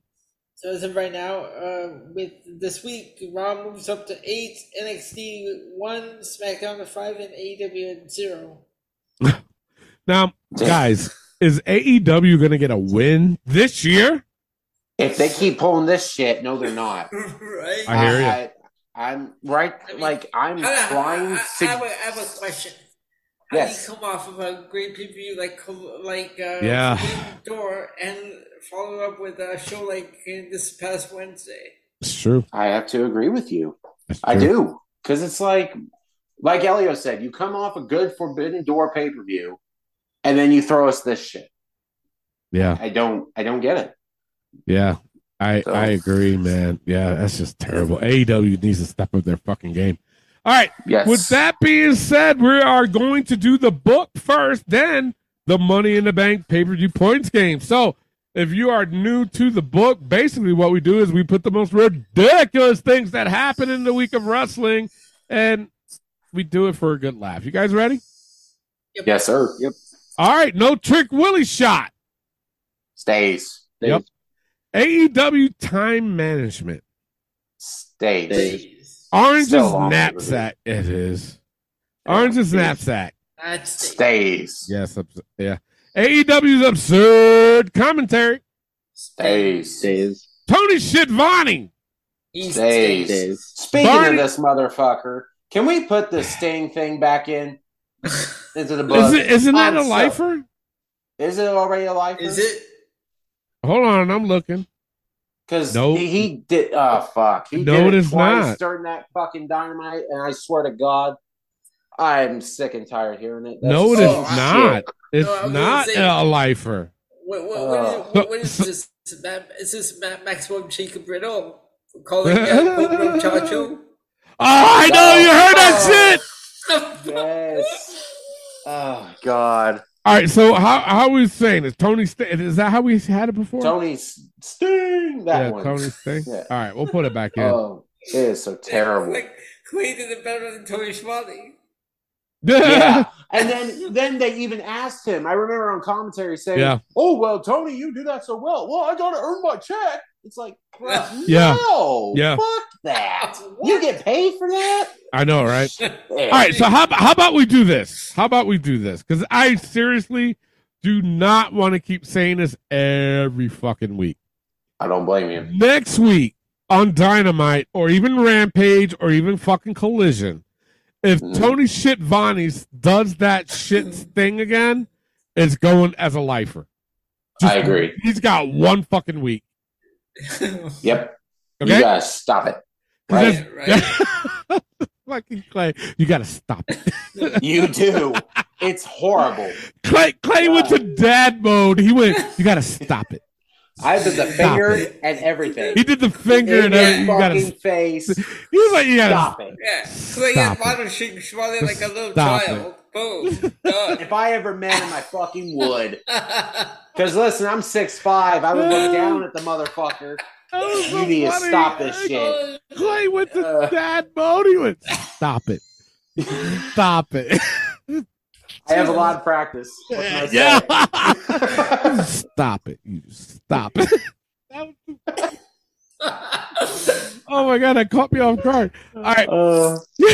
Speaker 6: So as of right now, uh, with this week, Raw moves up to eight, NXT one, SmackDown to five, and AEW at zero.
Speaker 4: Now, guys, is AEW going to get a win this year?
Speaker 5: If they keep pulling this shit, no, they're not.
Speaker 6: *laughs* right?
Speaker 4: I hear ya.
Speaker 5: I, am right.
Speaker 6: I mean,
Speaker 5: Like I'm
Speaker 6: I, I-
Speaker 5: trying
Speaker 6: I-
Speaker 5: to.
Speaker 6: I have a- I have a question. How
Speaker 5: yes.
Speaker 6: do you come off of a great preview like co- like uh,
Speaker 4: Yeah.
Speaker 6: Forbidden Door and follow up with a show like uh, this past Wednesday?
Speaker 4: It's true.
Speaker 5: I have to agree with you.
Speaker 4: It's
Speaker 5: I
Speaker 4: true.
Speaker 5: do because it's like like Elio said, you come off a good Forbidden Door pay per view, and then you throw us this shit.
Speaker 4: Yeah.
Speaker 5: I don't, I don't get it.
Speaker 4: Yeah, I I agree, man. Yeah, that's just terrible. AEW needs to step up their fucking game. All right.
Speaker 5: Yes.
Speaker 4: With that being said, we are going to do the book first, then the Money in the Bank pay per view points game. So if you are new to the book, basically what we do is we put the most ridiculous things that happen in the week of wrestling, and we do it for a good laugh. You guys ready?
Speaker 5: Yes, sir. Yep.
Speaker 4: All right. No trick Willie shot.
Speaker 5: Stays.
Speaker 4: Yep. AEW E time management.
Speaker 5: Stays.
Speaker 4: Orange
Speaker 5: Still
Speaker 4: is
Speaker 5: long
Speaker 4: knapsack. It is. Orange is knapsack.
Speaker 6: That's
Speaker 5: Stays.
Speaker 4: Yes. abs- Yeah. AEW's E absurd commentary.
Speaker 5: Stays.
Speaker 9: Stays.
Speaker 4: Tony Shitvani.
Speaker 6: he's
Speaker 5: Stays.
Speaker 9: Stays.
Speaker 5: Speaking
Speaker 4: Barney-
Speaker 5: of this motherfucker, can we put the Sting thing back in into the book?
Speaker 4: Is it, isn't that a
Speaker 5: I'm so-
Speaker 4: lifer?
Speaker 5: Is it already a lifer?
Speaker 6: Is it?
Speaker 4: Hold on. I'm looking.
Speaker 5: Because
Speaker 4: Nope.
Speaker 5: he, he did. Oh fuck! He
Speaker 4: No,
Speaker 5: did
Speaker 4: it
Speaker 5: it
Speaker 4: is
Speaker 5: twice
Speaker 4: not.
Speaker 5: during that fucking dynamite, and I swear to God, I'm sick and tired of hearing it. That's
Speaker 4: No, it is
Speaker 5: some
Speaker 6: Oh, I-
Speaker 4: not. It's
Speaker 6: No, I was gonna
Speaker 4: not
Speaker 6: say-
Speaker 4: a lifer.
Speaker 6: What, what, what is,
Speaker 5: Oh.
Speaker 6: what, what is this? Is that- Is this Ma- Maxwell Chicabrito calling uh, Pedro Chacho?
Speaker 4: *laughs* Oh, I know. You heard that shit.
Speaker 5: shit. Yes. Oh God,
Speaker 4: All right. So how how we saying this? Tony. St- is that how we had it before?
Speaker 5: Tony Sting. That
Speaker 4: yeah,
Speaker 5: one.
Speaker 4: Tony Sting.
Speaker 5: Yeah.
Speaker 4: All right, we'll put it
Speaker 5: *laughs*
Speaker 4: back in. *laughs*
Speaker 5: Oh, it is so *laughs* terrible.
Speaker 6: Like, Clay did it better than
Speaker 4: *laughs*
Speaker 6: Tony Schmalti.
Speaker 5: yeah. And then then they even asked him. I remember on commentary saying,
Speaker 4: Yeah.
Speaker 5: "Oh well, Tony, you do that so well. Well, I gotta earn my check." It's like, bro,
Speaker 4: Yeah.
Speaker 5: no,
Speaker 4: Yeah.
Speaker 5: fuck that. You get paid for that.
Speaker 4: I know, right?
Speaker 5: All
Speaker 4: All right, so how ab- how about we do this? How about we do this? Because I seriously do not want to keep saying this every fucking week.
Speaker 5: I don't blame you.
Speaker 4: Next week on Dynamite or even Rampage or even fucking Collision, if
Speaker 5: Mhm.
Speaker 4: Tony Shitvani does that shit thing again, it's going as a lifer.
Speaker 5: I agree.
Speaker 4: He's got one fucking week.
Speaker 5: Yep.
Speaker 4: Okay.
Speaker 5: You gotta stop it.
Speaker 4: 'Cause
Speaker 5: Right.
Speaker 4: that's-
Speaker 6: Yeah, right?
Speaker 4: *laughs* Fucking Clay, you gotta stop it.
Speaker 5: you do. It's horrible.
Speaker 4: Clay, Clay went to dad mode. He went, you gotta stop it.
Speaker 5: I did the
Speaker 4: Stop
Speaker 5: finger
Speaker 4: it.
Speaker 5: and everything.
Speaker 4: He did the finger
Speaker 5: In
Speaker 4: and
Speaker 5: your
Speaker 4: everything. You gotta,
Speaker 5: fucking face.
Speaker 4: he was like, *laughs* you gotta.
Speaker 5: Stop it.
Speaker 6: Yeah. Clay
Speaker 4: Stop
Speaker 6: is
Speaker 4: it.
Speaker 6: monitoring Schmalti like a little
Speaker 4: Stop
Speaker 6: child. Boom.
Speaker 4: *laughs*
Speaker 5: If I ever met him, I fucking would.
Speaker 6: Done.
Speaker 5: Because listen, I'm six five. I would look down at the motherfucker.
Speaker 4: That was so
Speaker 5: You need to
Speaker 4: funny.
Speaker 5: stop this shit.
Speaker 4: Clay went to
Speaker 5: Uh.
Speaker 4: dad mode. He went, stop it. Stop it.
Speaker 5: I have a lot of practice. What can I say?
Speaker 4: yeah. stop it. You stop it. That was- oh my god, that caught me off guard. All right.
Speaker 5: *laughs*
Speaker 4: *laughs*
Speaker 5: Uh,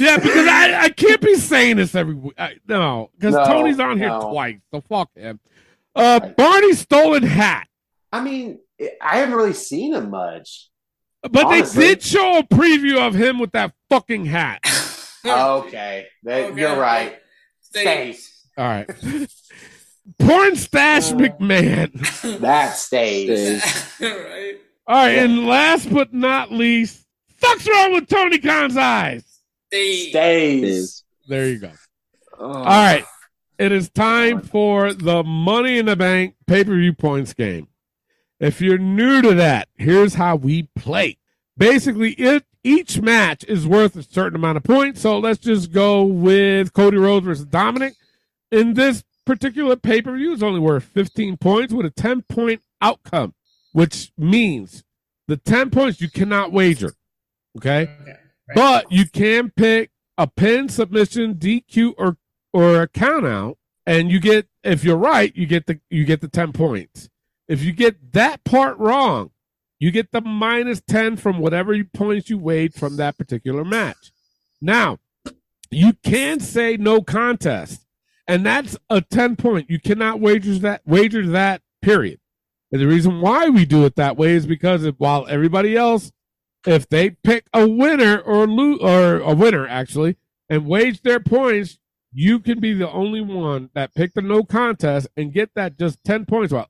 Speaker 4: yeah, because I, I can't be saying this every week. I, no, because
Speaker 5: No,
Speaker 4: Tony's on here
Speaker 5: no.
Speaker 4: twice, so fuck him. Uh,
Speaker 5: Right.
Speaker 4: Barney's stolen hat,
Speaker 5: I mean, I haven't really seen him much.
Speaker 4: but
Speaker 5: Honestly.
Speaker 4: they did show a preview of him with that fucking hat.
Speaker 5: Okay, that,
Speaker 6: Okay.
Speaker 5: you're right.
Speaker 6: Stay.
Speaker 5: Stays.
Speaker 4: All right, *laughs* porn stash
Speaker 5: Uh.
Speaker 4: McMahon.
Speaker 5: That stays.
Speaker 9: Stays.
Speaker 6: right.
Speaker 4: All right, and last but not least, fuck's wrong with Tony Khan's eyes?
Speaker 6: Stay.
Speaker 5: Stays.
Speaker 9: Stays.
Speaker 4: There you go.
Speaker 5: All
Speaker 4: All right, it is time for the Money in the Bank pay per view points game. If you're new to that, here's how we play. Basically, it, each match is worth a certain amount of points. So let's just go with Cody Rhodes versus Dominic. In this particular pay per view, it's only worth 15 points with a 10 point outcome, which means the 10 points you cannot wager. Okay. But you can pick a pin, submission, DQ, or or a count out, and you get if you're right, you get the you get the ten points. If you get that part wrong, you get the minus ten from whatever you- points you weighed from that particular match. Now, you can say no contest, and that's a ten point. You cannot wager that wager that period. And the reason why we do it that way is because if, while everybody else if they pick a winner or lo- or a winner actually and wage their points, you can be the only one that picked the no contest and get that just ten points while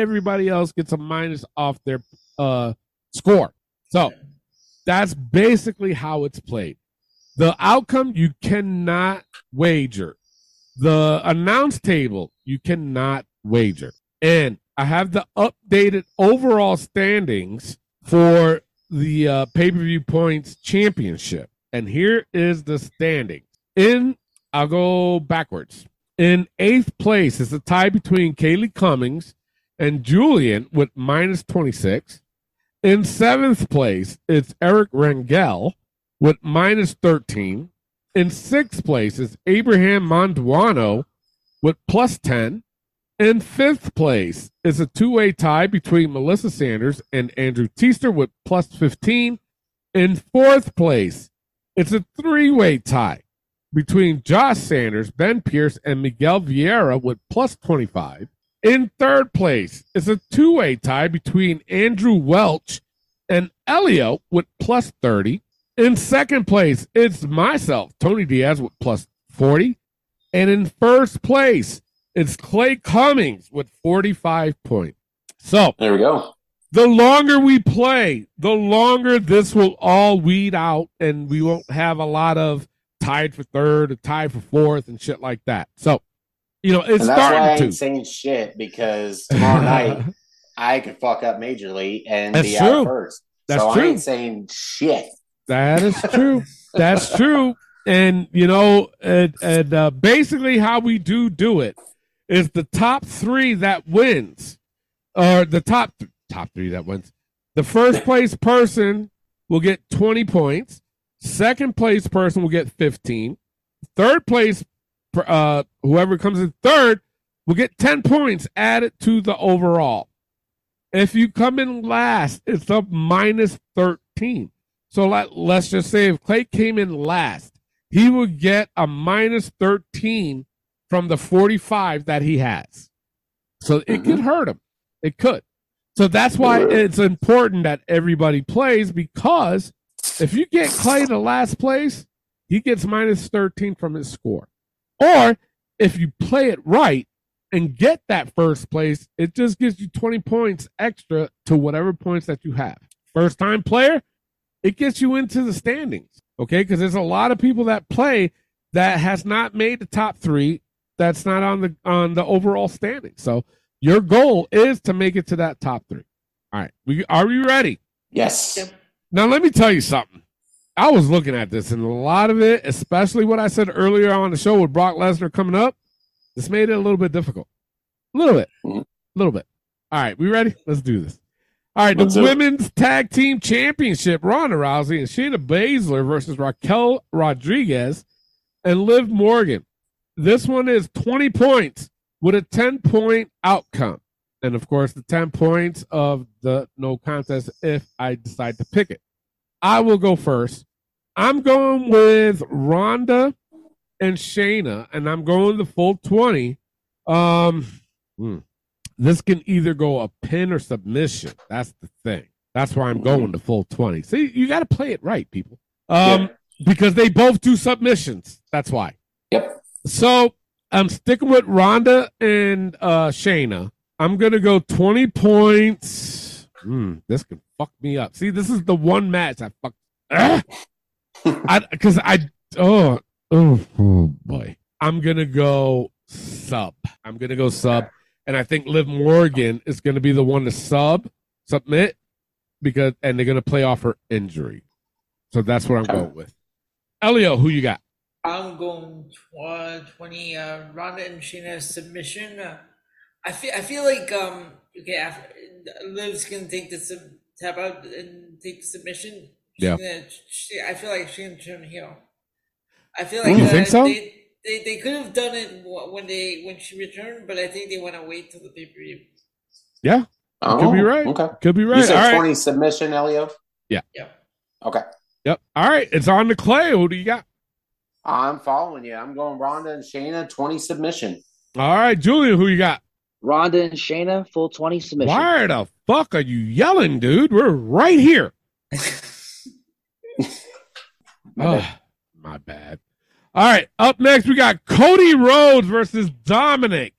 Speaker 4: everybody else gets a minus off their uh score. So that's basically how it's played. The outcome you cannot wager. The announce table you cannot wager. And I have the updated overall standings for the uh, pay per view points championship. And here is the standing. In, I'll go backwards. In eighth place is a tie between Kaylee Cummings and Julian with minus 26. In seventh place, it's Eric Rangel with minus 13. In sixth place is Abraham Monduano with plus 10. In fifth place is a two way tie between Melissa Sanders and Andrew Teaster with plus 15. In fourth place, it's a three way tie between Josh Sanders, Ben Pierce, and Miguel Vieira with plus 25. In third place is a two way tie between Andrew Welch and Elio with plus 30. In second place, it's myself, Tony Diaz, with plus 40. And in first place, it's Clay Cummings with 45 points. So
Speaker 5: there we go.
Speaker 4: The longer we play, the longer this will all weed out, and we won't have a lot of tied for third or tied for fourth and shit like that. So, you know, it's
Speaker 5: and that's
Speaker 4: starting
Speaker 5: why I ain't
Speaker 4: to.
Speaker 5: saying shit
Speaker 4: *laughs*
Speaker 5: because tomorrow night I could fuck up majorly and
Speaker 4: That's
Speaker 5: be
Speaker 4: true.
Speaker 5: out first.
Speaker 4: That's
Speaker 5: so I
Speaker 4: true.
Speaker 5: ain't saying shit.
Speaker 4: That is true. That's true. And you know, and, and uh, basically how we do do it is the top three that wins, or the top top three that wins. The first place person will get twenty points. Second place person will get fifteen. Third place, per- uh, whoever comes in third will get ten points added to the overall. If you come in last, it's up minus 13. So let, let's just say if Clay came in last, he would get a minus 13 from the 45 that he has. So it could hurt him. It could. So that's why it's important that everybody plays because if you get Clay to last place, he gets minus 13 from his score. Or if you play it right, and get that first place, it just gives you 20 points extra to whatever points that you have. First time player, it gets you into the standings, okay? Because there's a lot of people that play that has not made the top three. That's not on the on the overall standing. So your goal is to make it to that top three. All right, we are we ready?
Speaker 5: Yes. Yep.
Speaker 4: Now let me tell you something. I was looking at this, and a lot of it, especially what I said earlier on the show with Brock Lesnar coming up, this made it a little bit difficult. A little bit.
Speaker 12: Mm-hmm.
Speaker 4: A little bit. All right, we ready? Let's do this. All right,
Speaker 12: Let's
Speaker 4: the
Speaker 12: do it.
Speaker 4: women's tag team championship, Ronda Rousey and Shayna Baszler versus Raquel Rodriguez and Liv Morgan. This one is 20 points with a 10 point outcome. And of course, the 10 points of the no contest if I decide to pick it. I will go first. I'm going with Ronda and Shayna, and I'm going the full 20. Um, hmm. This can either go a pin or submission. That's the thing. That's why I'm going the full 20. See, you got to play it right, people. Um, Because they both do submissions. That's why.
Speaker 5: Yep.
Speaker 4: So I'm sticking with Rhonda and uh, Shayna. I'm going to go 20 points. Hmm, this can fuck me up. See, this is the one match I fuck. ah! Because I, oh, oh, oh boy. I'm gonna go sub. I'm gonna go sub, and I think Liv Morgan is gonna be the one to sub submit because, and they're gonna play off her injury. So that's what I'm going with. Elio, who you got?
Speaker 6: I'm going tw- uh, 20 uh, Ronda and Shayna submission. Uh, I feel I feel like um okay after, Liv's gonna take the sub, tap out and take the submission. She's
Speaker 4: Yeah.
Speaker 6: gonna- she, I feel like she's gonna turn heel. I feel like
Speaker 4: Oh, You
Speaker 6: uh,
Speaker 4: think so?
Speaker 6: They, they, they could have done it wh- when they when she returned, but I think they want to wait till the pay per view.
Speaker 4: Yeah, could be right.
Speaker 5: Oh, Okay.
Speaker 4: Could be right.
Speaker 5: You said
Speaker 4: All right.
Speaker 5: 20 submission, Elio?
Speaker 4: Yeah.
Speaker 6: Yep.
Speaker 5: Okay.
Speaker 4: Yep. All right. It's on the clay. Who do you got?
Speaker 5: I'm following you. I'm going Ronda and Shayna, 20 submission.
Speaker 4: All right, Julian, who you got?
Speaker 9: Ronda and Shayna, full 20 submission.
Speaker 4: Why the fuck are you yelling, dude? We're right here. my, bad. my bad. All right, up next we got Cody Rhodes versus Dominic.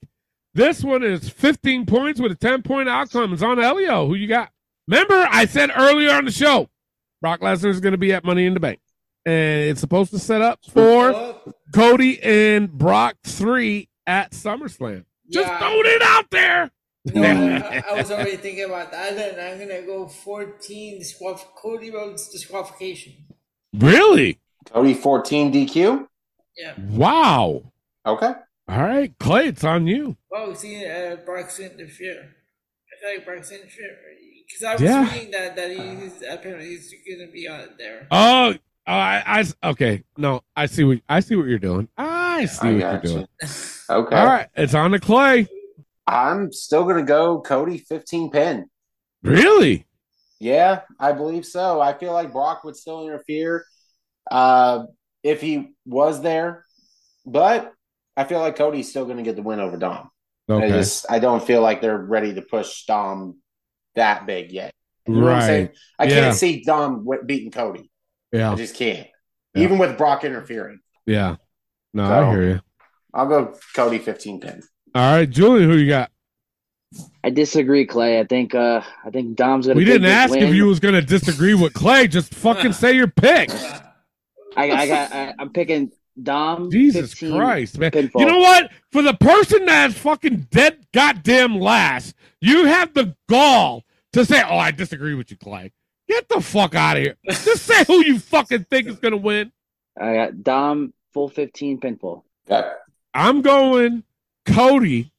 Speaker 4: This one is 15 points with a 10 point outcome. It's on Elio. Who you got? Remember, I said earlier on the show, Brock Lesnar is going to be at Money in the Bank. and it's supposed to set up for Cody and Brock three at SummerSlam. Just
Speaker 6: Yeah.
Speaker 4: throwing it out there.
Speaker 6: No, I, I was already thinking about that, and I'm gonna go 14 disqual- Cody Rhodes disqualification.
Speaker 4: Really?
Speaker 5: Cody 14 DQ?
Speaker 6: Yeah.
Speaker 4: Wow.
Speaker 5: Okay.
Speaker 4: All right, Clay, it's on you.
Speaker 6: Well, see, uh, Brock's interfere. I feel like Brock's interfere because I was
Speaker 4: Yeah.
Speaker 6: reading that that he's apparently he's gonna be on it there.
Speaker 4: Oh, I, I s- okay. No, I see what I see what you're doing. I see
Speaker 5: I
Speaker 4: what
Speaker 5: got
Speaker 4: you're doing.
Speaker 5: Okay.
Speaker 4: All right, it's on the Clay.
Speaker 5: I'm still going to go Cody 15 pin.
Speaker 4: Really?
Speaker 5: Yeah, I believe so. I feel like Brock would still interfere uh, if he was there, but I feel like Cody's still going to get the win over Dom. I
Speaker 4: Okay.
Speaker 5: just I don't feel like they're ready to push Dom that big yet. You know what I'm saying?
Speaker 4: Right.
Speaker 5: I
Speaker 4: Yeah.
Speaker 5: can't see Dom w- beating Cody. I
Speaker 4: Yeah.
Speaker 5: just can't.
Speaker 4: Yeah.
Speaker 5: Even with Brock interfering,
Speaker 4: Yeah. No,
Speaker 5: So-
Speaker 4: I hear you.
Speaker 5: I'll go Cody 15 pin.
Speaker 4: All right, Julian, who you got?
Speaker 9: I disagree, Clay. I think uh, I think Dom's gonna.
Speaker 4: We
Speaker 9: take
Speaker 4: didn't
Speaker 9: this
Speaker 4: ask if
Speaker 9: win.
Speaker 4: you was gonna disagree with Clay. Just
Speaker 5: *laughs*
Speaker 4: fucking say your pick.
Speaker 9: I, I got. I, I'm picking Dom.
Speaker 4: Jesus
Speaker 9: 15
Speaker 4: Christ, man!
Speaker 9: pinfall.
Speaker 4: You know what? For the person that's fucking dead, goddamn last, you have the gall to say, "Oh, I disagree with you, Clay." Get the fuck out of here. Just say who you fucking think is gonna win.
Speaker 9: I got Dom full 15 pinfall.
Speaker 4: I'm going Cody,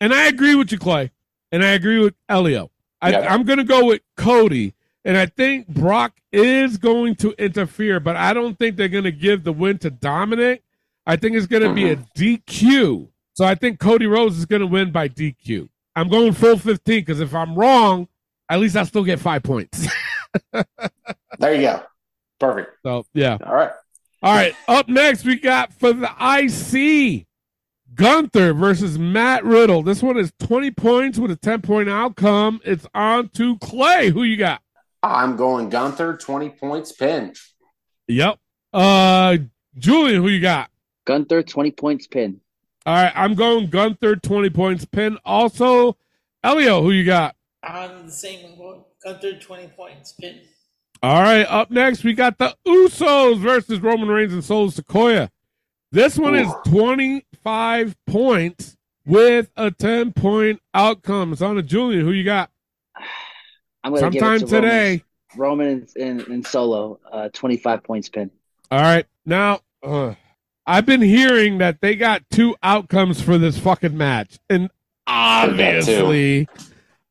Speaker 4: and I agree with you, Clay, and I agree with Elio. I,
Speaker 5: Yeah.
Speaker 4: I'm going to go with Cody, and I think Brock is going to interfere, but I don't think they're going to give the win to Dominic. I think it's going to be a DQ. So I think Cody Rhodes is going to win by DQ. I'm going full 15 because if I'm wrong, at least I still get five points. *laughs*
Speaker 5: There you go. Perfect.
Speaker 4: so yeah.
Speaker 5: All right.
Speaker 4: All right. Up next, we got for the IC Gunther versus Matt Riddle. This one is 20 points with a 10 point outcome. It's on to Clay. Who you got?
Speaker 5: I'm going Gunther 20 points pin. *laughs*
Speaker 4: Yep. Uh, Julian, who you got?
Speaker 9: Gunther 20 points pin.
Speaker 4: All right. I'm going Gunther, 20 points pin. Also, Elio, who you got?
Speaker 6: On the same level, Gunther 20 points pin.
Speaker 4: All right. Up next, we got the Usos versus Roman Reigns and Sol Sequoia. This one is 25 points with a 10 point outcome. It's on to Julian. Who you got?
Speaker 9: I'm gonna
Speaker 4: Sometime
Speaker 9: give it to
Speaker 4: today.
Speaker 9: Roman, Roman and, and, and Solo, uh, 25 points pin.
Speaker 4: All right. Now, uh, I've been hearing that they got two outcomes for this fucking match. And obviously,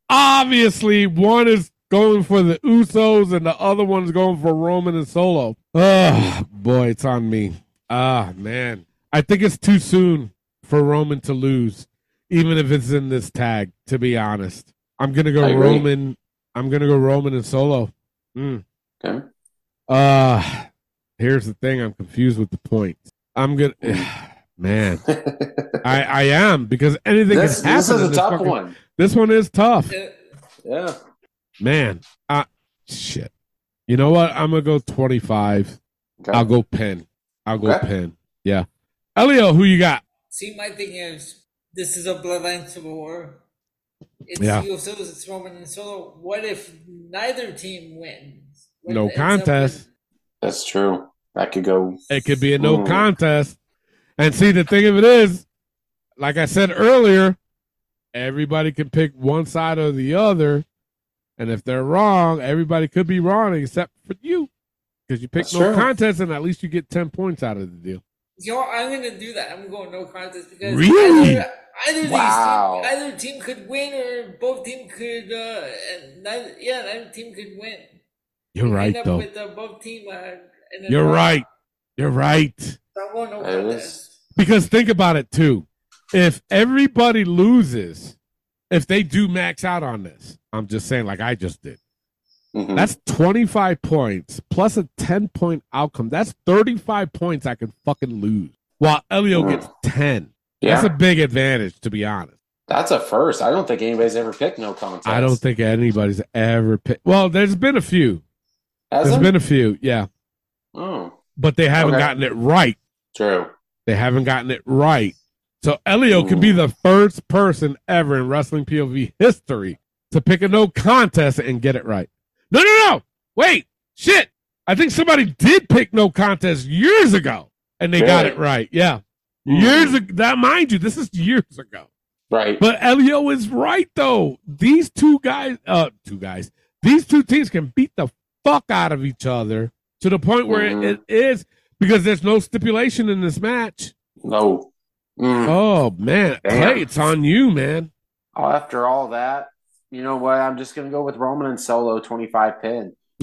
Speaker 4: obviously, one is going for the Usos and the other one's going for Roman and Solo. Oh, boy, it's on me. Ah, man. I think it's too soon for Roman to lose, even if it's in this tag, to be honest. I'm going to
Speaker 5: I
Speaker 4: go
Speaker 5: agree.
Speaker 4: Roman. I'm going to go Roman and Solo. Mm.
Speaker 5: Okay.
Speaker 4: Uh, here's the thing. I'm confused with the points. I'm gonna, *sighs* man. I I am because anything
Speaker 5: This,
Speaker 4: can happen.
Speaker 5: this is
Speaker 4: in
Speaker 5: a tough
Speaker 4: fucking-
Speaker 5: one.
Speaker 4: This one is tough,
Speaker 6: Uh,
Speaker 5: Yeah.
Speaker 4: man. I, shit. You know what? I'm gonna go 25.
Speaker 5: Okay.
Speaker 4: I'll go pen. I'll go
Speaker 5: Okay.
Speaker 4: pen. Yeah. Elio, who you got?
Speaker 6: See, my thing is, this is a bloodline civil war. It's
Speaker 4: Yeah.
Speaker 6: yeah. Usos, it's Roman and Solo. What if neither team wins? What
Speaker 4: No
Speaker 6: if it ends up
Speaker 4: contest.
Speaker 5: That's true. That could go.
Speaker 4: It could be a no
Speaker 5: Ooh.
Speaker 4: contest. And see, the thing of it is, like I said earlier, everybody can pick one side or the other. And if they're wrong, everybody could be wrong except for you because you pick
Speaker 5: That's
Speaker 4: no
Speaker 5: true.
Speaker 4: contest and at least you get 10 points out of the deal.
Speaker 6: with- You know, I'm going to do that. I'm going no contest because
Speaker 4: Really?
Speaker 6: either, either,
Speaker 5: Wow.
Speaker 6: these team, either team could win or both team could, uh, and neither, yeah, neither team could win.
Speaker 4: You're
Speaker 6: End
Speaker 4: right,
Speaker 6: up
Speaker 4: though.
Speaker 6: with uh, both team. Uh, and then-
Speaker 4: You're right. You're right.
Speaker 6: I want no
Speaker 5: That is-
Speaker 6: contest.
Speaker 4: Because think about it, too. If everybody loses, if they do max out on this, I'm just saying, like I just did.
Speaker 5: Mhm.
Speaker 4: That's 25 points plus a 10 point outcome. That's 35 points I can fucking lose. While Elio gets 10.
Speaker 5: Hmm. yeah.
Speaker 4: That's a big advantage, to be honest.
Speaker 5: That's a first. I don't think anybody's ever picked no contest.
Speaker 4: I don't think anybody's ever picked. Well, there's been a few.
Speaker 5: Has
Speaker 4: There's
Speaker 5: there?
Speaker 4: been a few, yeah.
Speaker 5: Oh,
Speaker 4: But they haven't
Speaker 5: Okay.
Speaker 4: gotten it right.
Speaker 5: true.
Speaker 4: They haven't gotten it right. So Elio can be the first person ever in wrestling POV history to pick a no contest and get it right. No, no, no. Wait. Shit. I I think somebody did pick no contest years ago, and they got
Speaker 5: Really?
Speaker 4: it right. Yeah, years ago. That mind you, this is years ago.
Speaker 5: Right.
Speaker 4: But Elio is right though. These two guys, uh, two guys, these two teams can beat the fuck out of each other to the point where it-
Speaker 5: Mhm.
Speaker 4: it is because there's no stipulation in this match.
Speaker 5: No. Mm.
Speaker 4: Oh man,
Speaker 5: Damn.
Speaker 4: Clay, it's on you, man.
Speaker 5: Oh, After all that, you know what? I'm just going to go with Roman and Solo 25 pin.
Speaker 4: *laughs*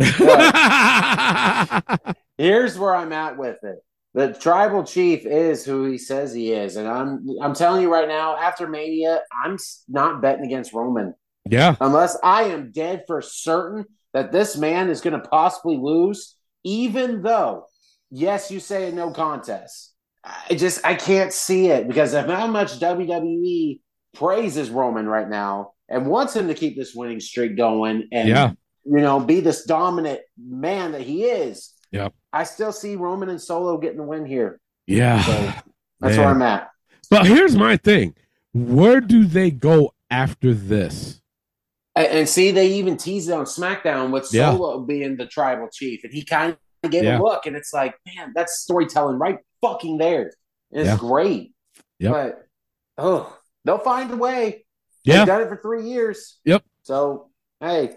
Speaker 5: Here's where I'm at with it. The tribal chief is who he says he is, and I'm I'm telling you right now. After Mania, I'm s- not betting against Roman
Speaker 4: Yeah,
Speaker 5: unless I am dead for certain that this man is going to possibly lose. Even though, yes, you say a no contest. I just I can't see it because of how much WWE praises Roman right now and wants him to keep this winning streak going and
Speaker 4: Yeah.
Speaker 5: you know be this dominant man that he is.
Speaker 4: yeah,
Speaker 5: I still see Roman and Solo getting the
Speaker 4: *sighs*
Speaker 5: win here.
Speaker 4: yeah.
Speaker 5: That's
Speaker 4: Man.
Speaker 5: where I'm at.
Speaker 4: But here's my thing: where do they go after this?
Speaker 5: And, and see, they even teased it on SmackDown with
Speaker 4: Yeah.
Speaker 5: Solo being the tribal chief, and he kind of gave
Speaker 4: Yeah.
Speaker 5: a look, and it's like, man, that's storytelling right fucking there. And it's
Speaker 4: Yeah.
Speaker 5: great.
Speaker 4: Yep.
Speaker 5: But oh, they'll find a way.
Speaker 4: Yeah.
Speaker 5: They've done it for three years.
Speaker 4: Yep.
Speaker 5: So hey,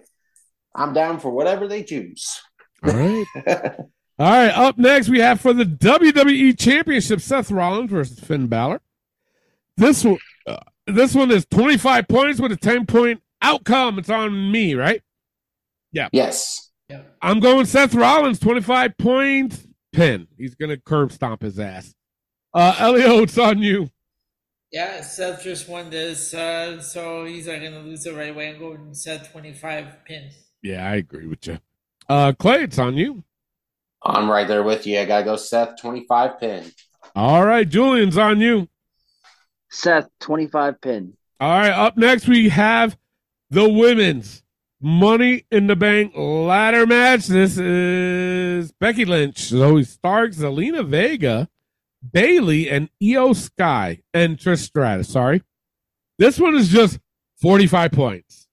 Speaker 5: I'm down for whatever they choose. *laughs*
Speaker 4: All right. All right. Up next, we have for the WWE Championship Seth Rollins versus Finn Balor. This one, uh, this one is 25 points with a 10 point outcome. It's on me, right? Yeah.
Speaker 5: Yes.
Speaker 4: I'm going Seth Rollins, 25 points, pin. He's going to curb stomp his ass. Uh, Elio, it's on you.
Speaker 6: Yeah, Seth just won this, uh, so he's not gonna lose it right away. I'm going Seth 25 pin.
Speaker 4: Yeah, I agree with you. Uh, Clay, it's on you.
Speaker 5: I'm right there with you. I gotta go Seth 25 pin.
Speaker 4: All right. Julian's on you.
Speaker 9: Seth, 25 pin.
Speaker 4: All right, up next we have the women's Money in the Bank ladder match. This is Becky Lynch, Zoe Stark, Zelina Vega, Bailey, and Io Sky, and Trish Stratus. Sorry, this one is just forty-five points.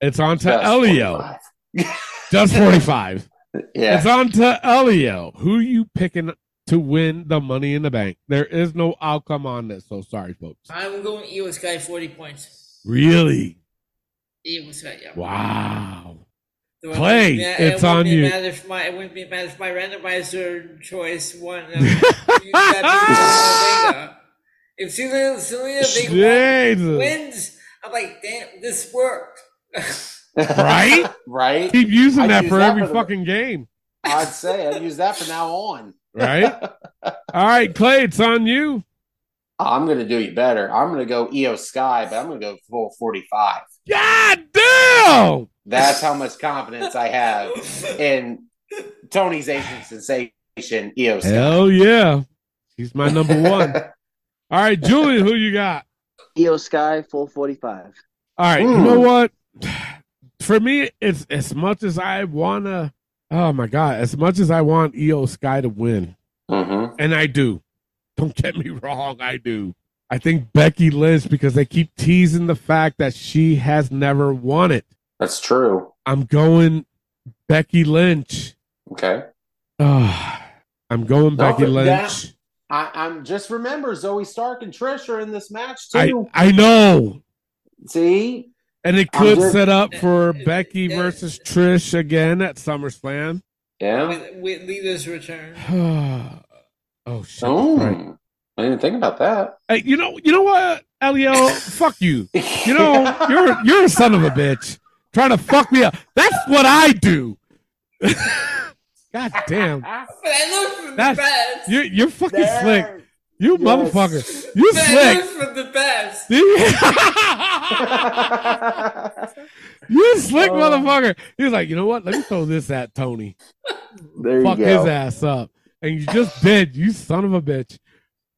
Speaker 4: It's on to
Speaker 5: Just
Speaker 4: Elio.
Speaker 5: 25.
Speaker 4: Just forty-five.
Speaker 5: Yeah.
Speaker 4: It's on to Elio. Who you picking to win the Money in the Bank? There is no outcome on this, so sorry, folks.
Speaker 6: I'm going Io Sky 40 points.
Speaker 4: Really?
Speaker 6: Io Sky, yeah.
Speaker 4: Wow.
Speaker 6: So
Speaker 4: Clay,
Speaker 6: I wouldn't be mad-
Speaker 4: it's
Speaker 6: I wouldn't
Speaker 4: on
Speaker 6: be
Speaker 4: you.
Speaker 6: Mad if my, I wouldn't be mad if my randomizer choice won. Um, you got Selena Vega. if Selena, Selena Vega
Speaker 4: Jesus.
Speaker 6: won- wins, I'm like, damn, this worked.
Speaker 4: Right?
Speaker 5: *laughs* right?
Speaker 4: Keep using
Speaker 5: I'd
Speaker 4: that
Speaker 5: use
Speaker 4: for
Speaker 5: that
Speaker 4: every
Speaker 5: for the-
Speaker 4: fucking
Speaker 5: *laughs*
Speaker 4: game,
Speaker 5: I'd say I'd use that from now on.
Speaker 4: right? All right, Clay, it's on you.
Speaker 5: oh, I'm gonna do you better. I'm gonna go EO Sky, but I'm gonna go full 45.
Speaker 4: God damn!
Speaker 5: That's how much confidence I have in Tony's Asian sensation, EO Sky.
Speaker 4: Hell yeah. He's my
Speaker 5: *laughs*
Speaker 4: number one. All right, Julian, who you got?
Speaker 9: Io Sky, full 45.
Speaker 4: All right, you know what? *sighs* For me, it's as much as I wanna oh my god, as much as I want EO Sky to win,
Speaker 5: Mhm.
Speaker 4: and I do. Don't get me wrong, I do. I think Becky Lynch, because they keep teasing the fact that she has never won it.
Speaker 5: That's true.
Speaker 4: I'm going Becky Lynch. *sighs*
Speaker 5: Okay.
Speaker 4: Ah, I'm going
Speaker 5: No,
Speaker 4: Becky
Speaker 5: but
Speaker 4: Lynch.
Speaker 5: I, I'm just remember Zoe Stark and Trish are in this match
Speaker 4: I,
Speaker 5: too.
Speaker 4: I know.
Speaker 5: See?
Speaker 4: And it
Speaker 5: I'm
Speaker 4: could
Speaker 5: just-
Speaker 4: set up for Becky versus Trish again at SummerSlam. *sighs*
Speaker 5: Yeah.
Speaker 6: with, with Lita's return.
Speaker 4: oh shit.
Speaker 5: Oh,
Speaker 4: Right.
Speaker 5: I didn't think about that.
Speaker 4: Hey, you know you know what,
Speaker 5: *laughs*
Speaker 4: Elio? fuck you. You know, you're you're a son of a bitch. Trying to fuck me up. That's what I do. *laughs* God damn.
Speaker 6: But I look for the
Speaker 4: That's-
Speaker 6: best.
Speaker 4: You you're fucking
Speaker 5: There.
Speaker 4: slick. You motherfucker. You
Speaker 6: But I
Speaker 4: slick.
Speaker 6: look for the best. *laughs*
Speaker 4: *laughs*
Speaker 5: *laughs*
Speaker 4: you slick
Speaker 5: Oh.
Speaker 4: motherfucker. He was like, you know what? Let me throw this at Tony.
Speaker 5: there you
Speaker 4: Fuck
Speaker 5: go.
Speaker 4: his ass up. And you just did, you son of a bitch.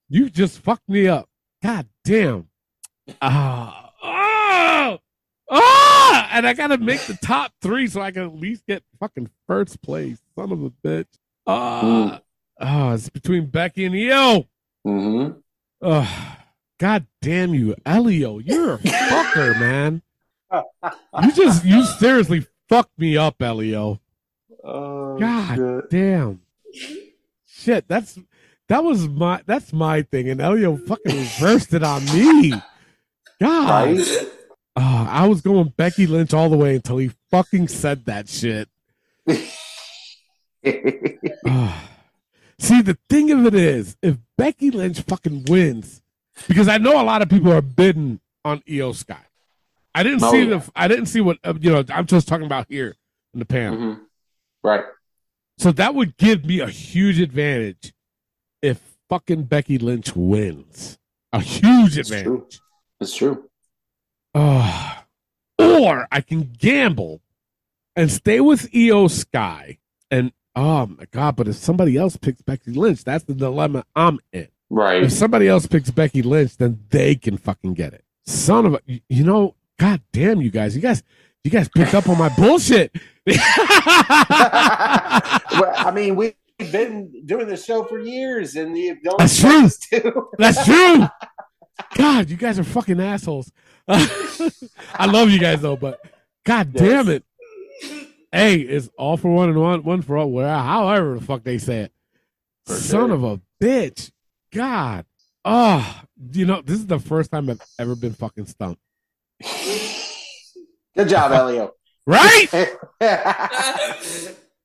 Speaker 4: You just fucked me up. God damn. Ah. oh, ah! And I gotta make the top three so I can at least get fucking first place. Son of a bitch. Ah. Ah, it's between Becky and E Eo.
Speaker 5: Mhm.
Speaker 4: Ugh. God damn you, Elio. You're a fucker, man. You just, you seriously fucked me up, Elio.
Speaker 5: Oh,
Speaker 4: God
Speaker 5: shit.
Speaker 4: damn. Shit, that's that was my that's my thing, and Elio fucking reversed it on me. God,
Speaker 5: Right?
Speaker 4: Ah, I was going Becky Lynch all the way until he fucking said that shit.
Speaker 5: *laughs*
Speaker 4: Ah. *sighs* see, the thing of it is, if Becky Lynch fucking wins, because I know a lot of people are bidding on Io Sky. I didn't
Speaker 5: Oh,
Speaker 4: see
Speaker 5: yeah.
Speaker 4: the. I didn't see what uh, you know. I'm just talking about here in the panel.
Speaker 5: Mhm. Right.
Speaker 4: So that would give me a huge advantage if fucking Becky Lynch wins. A huge
Speaker 5: It's true.
Speaker 4: advantage.
Speaker 5: It's true.
Speaker 4: Ugh. or I can gamble and stay with EO Sky. And oh my God, but if somebody else picks Becky Lynch, that's the dilemma I'm in. If *laughs*
Speaker 5: Right.
Speaker 4: somebody else picks Becky Lynch, then they can fucking get it. Son of a, you- you know, god damn you guys. You guys, you guys picked up on my bullshit. *laughs*
Speaker 5: well, I mean, we've been doing this show for years, and you don't.
Speaker 4: That's
Speaker 5: expect us *laughs* to.
Speaker 4: That's true. God, you guys are fucking assholes. *laughs* I love you guys though, but God
Speaker 5: Yes.
Speaker 4: damn it. Hey, it's all for one and one, one for all. Where, however the fuck they say it.
Speaker 5: For
Speaker 4: Son
Speaker 5: sure.
Speaker 4: of a bitch. God. Oh, you know, this is the first time I've ever been fucking stumped.
Speaker 5: Good job, Elio. *laughs*
Speaker 4: Right?
Speaker 5: yeah.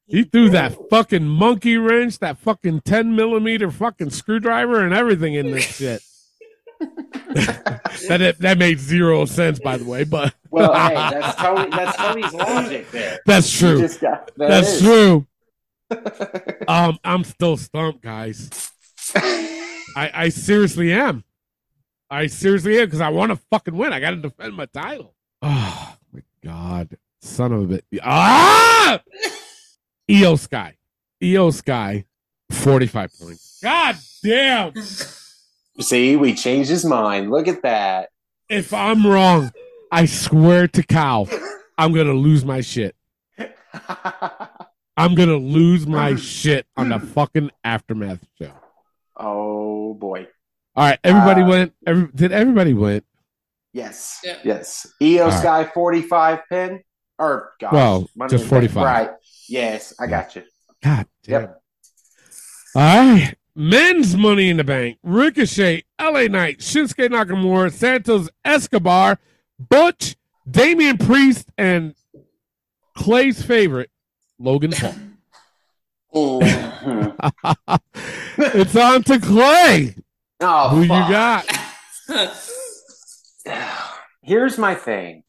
Speaker 4: He threw that fucking monkey wrench, that fucking 10 millimeter fucking screwdriver, and everything in this
Speaker 5: *laughs*
Speaker 4: shit. *laughs* that that made zero sense, by the way, but *laughs*
Speaker 5: Well, hey, that's Tony. That's Tony's logic there.
Speaker 4: that's
Speaker 5: You
Speaker 4: true.
Speaker 5: just got- that
Speaker 4: That's
Speaker 5: is.
Speaker 4: true. um, I'm still stumped, guys. I, I seriously am. I seriously am because I want to fucking win. I got to defend my title. *sighs* Oh my god, son of a bit. Ah, EO Sky, EO Sky, forty-five points. God damn!
Speaker 5: *laughs* See, we changed his mind. Look at that. *laughs*
Speaker 4: If I'm wrong, I swear to cow, I'm gonna lose my shit. I'm gonna lose my shit on the fucking aftermath show.
Speaker 5: oh boy.
Speaker 4: All right, everybody
Speaker 5: Uh,
Speaker 4: went. Every, did everybody went?
Speaker 5: Yes.
Speaker 6: Yeah.
Speaker 5: Yes. EO
Speaker 4: All right.
Speaker 5: Sky 45 pin. Or, gosh.
Speaker 4: Well,
Speaker 5: Money
Speaker 4: just
Speaker 5: in the Bank.
Speaker 4: 45.
Speaker 5: Right. Yes, I
Speaker 4: *laughs*
Speaker 5: got you.
Speaker 4: God damn.
Speaker 5: Yep.
Speaker 4: All right. Men's Money in the Bank. Ricochet, LA Knight, Shinsuke Nakamura, Santos Escobar, Butch, Damian Priest, and Clay's favorite, Logan Paul. *laughs*
Speaker 5: oh,
Speaker 4: it's on to Clay. Who you
Speaker 5: Oh, fuck.
Speaker 4: got?
Speaker 5: *sighs* Here's my thing.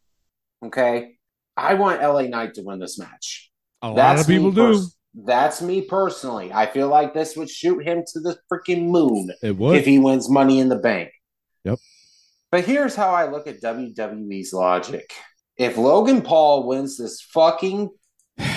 Speaker 5: Okay. I want LA Knight to win this match.
Speaker 4: A lot of people
Speaker 5: me
Speaker 4: do.
Speaker 5: pers- that's me personally. I feel like this would shoot him to the freaking moon
Speaker 4: It would.
Speaker 5: if he wins Money in the Bank.
Speaker 4: Yep.
Speaker 5: But here's how I look at WWE's logic. If Logan Paul wins this fucking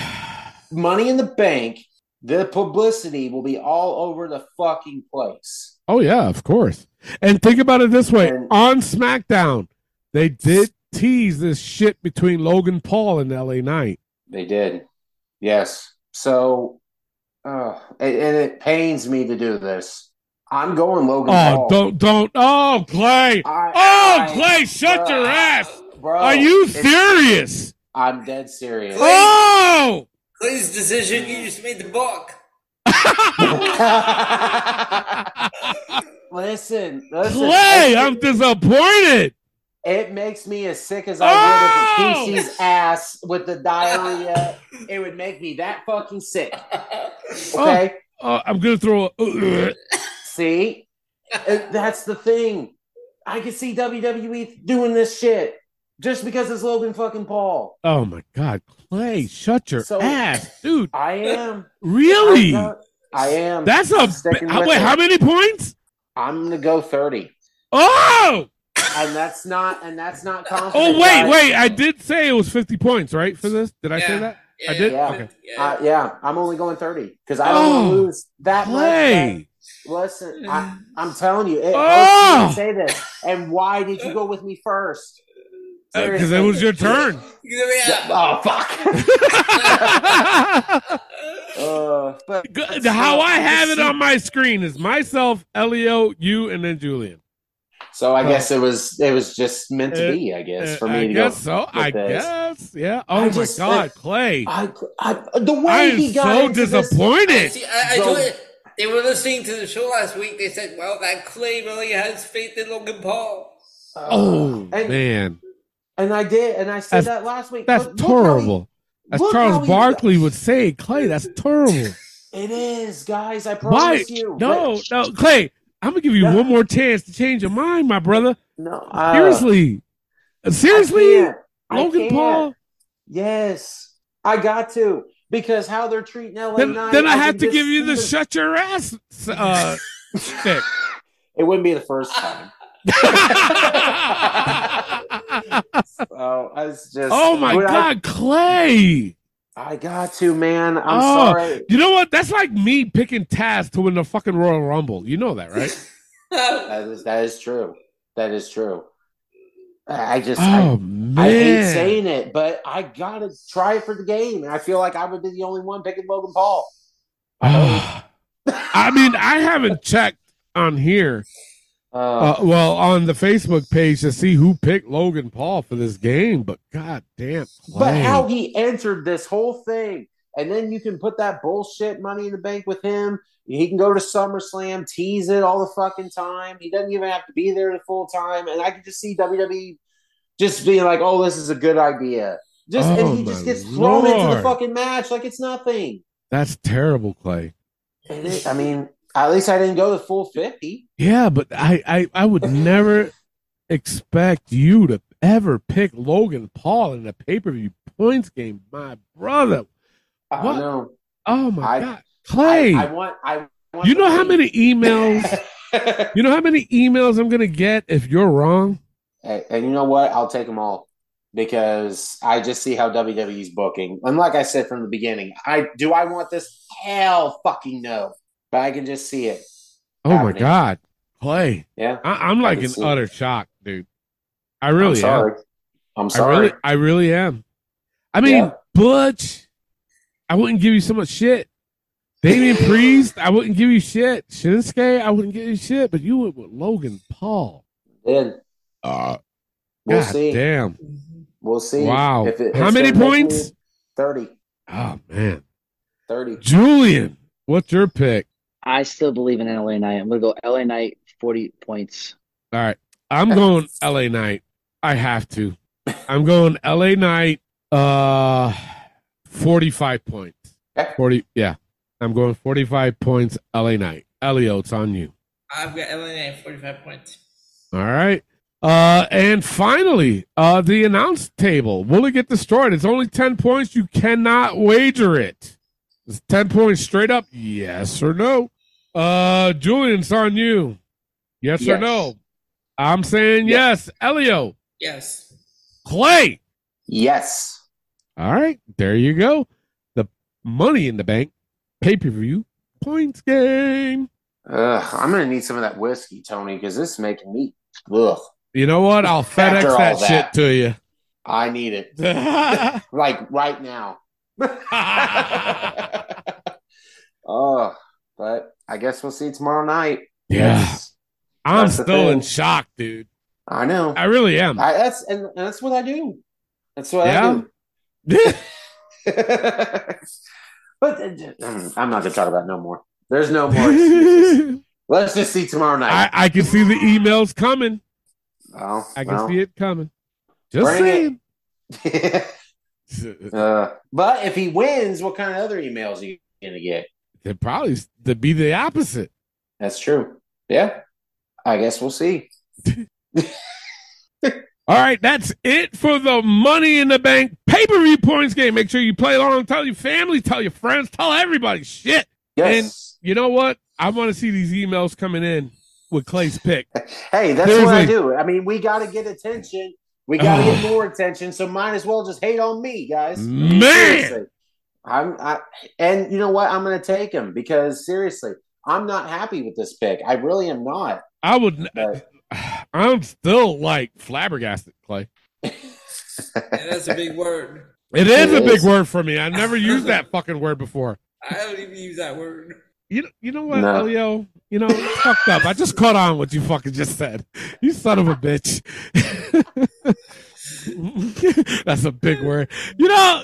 Speaker 5: *sighs* Money in the Bank, the publicity will be all over the fucking place.
Speaker 4: Oh yeah, of course. And think about it this way:
Speaker 5: And-
Speaker 4: on SmackDown, they did tease this shit between Logan Paul and LA Knight.
Speaker 5: They did. Yes. So, uh, and, and it pains me to do this. I'm going Logan
Speaker 4: Oh,
Speaker 5: Paul.
Speaker 4: don't, don't. Oh, Clay.
Speaker 5: I-
Speaker 4: Oh,
Speaker 5: I-
Speaker 4: Clay, shut
Speaker 5: Bruh.
Speaker 4: your ass.
Speaker 5: Bro,
Speaker 4: Are you
Speaker 5: it's-
Speaker 4: serious?
Speaker 5: I'm dead serious.
Speaker 4: Oh.
Speaker 6: Clay's decision, you just made the book.
Speaker 5: *laughs* listen, listen.
Speaker 4: Clay,
Speaker 5: it,
Speaker 4: I'm disappointed.
Speaker 5: it makes me as sick as I
Speaker 4: Oh!
Speaker 5: would if a PC's ass with the
Speaker 4: *laughs*
Speaker 5: diarrhea. it would make me that fucking sick. Okay,
Speaker 4: Uh, I'm gonna throw. A, uh,
Speaker 5: see, It- that's the thing. I can see WWE doing this shit just because it's Logan fucking Paul.
Speaker 4: oh my God, Clay, shut your
Speaker 5: So-
Speaker 4: ass, dude.
Speaker 5: I am
Speaker 4: Really?
Speaker 5: I'm not- I am.
Speaker 4: That's a.
Speaker 5: sticking
Speaker 4: How,
Speaker 5: with
Speaker 4: wait,
Speaker 5: it.
Speaker 4: how many points?
Speaker 5: I'm gonna go thirty.
Speaker 4: Oh.
Speaker 5: and that's not and that's not confident.
Speaker 4: Oh wait,
Speaker 5: guys.
Speaker 4: wait! I did say it was fifty points, right? For this, did I say that? I did?
Speaker 5: Yeah.
Speaker 4: Okay.
Speaker 5: Uh, yeah, I'm only going thirty because I don't want
Speaker 4: Oh,
Speaker 5: to lose that much.
Speaker 4: Play.
Speaker 5: That- Listen, I, I'm telling you, it
Speaker 4: Oh.
Speaker 5: hurts me to say this. And why did you go with me first?
Speaker 4: Because Uh, it was your
Speaker 5: *laughs*
Speaker 4: turn.
Speaker 6: Yeah.
Speaker 5: Oh fuck! *laughs*
Speaker 4: Good-
Speaker 5: uh, but
Speaker 4: How I have it on my screen is myself, Elio, you, and then Julian.
Speaker 5: So I guess it was it was just meant to be. I
Speaker 4: Uh,
Speaker 5: guess for
Speaker 4: I
Speaker 5: me to
Speaker 4: guess
Speaker 5: go.
Speaker 4: so. I guess. Yeah. Oh my
Speaker 5: I just-
Speaker 4: God,
Speaker 5: uh,
Speaker 4: Clay.
Speaker 5: I, I, the way
Speaker 4: I am
Speaker 5: he got
Speaker 4: so
Speaker 5: into this-
Speaker 4: disappointed.
Speaker 6: See, I, I do it. They were listening to the show last week. They said, "Well, that Clay really has faith in Logan Paul." *laughs*
Speaker 4: oh
Speaker 5: Uh, and-
Speaker 4: man,
Speaker 5: And I did, and I said
Speaker 4: That's-
Speaker 5: that last week.
Speaker 4: that's
Speaker 5: Look- look how he-
Speaker 4: terrible. As
Speaker 5: look how
Speaker 4: Charles
Speaker 5: he-
Speaker 4: Barkley would say, Clay, that's terrible.
Speaker 5: *laughs* It is, guys. I
Speaker 4: Why?
Speaker 5: promise you.
Speaker 4: No, no, Clay. I'm gonna give you one more chance to change your mind, my brother.
Speaker 5: No, uh,
Speaker 4: seriously, seriously,
Speaker 5: can't. I
Speaker 4: Logan
Speaker 5: can't.
Speaker 4: Paul.
Speaker 5: Yes, I got to because how they're treating LA
Speaker 4: Then,
Speaker 5: Knight,
Speaker 4: then I
Speaker 5: can
Speaker 4: have to
Speaker 5: just
Speaker 4: give you
Speaker 5: see
Speaker 4: the shut your ass uh, stick.
Speaker 5: *laughs* It wouldn't be the first
Speaker 4: *laughs*
Speaker 5: time. so I was just.
Speaker 4: Oh my
Speaker 5: when I-
Speaker 4: God, Clay!
Speaker 5: I got to, man. I'm
Speaker 4: oh,
Speaker 5: sorry.
Speaker 4: you know what? That's like me picking Taz to win the fucking Royal Rumble. You know that, right?
Speaker 5: That is that is true. That is true. I I just
Speaker 4: oh
Speaker 5: I,
Speaker 4: man,
Speaker 5: I hate saying it, but I gotta try it for the game. And I feel like I would be the only one picking Logan Paul.
Speaker 4: Ah. I mean, I haven't checked on here.
Speaker 5: Uh,
Speaker 4: Uh, well, on the Facebook page to see who picked Logan Paul for this game, but god damn,
Speaker 5: but
Speaker 4: Clay.
Speaker 5: how he entered this whole thing, and then you can put that bullshit money in the bank with him. He can go to SummerSlam, tease it all the fucking time. He doesn't even have to be there the full time. And I can just see WWE just being like, "Oh, this is a good idea." Just
Speaker 4: Oh,
Speaker 5: and he
Speaker 4: my
Speaker 5: just gets thrown into
Speaker 4: Lord.
Speaker 5: the fucking match like it's nothing.
Speaker 4: that's terrible, Clay.
Speaker 5: And it, I mean, at least I didn't go the full 50.
Speaker 4: Yeah, but I, I, I would never expect you to ever pick Logan Paul in a pay per view points game, my brother.
Speaker 5: I
Speaker 4: What?
Speaker 5: don't know.
Speaker 4: Oh my
Speaker 5: I-
Speaker 4: god, Clay!
Speaker 5: I, I want, I want
Speaker 4: you know how
Speaker 5: the *laughs*
Speaker 4: many emails?
Speaker 5: lead.
Speaker 4: you know how many emails I'm gonna get if you're wrong?
Speaker 5: and, and you know what? I'll take them all because I just see how WWE's booking. And like I said from the beginning, I do I want this? Hell fucking no. But I can just see it.
Speaker 4: Oh my
Speaker 5: Happening.
Speaker 4: god, Clay!
Speaker 5: Yeah.
Speaker 4: I, I'm like
Speaker 5: can
Speaker 4: in
Speaker 5: see it.
Speaker 4: utter shock, dude. I really
Speaker 5: I'm
Speaker 4: am.
Speaker 5: sorry. I'm
Speaker 4: I
Speaker 5: sorry.
Speaker 4: really, I really am. I mean,
Speaker 5: Yeah.
Speaker 4: Butch, I wouldn't give you so much shit.
Speaker 5: *laughs*
Speaker 4: Damian Priest, I wouldn't give you shit. Shinsuke, I wouldn't give you shit. But you went with Logan Paul.
Speaker 5: Then
Speaker 4: Uh,
Speaker 5: we'll
Speaker 4: God
Speaker 5: see.
Speaker 4: damn!
Speaker 5: We'll see.
Speaker 4: Wow.
Speaker 5: If it-
Speaker 4: How
Speaker 5: it's
Speaker 4: many
Speaker 5: gonna make
Speaker 4: points?
Speaker 5: me 30.
Speaker 4: Oh man,
Speaker 5: 30.
Speaker 4: Julian, what's your pick?
Speaker 9: I still believe in LA Knight. I'm gonna go LA Knight forty points.
Speaker 4: All right,
Speaker 5: *laughs*
Speaker 4: I'm going L.A. Knight. I have to. I'm going L.A. Knight. Uh, forty-five points.
Speaker 5: Okay.
Speaker 4: Forty. Yeah, I'm going forty-five points. L.A. Knight. Elio, it's on you.
Speaker 6: I've got LNA at forty-five points.
Speaker 4: All right. Uh, and finally, uh, the announce table. Will it get destroyed? It's only 10 points. You cannot wager it. It's 10 points straight up. Yes or no? Uh, Julian, it's on you. Yes, or
Speaker 9: Yes.
Speaker 4: no? I'm saying yes. Elio,
Speaker 6: Yes.
Speaker 4: Clay.
Speaker 5: Yes.
Speaker 4: All right. There you go. The money in the bank pay per view points game.
Speaker 5: Ugh, I'm gonna need some of that whiskey, Tony, because this is making me ugh.
Speaker 4: You know what? I'll
Speaker 5: After
Speaker 4: FedEx
Speaker 5: all
Speaker 4: that,
Speaker 5: that.
Speaker 4: shit to
Speaker 5: *laughs*
Speaker 4: you.
Speaker 5: I need it like right
Speaker 4: *laughs*
Speaker 5: now. oh, but I guess we'll see tomorrow night.
Speaker 4: yeah.
Speaker 5: That's-
Speaker 4: I'm
Speaker 5: That's the
Speaker 4: still in
Speaker 5: thing.
Speaker 4: shock, dude.
Speaker 5: I know.
Speaker 4: I really am.
Speaker 5: I, *laughs* that's and, and that's what I do. That's what
Speaker 4: Yeah.
Speaker 5: I do. *laughs* but uh, I'm not gonna talk about it no more. There's no more.
Speaker 4: *laughs*
Speaker 5: excuses.
Speaker 4: I,
Speaker 5: Let's just see tomorrow night.
Speaker 4: *laughs* I can see the emails coming.
Speaker 5: oh,
Speaker 4: I can
Speaker 5: well.
Speaker 4: see it coming. Just
Speaker 5: Bring
Speaker 4: saying.
Speaker 5: *laughs* Uh, but if he wins, what kind of other emails are you gonna get?
Speaker 4: They're probably to be the opposite.
Speaker 5: That's true. Yeah, I guess we'll see.
Speaker 4: All right, that's it for the Money in the Bank pay per view points game. Make sure you play along. Tell your family, tell your friends, tell everybody. Shit.
Speaker 5: Yes. *laughs*
Speaker 4: You know what? I want to see these emails coming in with Clay's pick.
Speaker 5: hey, that's what
Speaker 4: Seriously.
Speaker 5: I do. I mean, we got to get attention. We got to
Speaker 4: Ugh. *sighs*
Speaker 5: get more attention. So might as well just hate on me, guys.
Speaker 4: Man.
Speaker 5: Seriously. I'm. I, and you know what? I'm going to take him because seriously, I'm not happy with this pick. I really am not.
Speaker 4: I would.
Speaker 5: But
Speaker 4: *sighs*
Speaker 5: *laughs*
Speaker 4: I'm still like flabbergasted, Clay.
Speaker 6: And that's
Speaker 4: *laughs*
Speaker 6: a big word.
Speaker 4: It is
Speaker 5: It
Speaker 4: a big
Speaker 5: is.
Speaker 4: word for me. I never used that fucking word before.
Speaker 6: I don't even use that word.
Speaker 4: You you know what,
Speaker 5: No.
Speaker 4: Elio? You know, it's fucked up. I just caught on what you fucking just said. You son of a bitch. *laughs* That's a big word. You know,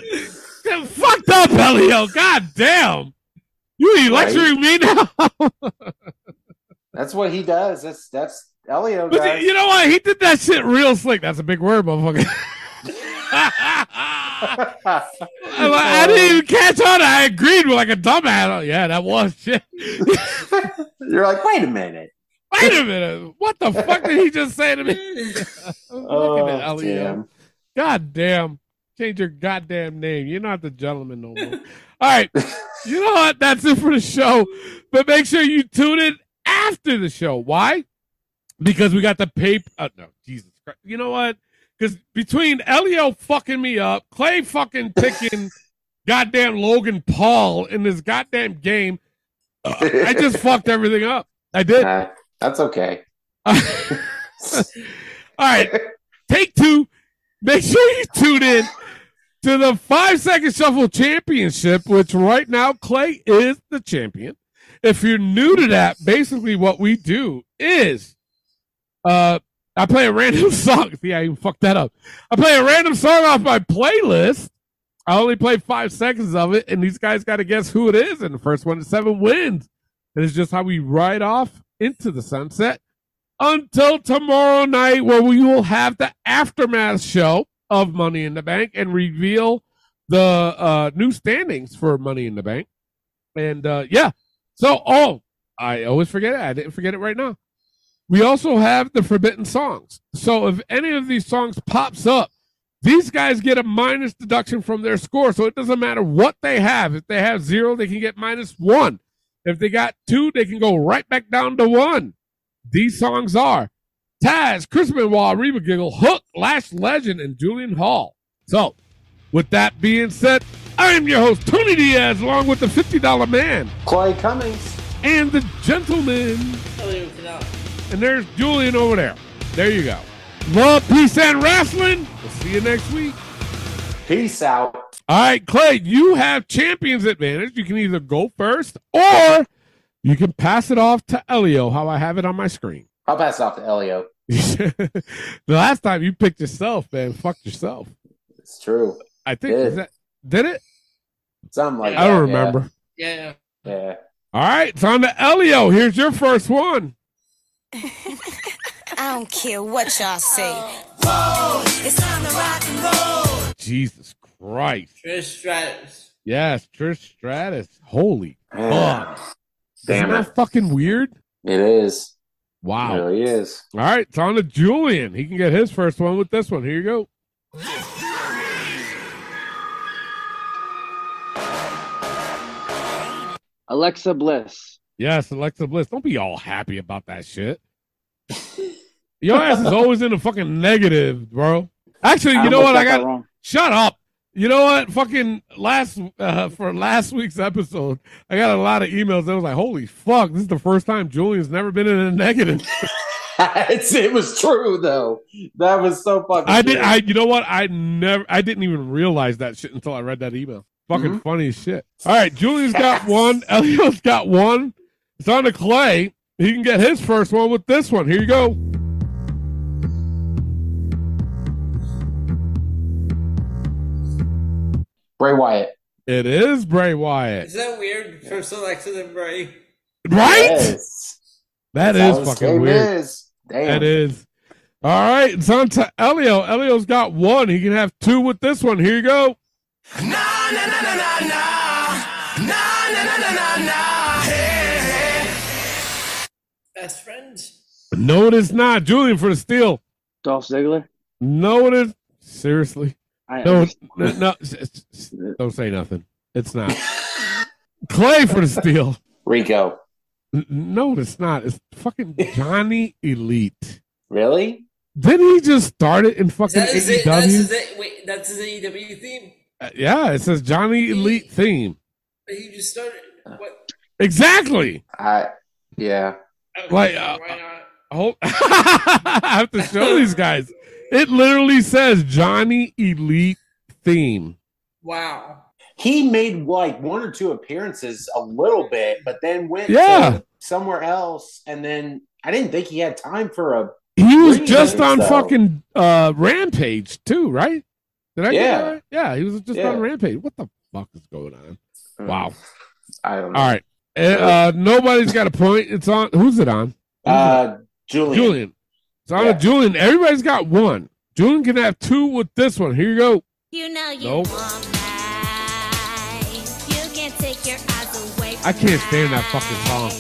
Speaker 4: fucked up, Elio. God damn. You ain't
Speaker 5: Right.
Speaker 4: lecturing me now. *laughs*
Speaker 5: That's what he does. That's that's Elio
Speaker 4: But
Speaker 5: does.
Speaker 4: you,
Speaker 5: *laughs*
Speaker 4: you know what? He did that shit real slick. That's a big word, motherfucker. *laughs* I, I didn't even catch on. I agreed with like a dumbass. Oh, yeah, that was shit.
Speaker 5: You're like, wait a minute.
Speaker 4: Wait a minute. What the fuck did he just say to
Speaker 5: *laughs*
Speaker 4: me?
Speaker 5: Oh,
Speaker 4: Look at that, Elio.
Speaker 5: damn.
Speaker 4: God damn. Change your goddamn name. You're not the gentleman no more. All right. You know what? That's it for the show. But make sure you tune in after the show. Why? Because we got the paper. Uh, no, Jesus Christ. You know what? Because between Elio fucking me up, Clay fucking
Speaker 5: *laughs*
Speaker 4: picking goddamn Logan Paul in this goddamn game, I just fucked everything up. I did.
Speaker 5: *laughs* Nah,
Speaker 4: *laughs*
Speaker 5: that's okay.
Speaker 4: All right. Take two. Make sure you tune in to the five second shuffle championship, which right now Clay is the champion. If you're new to that, basically what we do is uh I play a random *laughs* song. See, I even fucked that up. I play a random song off my playlist. I only play five seconds of it, and these guys got to guess who it is. And the first one to seven wins. And it's just how we ride off into the sunset until tomorrow night, where we will have the aftermath show of Money in the Bank and reveal the uh, new standings for Money in the Bank. And uh, yeah, so oh, I always forget it. I didn't forget it right now. We also have the forbidden songs. So if any of these songs pops up, these guys get a minus deduction from their score. So it doesn't matter what they have. If they have zero, they can get minus one. If they got two, they can go right back down to one. These songs are Taz, Chris Benoit, Reba Giggle, Hook, Lash Legend, and Julian Hall. So with that being said, I am your host, Tony Diaz, along with the $50 man,
Speaker 5: Clay Cummings.
Speaker 4: and the gentleman.
Speaker 6: Elio Canal.
Speaker 4: And there's Julian over there. There you go. Love, peace, and wrestling. We'll see you next week.
Speaker 5: Peace out.
Speaker 4: All right, Clay, you have champions advantage. You can either go first or you can pass it off to Elio, how I have it on my screen.
Speaker 5: I'll pass it off to Elio.
Speaker 4: the last time you picked yourself, man, fucked yourself.
Speaker 5: It's true.
Speaker 4: I think
Speaker 5: Yeah.
Speaker 4: is that, did it?
Speaker 5: Something like
Speaker 4: I don't
Speaker 5: that, yeah.
Speaker 4: remember.
Speaker 6: Yeah.
Speaker 5: Yeah.
Speaker 4: All right, it's on to Elio. Here's your first one.
Speaker 12: I don't care what y'all say. Whoa, it's time to rock and roll.
Speaker 4: Jesus Christ.
Speaker 6: Trish Stratus.
Speaker 4: Yes, Trish Stratus. Holy
Speaker 5: Yeah.
Speaker 4: fuck. Isn't
Speaker 5: Damn it.
Speaker 4: that fucking weird?
Speaker 5: It is.
Speaker 4: Wow.
Speaker 5: It really is. *laughs*
Speaker 4: All right, it's on to Julian. He can get his first one with this one. Here you go.
Speaker 9: Alexa Bliss.
Speaker 4: Yes, Alexa Bliss. Don't be all happy about that shit. Your ass is always in the fucking negative, bro. Actually, you know
Speaker 9: almost
Speaker 4: what? I got.
Speaker 9: that wrong.
Speaker 4: Shut up. You know what? Fucking last uh, for last week's episode, I got a lot of emails. that was like, "Holy fuck! This is the first time Julian's never been in a negative."
Speaker 5: it's, it was true though. That was so fucking.
Speaker 4: I did.
Speaker 5: true.
Speaker 4: I. You know what? I never. I didn't even realize that shit until I read that email. Fucking funny as shit. All right, Julian's got one. *laughs* Elio's got one. It's on to Clay. He can get his first one with this one. Here you go.
Speaker 5: Bray Wyatt.
Speaker 4: It is Bray Wyatt,
Speaker 6: Is that weird? First Alexa, then Bray.
Speaker 4: right?
Speaker 5: Yes.
Speaker 4: That
Speaker 5: That's
Speaker 4: is
Speaker 5: how this
Speaker 4: fucking
Speaker 5: game
Speaker 4: weird.
Speaker 5: is. Damn.
Speaker 4: That is. All right, it's on to Elio. Elio's got one. He can have two with this one. Here you go.
Speaker 6: Best friends.
Speaker 4: No, it is not. Julian for the steal.
Speaker 9: Dolph Ziggler.
Speaker 4: No, it is. Seriously.
Speaker 9: I
Speaker 4: No, no, no, s- s- s- don't say nothing. It's not. Clay for the steal.
Speaker 5: Rico.
Speaker 4: N- No, it's not. It's fucking Johnny Elite.
Speaker 5: Really?
Speaker 4: Didn't he just start it in
Speaker 6: Is
Speaker 4: fucking E
Speaker 6: that, is it, that's his,
Speaker 4: AEW?
Speaker 6: wait, that's his AEW theme?
Speaker 4: Uh, Yeah, it says Johnny Elite theme.
Speaker 6: But he just started.
Speaker 4: Uh,
Speaker 6: What?
Speaker 4: Exactly.
Speaker 5: I. Yeah.
Speaker 6: Okay,
Speaker 4: Like, uh,
Speaker 6: why not?
Speaker 4: Hold- *laughs* I have to show these guys. It literally says Johnny Elite theme.
Speaker 6: Wow.
Speaker 5: he made like one or two appearances a little bit, but then went
Speaker 4: Yeah.
Speaker 5: to somewhere else. And then I didn't think he had time for a.
Speaker 4: He was
Speaker 5: breather,
Speaker 4: just on
Speaker 5: so-
Speaker 4: fucking uh, Rampage too, right? Did I? get
Speaker 5: Yeah.
Speaker 4: that right? yeah. He was just
Speaker 5: Yeah.
Speaker 4: on Rampage. What the fuck is going on? Wow.
Speaker 5: Mm. I don't
Speaker 4: All right. Uh, uh, nobody's got a point. It's on. Who's it on? Who's
Speaker 5: Uh,
Speaker 4: it?
Speaker 5: Julian.
Speaker 4: Julian. It's on a Julian. Everybody's got one. Julian can have two with this one. Here you go.
Speaker 12: You know you
Speaker 4: Nope.
Speaker 12: want mine. You can't take your eyes away
Speaker 4: I
Speaker 12: from
Speaker 4: can't stand that fucking song.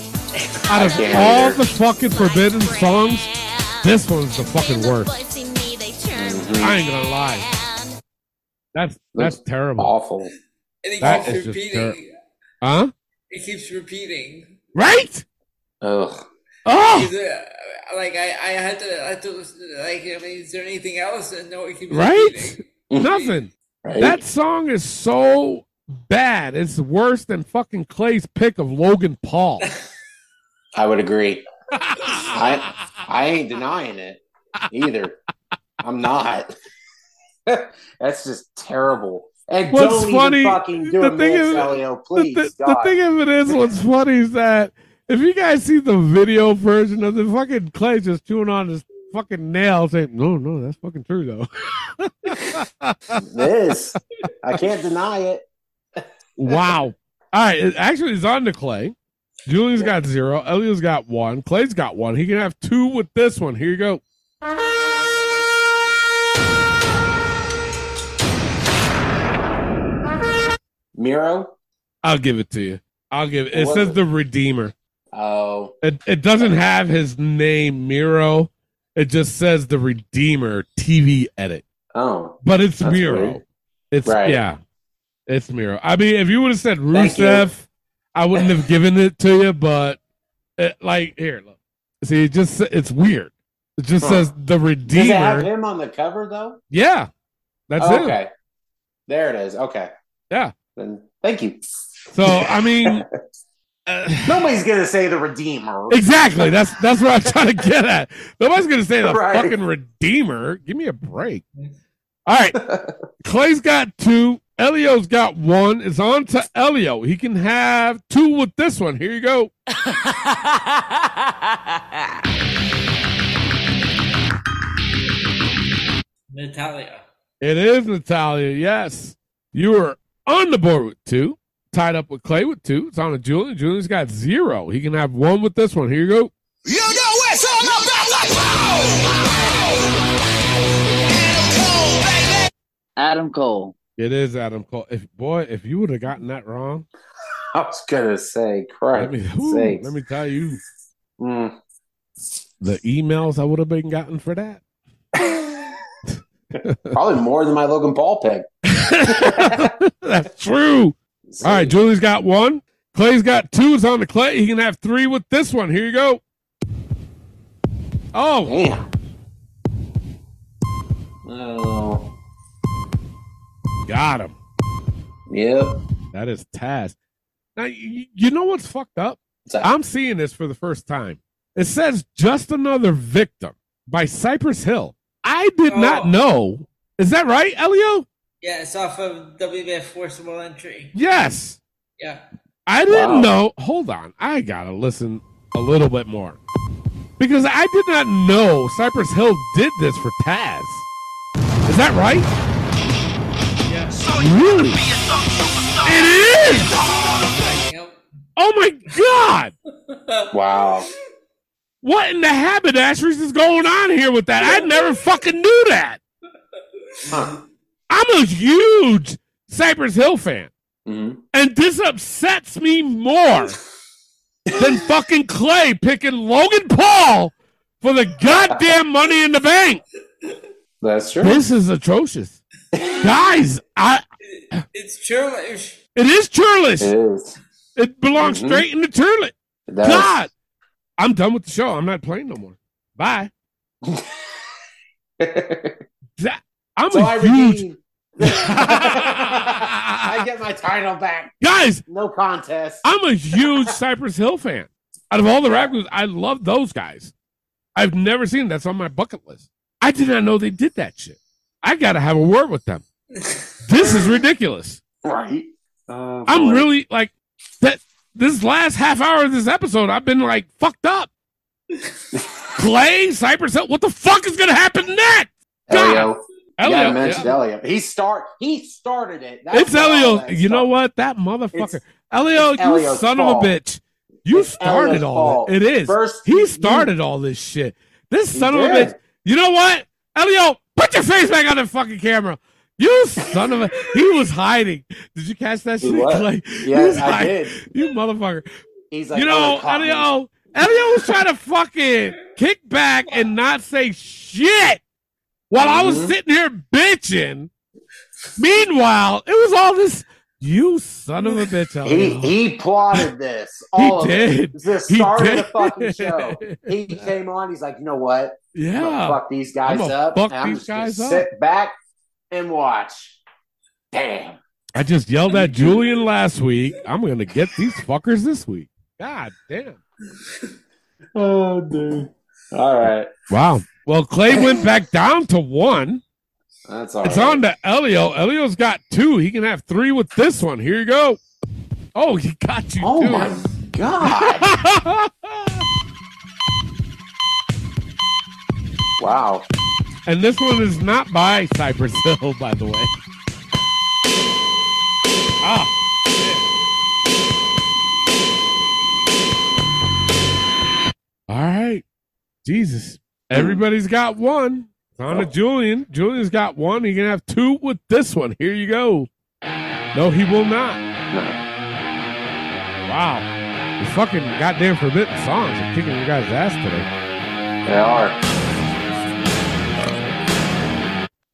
Speaker 4: Out of
Speaker 12: can't
Speaker 4: all
Speaker 12: either.
Speaker 4: the fucking forbidden songs, this one's the fucking worst.
Speaker 12: boys who me. They turn
Speaker 4: I ain't gonna lie. That's that's terrible.
Speaker 5: Awful.
Speaker 6: And it
Speaker 4: That
Speaker 6: keeps
Speaker 4: is just
Speaker 6: repeating.
Speaker 4: terrible. Huh?
Speaker 6: It keeps repeating.
Speaker 4: Right?
Speaker 5: Ugh. *laughs*
Speaker 4: Oh.
Speaker 6: Is it- like I, I had to, I had to listen to, like, I mean, is there anything else? And no, it keeps repeating.
Speaker 4: Right? Nothing.
Speaker 5: Right.
Speaker 4: That song is so bad. It's worse than fucking Clay's pick of Logan Paul.
Speaker 5: I would agree. I I ain't denying it either. I'm not. *laughs* That's just terrible. And
Speaker 4: What's
Speaker 5: don't
Speaker 4: funny-
Speaker 5: even fucking do
Speaker 4: the
Speaker 5: a
Speaker 4: thing
Speaker 5: mix,
Speaker 4: is-
Speaker 5: Elio, please.
Speaker 4: the, the
Speaker 5: God.
Speaker 4: thing of it is, what's funny is that if you guys see the video version of the fucking Clay just chewing on his fucking nail, saying, "No, no, that's fucking true
Speaker 5: *laughs*
Speaker 4: though." *laughs*
Speaker 5: this I can't deny it.
Speaker 4: wow. All right, it actually it's on to Clay. Julian's got zero. Elio's got one. Clay's got one. He can have two with this one. Here you go.
Speaker 5: Miro.
Speaker 4: I'll give it to you. I'll give it. It
Speaker 5: What
Speaker 4: says
Speaker 5: was it?
Speaker 4: the Redeemer.
Speaker 5: Oh,
Speaker 4: It it doesn't have his name Miro. It just says the Redeemer TV edit.
Speaker 5: oh,
Speaker 4: But it's
Speaker 5: That's
Speaker 4: Miro.
Speaker 5: weird.
Speaker 4: It's
Speaker 5: Right.
Speaker 4: yeah. It's Miro. I mean, if you would have said
Speaker 5: Thank you.
Speaker 4: Rusev, I wouldn't have given it to you. But it, like here, look. See, it just it's weird. It just
Speaker 5: Huh.
Speaker 4: says the
Speaker 5: does it have
Speaker 4: Redeemer.
Speaker 5: him on the cover though?
Speaker 4: Yeah, that's
Speaker 5: Oh,
Speaker 4: it.
Speaker 5: okay. There it is. Okay.
Speaker 4: Yeah.
Speaker 5: Then thank you.
Speaker 4: So I mean,
Speaker 5: Nobody's gonna say the Redeemer. *laughs*
Speaker 4: exactly. That's that's what I'm trying to get at. Nobody's gonna say the
Speaker 5: Right.
Speaker 4: fucking Redeemer. Give me a break. All right. Clay's got two. Elio's got one. It's on to Elio. He can have two with this one. Here you go.
Speaker 6: Natalia.
Speaker 4: It is Natalia. Yes. You are on the board with two. Tied up with Clay with two. It's on to Julian. Julian's got zero. He can have one with this one. Here you go.
Speaker 12: You know it's all about like
Speaker 9: Adam Cole.
Speaker 4: It is Adam Cole. If boy, if you would have gotten that wrong,
Speaker 5: I was gonna say, Christ.
Speaker 4: let me
Speaker 5: sakes.
Speaker 4: whew, let me tell you
Speaker 5: Mm.
Speaker 4: *laughs* the emails I would have been gotten for that.
Speaker 5: Probably more than my Logan Paul pick.
Speaker 4: That's true. All right, Julie's got one. Clay's got two. It's on the Clay. He can have three with this one. Here you go. Oh,
Speaker 5: Damn. Oh,
Speaker 4: got him.
Speaker 5: yep.
Speaker 4: That is Taz. Now, you, you know what's fucked up? I'm seeing this for the first time. It says Just Another Victim by Cypress Hill. I did not know. Is that right, Elio?
Speaker 6: Yeah, it's off of WBF Forcible Entry.
Speaker 4: Yes.
Speaker 6: Yeah.
Speaker 4: I didn't
Speaker 6: Wow.
Speaker 4: know. Hold on. I got to listen a little bit more. Because I did not know Cypress Hill did this for Taz. Is that right? Yes. Really? It is! Oh my god!
Speaker 5: Wow.
Speaker 4: What in the haberdasheries is going on here with that? I never fucking knew that. I'm a huge Cypress Hill fan.
Speaker 5: Mm-hmm.
Speaker 4: And this upsets me more
Speaker 5: *laughs*
Speaker 4: than fucking Clay picking Logan Paul for the goddamn money in the bank.
Speaker 5: That's true.
Speaker 4: This is atrocious. Guys, I
Speaker 6: It's churlish.
Speaker 4: it is churlish.
Speaker 5: It is.
Speaker 4: It belongs
Speaker 5: Mm-hmm.
Speaker 6: Mhm.
Speaker 4: straight in the turlet.
Speaker 5: does. *laughs*
Speaker 4: God, I'm done with the show. I'm not playing no more. Bye. That- I'm
Speaker 5: So
Speaker 4: a
Speaker 5: I
Speaker 4: huge *laughs*
Speaker 5: redeem. I get my title back.
Speaker 4: guys.
Speaker 5: No contest.
Speaker 4: I'm a huge Cypress Hill fan. Out of all the rap groups, I love those guys. I've never seen that's on my bucket list. I did not know they did that shit. I gotta have a word with them. This is ridiculous.
Speaker 5: Right. Oh,
Speaker 4: I'm really like that. This last half hour of this episode, I've been like fucked up. Clay, Cypress Hill, what the fuck is gonna happen next?
Speaker 5: Elio.
Speaker 4: Elio,
Speaker 5: you gotta mention
Speaker 4: yeah.
Speaker 5: Elio. He start he started it.
Speaker 4: it's Elio. You know what? That motherfucker, Elio,
Speaker 5: it's
Speaker 4: you
Speaker 5: Elio's
Speaker 4: son
Speaker 5: fault.
Speaker 4: of a bitch. You started
Speaker 5: Elio's
Speaker 4: all
Speaker 5: fault.
Speaker 4: it. It is.
Speaker 5: First,
Speaker 4: he started all this shit. This
Speaker 5: He
Speaker 4: son of a
Speaker 5: did.
Speaker 4: bitch. You know what, Elio? Put your face back on the fucking camera. You son of a. He was hiding. Did you catch that shit? *laughs*
Speaker 5: was.
Speaker 4: Clay? He
Speaker 5: Yes,
Speaker 4: was
Speaker 5: I
Speaker 4: hiding.
Speaker 5: did.
Speaker 4: You motherfucker.
Speaker 5: He's like,
Speaker 4: you
Speaker 5: "Oh,
Speaker 4: know,
Speaker 5: they caught me."
Speaker 4: Elio, Elio was trying to fucking kick back and not say shit while I was
Speaker 5: Mhm.
Speaker 4: sitting here bitching. Meanwhile, it was all this. You son of a bitch,
Speaker 5: He
Speaker 4: Elio.
Speaker 5: he plotted
Speaker 4: *laughs*
Speaker 5: this. All of
Speaker 4: did.
Speaker 5: it. This
Speaker 4: He
Speaker 5: started
Speaker 4: did.
Speaker 5: the
Speaker 4: *laughs*
Speaker 5: fucking show. He came on. He's like, you know what? I'm gonna
Speaker 4: yeah.
Speaker 5: fuck these guys
Speaker 4: I'ma
Speaker 5: up.
Speaker 4: fuck
Speaker 5: and I'm
Speaker 4: these
Speaker 5: just gonna
Speaker 4: guys up.
Speaker 5: sit back and watch. Damn.
Speaker 4: I just yelled at Julian last week. I'm gonna get these fuckers this week. God damn.
Speaker 5: Oh, dude. All right.
Speaker 4: Wow. Well, Clay went back down to one.
Speaker 5: That's all
Speaker 4: it's
Speaker 5: right.
Speaker 4: on to Elio. Elio's got two. He can have three with this one. Here you go. Oh, he got you.
Speaker 5: Oh
Speaker 4: too.
Speaker 5: my
Speaker 4: *laughs*
Speaker 5: god. wow.
Speaker 4: And this one is not by Cypress Hill, *laughs* by the way. Ah. shit. All right. Jesus. Everybody's got one. It's on to Julian. Julian's got one. He can have two with this one. Here you go. No, he will not. Wow. The fucking goddamn forbidden songs are kicking your guys' ass today.
Speaker 5: They are.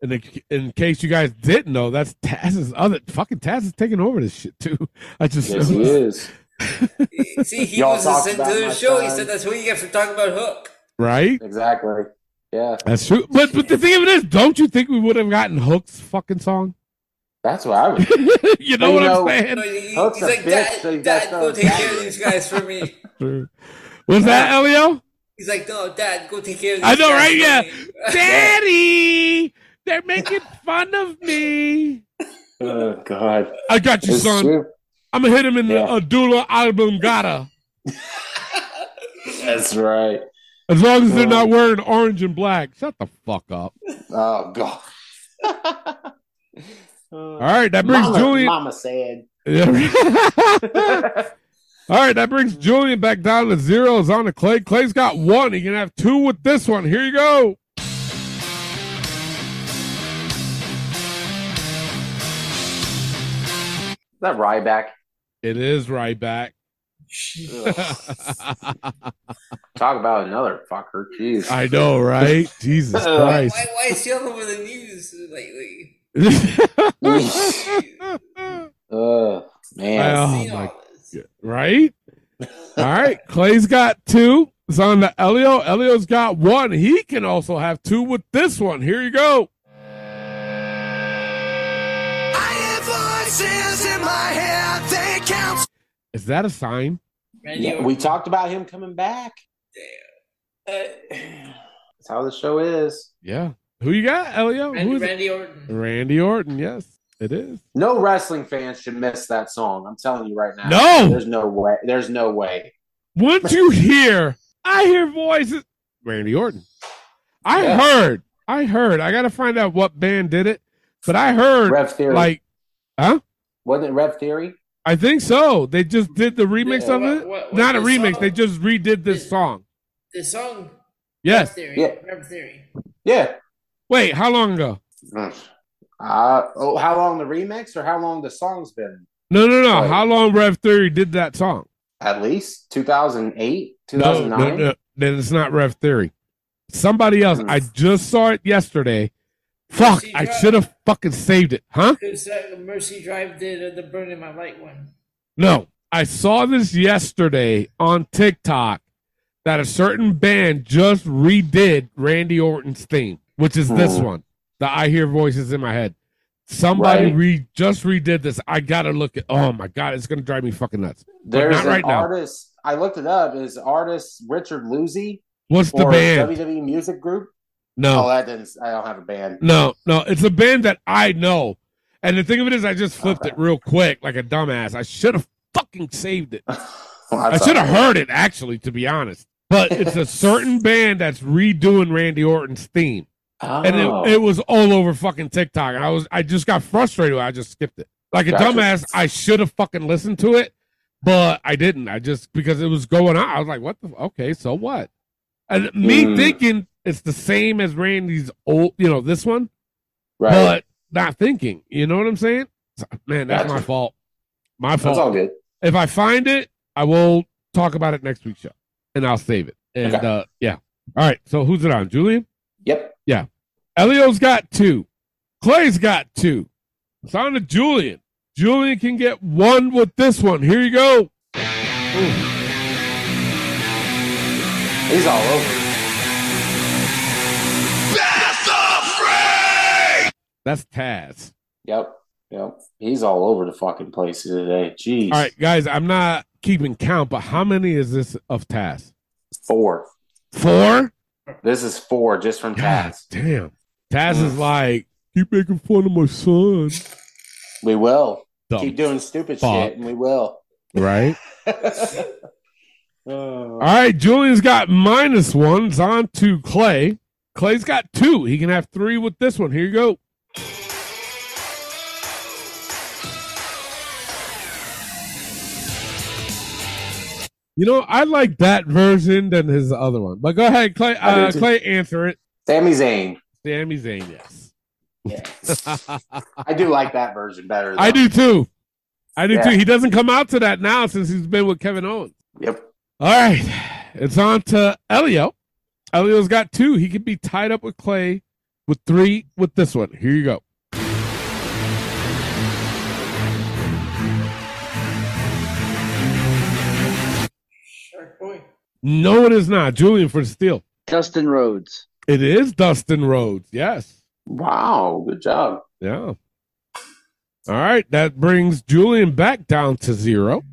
Speaker 4: And in, in case you guys didn't know, that's Taz's other fucking Taz is taking over this shit too. *laughs* I just
Speaker 5: Yes, *laughs* he is.
Speaker 6: See, he
Speaker 5: Y'all
Speaker 6: was
Speaker 5: talked
Speaker 6: listening
Speaker 5: about
Speaker 6: to
Speaker 5: my
Speaker 6: the show. He
Speaker 5: son.
Speaker 6: said that's what you get for talking about Hook.
Speaker 4: *laughs* right.
Speaker 5: Exactly. Yeah.
Speaker 4: That's true. But but the thing of it is, don't you think we would have gotten Hook's fucking song? *laughs*
Speaker 5: That's what I was.
Speaker 4: you know
Speaker 5: You
Speaker 4: what
Speaker 5: know-
Speaker 4: I'm
Speaker 6: No,
Speaker 4: saying?
Speaker 6: he- he's
Speaker 5: Hook's a
Speaker 6: like,
Speaker 5: bitch,
Speaker 6: Dad,
Speaker 5: so you
Speaker 6: Dad,
Speaker 5: got no
Speaker 6: go take
Speaker 5: dad."
Speaker 6: care of these guys for me.
Speaker 4: True. Was that
Speaker 5: *laughs*
Speaker 4: Elio?
Speaker 6: He's like, no, Dad, go take care of these
Speaker 4: I know,
Speaker 6: guys
Speaker 4: right?
Speaker 6: for
Speaker 4: Yeah.
Speaker 6: me."
Speaker 4: Daddy, they're
Speaker 5: *laughs*
Speaker 4: making fun of me.
Speaker 5: *laughs* Oh god.
Speaker 4: I got you,
Speaker 5: It's
Speaker 4: son.
Speaker 5: true.
Speaker 4: I'm gonna hit him in
Speaker 5: Yeah.
Speaker 4: the Adula album gotta.
Speaker 5: That's right.
Speaker 4: As long as they're
Speaker 5: Oh.
Speaker 4: not wearing orange and black. Shut the fuck up.
Speaker 5: Oh *laughs* god. Oh.
Speaker 4: All right, that brings
Speaker 5: Mama,
Speaker 4: Julian.
Speaker 5: Mama said. *laughs*
Speaker 4: *laughs* Yeah. All right, that brings Julian back down to zero. Is on to Clay. Clay's got one. He can have two with this one. Here you go.
Speaker 5: Is that
Speaker 4: *laughs*
Speaker 5: Ryback?
Speaker 4: It is right back.
Speaker 5: Talk about another fucker. Jeez.
Speaker 4: *laughs* I know, right? Jesus
Speaker 6: Why,
Speaker 4: Christ. *laughs*
Speaker 6: why is he all over the news lately?
Speaker 5: Oh man.
Speaker 4: Oh,
Speaker 6: Seeing
Speaker 4: my-
Speaker 6: all this.
Speaker 4: right? All right. Clay's got two. It's on to Elio. Elio's got one. He can also have two with this one. Here you go.
Speaker 12: I hear voices in my head, they count
Speaker 4: Is that a sign?
Speaker 6: Man,
Speaker 5: Yeah,
Speaker 6: you-
Speaker 5: we talked about him coming back.
Speaker 6: Uh,
Speaker 5: That's how the show is.
Speaker 4: Yeah. Who you got, Elio?
Speaker 6: Randy,
Speaker 4: Who is it?
Speaker 6: Randy Orton.
Speaker 4: Randy Orton. Yes, it is.
Speaker 5: No wrestling fans should miss that song. I'm telling you right now.
Speaker 4: No.
Speaker 5: There's no way. There's no way.
Speaker 4: Once you hear, I hear voices. Randy Orton. I
Speaker 5: Yeah.
Speaker 4: heard. I heard. I got to find out what band did it, but I heard
Speaker 5: Rev Theory.
Speaker 4: like, huh?
Speaker 5: Wasn't it Rev Theory?
Speaker 4: I think so. They just did the remix
Speaker 5: Yeah.
Speaker 4: of it.
Speaker 6: What- what- what
Speaker 4: Not a
Speaker 6: the
Speaker 4: remix.
Speaker 6: song?
Speaker 4: They just redid this
Speaker 6: Yeah.
Speaker 4: song.
Speaker 6: The song. Rap
Speaker 4: Yes.
Speaker 6: Theory.
Speaker 5: Yeah.
Speaker 6: Rap Theory.
Speaker 5: Yeah.
Speaker 4: Wait, how long ago?
Speaker 5: Uh, oh, how long the remix or how long the song's been?
Speaker 4: No, no, no.
Speaker 5: Right.
Speaker 4: How long Rev Theory did that song?
Speaker 5: At least 2008,
Speaker 4: No,
Speaker 5: 2009?
Speaker 4: no, no. Then it's not Rev Theory. Somebody else.
Speaker 5: Hmm.
Speaker 4: I just saw it yesterday. Fuck,
Speaker 6: Mercy
Speaker 4: I
Speaker 6: Drive.
Speaker 4: should have fucking saved it, huh?
Speaker 6: Because uh, Mercy Drive did uh, the Burn in My Light one.
Speaker 4: No, I saw this yesterday on TikTok that a certain band just redid Randy Orton's theme, which is this
Speaker 5: Hmm.
Speaker 4: one. The I hear voices in my head. Somebody
Speaker 5: Right.
Speaker 4: re- just redid this. I gotta look at. Oh my god, it's gonna drive me fucking nuts.
Speaker 5: There's
Speaker 4: not
Speaker 5: an
Speaker 4: right now.
Speaker 5: artist. I looked it up. Is artist Richard Luzzi
Speaker 4: What's the
Speaker 5: or
Speaker 4: band?
Speaker 5: WWE E Music Group?
Speaker 4: no,
Speaker 5: *laughs* Oh, that didn't. I don't have a band.
Speaker 4: no, no. It's a band that I know, And the thing of it is, I just flipped it real quick like a dumbass. I should have fucking saved it. I
Speaker 5: that's
Speaker 4: should have
Speaker 5: all right.
Speaker 4: heard it, actually, to be honest. But it's
Speaker 5: *laughs*
Speaker 4: a certain band that's redoing Randy Orton's theme. And
Speaker 5: Oh.
Speaker 4: it, it was all over fucking TikTok. And I was I just got frustrated. I just skipped it. Like a
Speaker 5: Gotcha.
Speaker 4: dumbass, I should have fucking listened to it, but I didn't. I just because it was going on. I was like, what the okay, so what? And me
Speaker 5: Mm.
Speaker 4: thinking it's the same as Randy's old, you know, this one,
Speaker 5: Right.
Speaker 4: but not thinking. You know what I'm saying? So, Man, that's my
Speaker 5: Gotcha.
Speaker 4: fault. My
Speaker 5: That's
Speaker 4: fault.
Speaker 5: all good.
Speaker 4: If I find it, I will talk about it next week's show, and I'll save it. And
Speaker 5: Okay.
Speaker 4: uh, yeah, all right. So who's it on? Julian.
Speaker 5: Yep.
Speaker 4: Yeah. Elio's got two. Clay's got two. It's on to Julian. Julian can get one with this one. Here you go.
Speaker 5: He's all over.
Speaker 4: That's Taz.
Speaker 5: Yep. Yep. He's all over the fucking place today. Jeez.
Speaker 4: All right, guys. I'm not keeping count, but how many is this of Taz?
Speaker 5: Four.
Speaker 4: Four.
Speaker 5: This is four just from
Speaker 4: God
Speaker 5: Taz. Mm.
Speaker 4: damn. Taz is like, keep making fun of my son.
Speaker 5: We will.
Speaker 4: Dumb
Speaker 5: Keep *laughs* doing stupid
Speaker 4: fuck.
Speaker 5: shit and we will.
Speaker 4: Right.
Speaker 5: Oh.
Speaker 4: All right, Julian's got minus one. It's on to Clay. Clay's got two. He can have three with this one. Here you go. You know, I like that version than his other one. But go ahead, Clay.
Speaker 5: I do
Speaker 4: Uh,
Speaker 5: too.
Speaker 4: Clay, answer it.
Speaker 5: Sami Zayn.
Speaker 4: Sami Zayn, yes.
Speaker 5: I do like that version better.
Speaker 4: *laughs* I do
Speaker 5: though.
Speaker 4: too. I do
Speaker 5: Yeah.
Speaker 4: too. He doesn't come out to that now since he's been with Kevin Owens.
Speaker 5: Yep.
Speaker 4: All right. It's on to Elio. Elio's got two. He could be tied up with Clay with three with this one. Here you go.
Speaker 6: Shark Boy.
Speaker 4: No, it is not. Julian for the steal.
Speaker 9: Dustin Rhodes.
Speaker 4: It is Dustin Rhodes. Yes.
Speaker 5: Wow. Good job.
Speaker 4: Yeah. All right. That brings Julian back down to zero.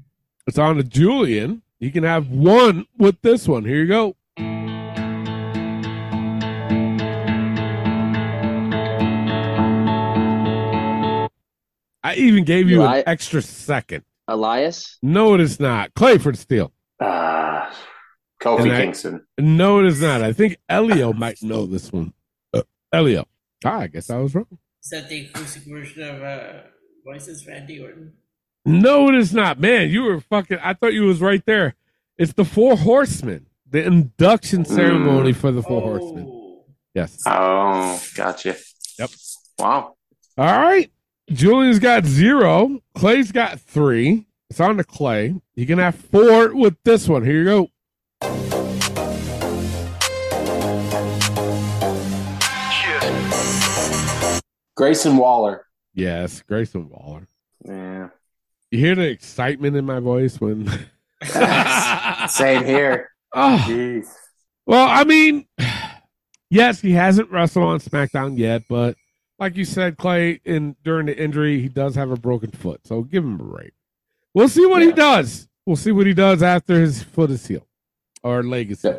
Speaker 4: It's on to Julian. He can have one with this one. Here you go. I even gave you
Speaker 9: Eli-
Speaker 4: an extra second.
Speaker 9: Elias.
Speaker 4: No, it is not. Clayford Steele.
Speaker 5: Uh, Kofi
Speaker 4: And I-
Speaker 5: Kingston.
Speaker 4: No, it is not. I think Elio might know this one. Uh, Elio. Ah, I guess I was wrong.
Speaker 6: Is that the acoustic version of uh, Voices Randy Orton?
Speaker 4: No, it is not. Man, you were fucking. I thought you was right there. It's the Four Horsemen, the induction ceremony for the Four
Speaker 6: Oh.
Speaker 4: Horsemen. Yes.
Speaker 5: Oh, gotcha.
Speaker 4: Yep.
Speaker 5: Wow.
Speaker 4: All right. Julian's got zero. Clay's got three. It's on to Clay. You can have four with this one. Here you go.
Speaker 5: Grayson Waller.
Speaker 4: Yes, Grayson Waller. *laughs*
Speaker 5: Yeah.
Speaker 4: You hear the excitement in my voice when.
Speaker 5: Same here.
Speaker 4: Oh,
Speaker 5: Jeez.
Speaker 4: Well, I mean, *sighs* yes, he hasn't wrestled on SmackDown yet, but like you said, Clay, in during the injury, he does have a broken foot, so give him a break. We'll see what he
Speaker 5: Yeah.
Speaker 4: does. We'll see what he does after his foot is healed or leg is healed.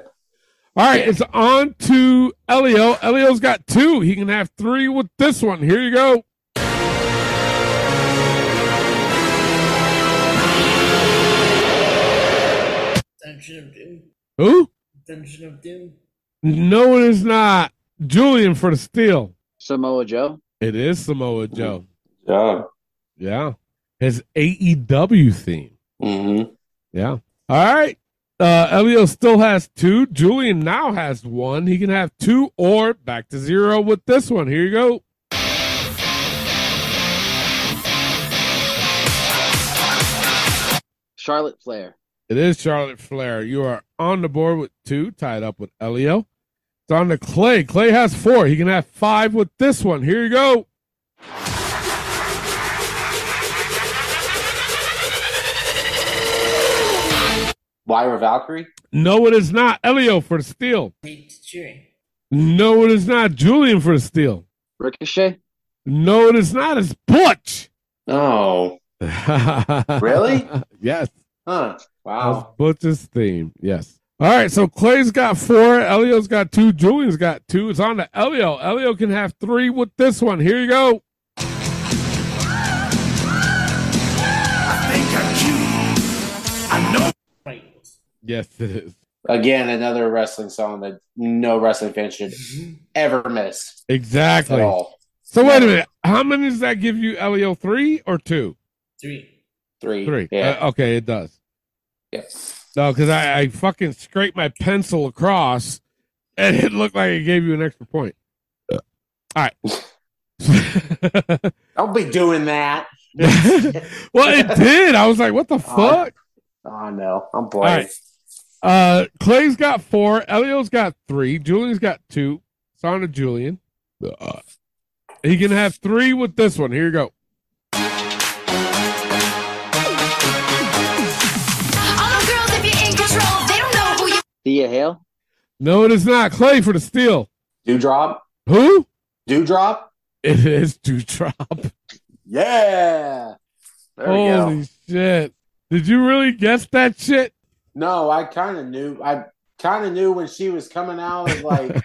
Speaker 5: Yeah.
Speaker 4: All right,
Speaker 5: Yeah.
Speaker 4: it's on to Elio. Elio's got two. He can have three with this one. Here you go.
Speaker 6: Dungeon of Doom.
Speaker 4: Who?
Speaker 6: Dungeon of Doom.
Speaker 4: No, it is not. Julian for the steal.
Speaker 9: Samoa Joe.
Speaker 4: It is Samoa Joe.
Speaker 5: Job.
Speaker 4: Yeah. His AEW theme.
Speaker 5: Mm-hmm.
Speaker 4: Yeah. All right. Uh, Elio still has two. Julian now has one. He can have two or back to zero with this one. Here you go.
Speaker 9: Charlotte Flair.
Speaker 4: It is Charlotte Flair. You are on the board with two, tied up with Elio. It's on to Clay. Clay has four. He can have five with this one. Here you go.
Speaker 5: Lyra Valkyrie.
Speaker 4: No, it is not. Elio for the steal.
Speaker 6: Hate cheering.
Speaker 4: No, it is not. Julian for the steal.
Speaker 9: Ricochet.
Speaker 4: No, it is not. It's Butch.
Speaker 5: Oh. Really?
Speaker 4: *laughs* yes.
Speaker 5: Huh.
Speaker 4: That's
Speaker 5: Wow.
Speaker 4: Butch's theme. Yes. All right. So Clay's got four. Elio's got two. Julian's got two. It's on to Elio. Elio can have three with this one. Here you go. Yes, it is.
Speaker 5: Again, another wrestling song that no wrestling fan should ever miss.
Speaker 4: Exactly.
Speaker 5: At all.
Speaker 4: So wait a minute. How many does that give you, Elio? Three or two?
Speaker 6: Three.
Speaker 5: Three.
Speaker 4: Three.
Speaker 5: Yeah.
Speaker 4: Uh, okay, it does.
Speaker 5: Yes.
Speaker 4: No, because I, I fucking scraped my pencil across, and it looked like it gave you an extra point. All
Speaker 5: *laughs*
Speaker 4: right.
Speaker 5: Don't be doing that.
Speaker 4: *laughs* well, it did. I was like, what the fuck?
Speaker 5: Oh no, I'm
Speaker 4: All
Speaker 5: playing.
Speaker 4: right. Uh, Clay's got four. Elio's got three. Julian's got two. It's on to Julian. Uh, he can have three with this one. Here you go.
Speaker 12: All them girls, if you're in control, they don't know who you
Speaker 4: Do you hail? No, it is not. Clay for the steal.
Speaker 5: Dewdrop.
Speaker 4: Who?
Speaker 5: Dewdrop.
Speaker 4: It is
Speaker 5: *laughs*
Speaker 4: Dewdrop.
Speaker 5: Yeah. There we go.
Speaker 4: Holy shit. Did you really guess that shit?
Speaker 5: No, I kind of knew. I kind of knew when she was coming out of like
Speaker 4: *laughs*
Speaker 5: *laughs*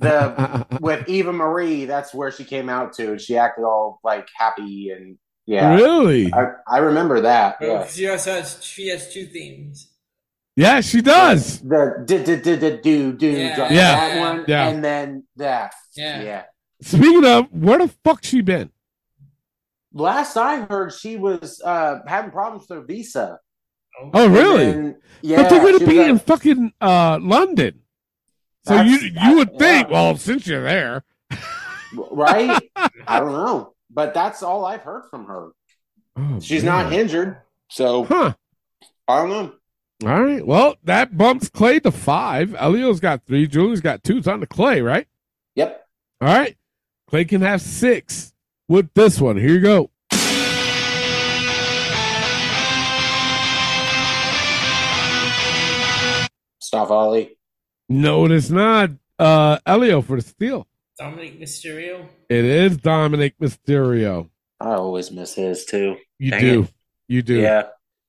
Speaker 5: the with Eva Marie. That's where she came out to, and she acted all like happy and yeah.
Speaker 4: Really?
Speaker 5: I, I remember that.
Speaker 6: Oh,
Speaker 5: Yeah.
Speaker 6: 'cause she also has she has two themes.
Speaker 4: Yeah, she does.
Speaker 5: The did did did did do do
Speaker 6: Yeah.
Speaker 5: drop
Speaker 4: Yeah.
Speaker 5: that one,
Speaker 4: Yeah.
Speaker 5: and then that.
Speaker 6: Yeah.
Speaker 5: yeah.
Speaker 4: Speaking of, where the fuck she been?
Speaker 5: Last I heard, she was uh, having problems with her visa.
Speaker 4: Oh, really?
Speaker 5: And-
Speaker 4: but they're
Speaker 5: she
Speaker 4: gonna
Speaker 5: was
Speaker 4: be
Speaker 5: at-
Speaker 4: in fucking uh, London. So
Speaker 5: That's-
Speaker 4: you you would think, well, since you're there,
Speaker 5: *laughs* right? I
Speaker 4: *laughs*
Speaker 5: don't know, but that's all I've heard from her. She's not injured, so
Speaker 4: Oh, huh?
Speaker 5: I don't know.
Speaker 4: All right. Well, that bumps Clay to five. Elio's got three. Julie's got two. It's on to Clay, right?
Speaker 5: Yep.
Speaker 4: All right. Clay can have six with this one. Here you go.
Speaker 5: Stop Ollie.
Speaker 4: No, it is not. Uh, Elio for the steal.
Speaker 6: Dominic Mysterio.
Speaker 4: It is Dominic Mysterio.
Speaker 5: I always miss his too.
Speaker 4: You
Speaker 5: Dang
Speaker 4: do.
Speaker 5: it.
Speaker 4: You do.
Speaker 5: Yeah.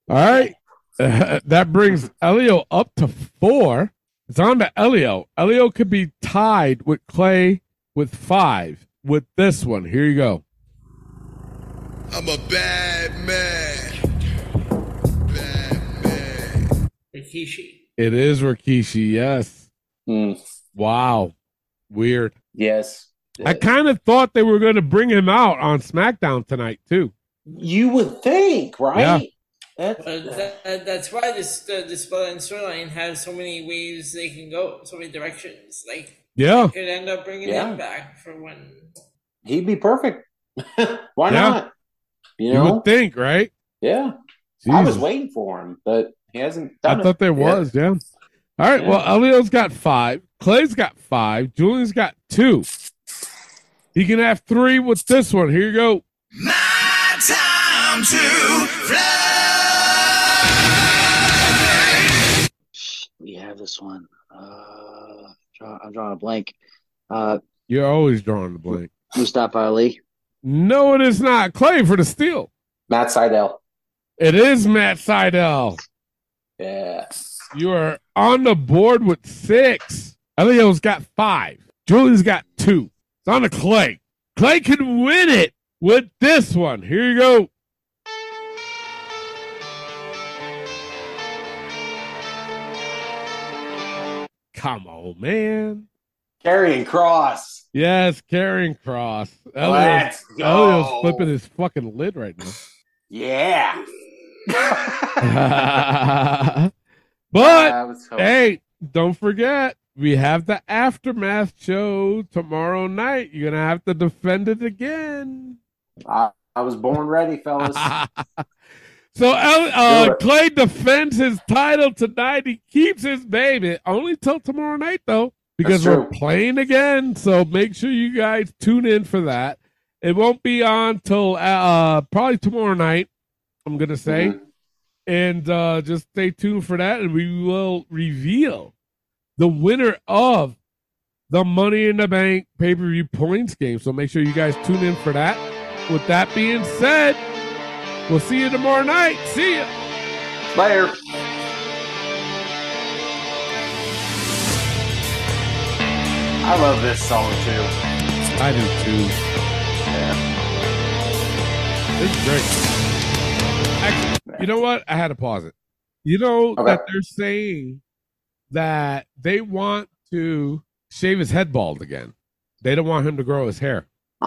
Speaker 4: All right. *laughs* that brings Elio up to four. It's on to Elio. Elio could be tied with Clay with five with this one. Here you go.
Speaker 13: I'm a bad man.
Speaker 6: Rikishi.
Speaker 4: It is Rikishi. Yes. Wow. Weird.
Speaker 5: Mm, Yes.
Speaker 4: I kind of thought they were going to bring him out on SmackDown tonight, too.
Speaker 5: You would think, right?
Speaker 4: Yeah.
Speaker 5: That's,
Speaker 6: that, that- that's why this uh, this bloodline storyline has so many ways they can go, so many directions. Like
Speaker 4: Oh. Yeah.
Speaker 6: could end up bringing
Speaker 5: Yeah.
Speaker 6: him back for one.
Speaker 5: He'd be perfect. *laughs* Why
Speaker 4: Yeah.
Speaker 5: not? You,
Speaker 4: You
Speaker 5: know?
Speaker 4: would think, right?
Speaker 5: Yeah. I was
Speaker 4: Jesus.
Speaker 5: waiting for him, but he hasn't done
Speaker 4: I thought
Speaker 5: it
Speaker 4: there
Speaker 5: yet.
Speaker 4: was, yeah. All right.
Speaker 5: Yeah.
Speaker 4: Well, Elio's got five. Clay's got five. Julian's got two. He can have three with this one. Here you go.
Speaker 13: Time to
Speaker 9: we have this one. Uh, draw, I'm drawing a blank. Uh,
Speaker 4: You're always drawing the blank.
Speaker 9: Mustafa Ali.
Speaker 4: No, it is not. Clay for the steal.
Speaker 5: Matt Seidel.
Speaker 4: It is Matt Seidel.
Speaker 5: Yeah.
Speaker 4: You are on the board with six. Elio's got five. Julian's got two. It's on to Clay. Clay can win it with this one. Here you go. Come on, man.
Speaker 5: Carrying Cross.
Speaker 4: Yes, carrying cross. Elio's,
Speaker 5: Let's go.
Speaker 4: Elio's flipping his fucking lid right *laughs*
Speaker 5: Yeah.
Speaker 4: now. *laughs*
Speaker 5: Oh, I
Speaker 4: but
Speaker 5: was hoping-
Speaker 4: hey, don't forget we have the aftermath show tomorrow night. You're gonna have to defend it again. *laughs*
Speaker 5: I, I was born ready, fellas.
Speaker 4: So El- uh,
Speaker 5: Do it.
Speaker 4: Clay defends his title tonight. He keeps his baby only till tomorrow night, though, because
Speaker 5: That's
Speaker 4: we're
Speaker 5: true.
Speaker 4: playing again. So make sure you guys tune in for that. It won't be on till uh, probably tomorrow night. I'm gonna *laughs* say, and uh, just stay tuned for that, and we will reveal the winner of the Money in the Bank pay per view points game. So make sure you guys tune in for that. With that being said, we'll see you tomorrow night. See ya.
Speaker 5: Later. I love this song too.
Speaker 4: I do too. Yeah. This is great. Actually, you know what? I had to pause it. You know
Speaker 5: Okay.
Speaker 4: that they're saying that they want to shave his head bald again. They don't want him to grow his hair.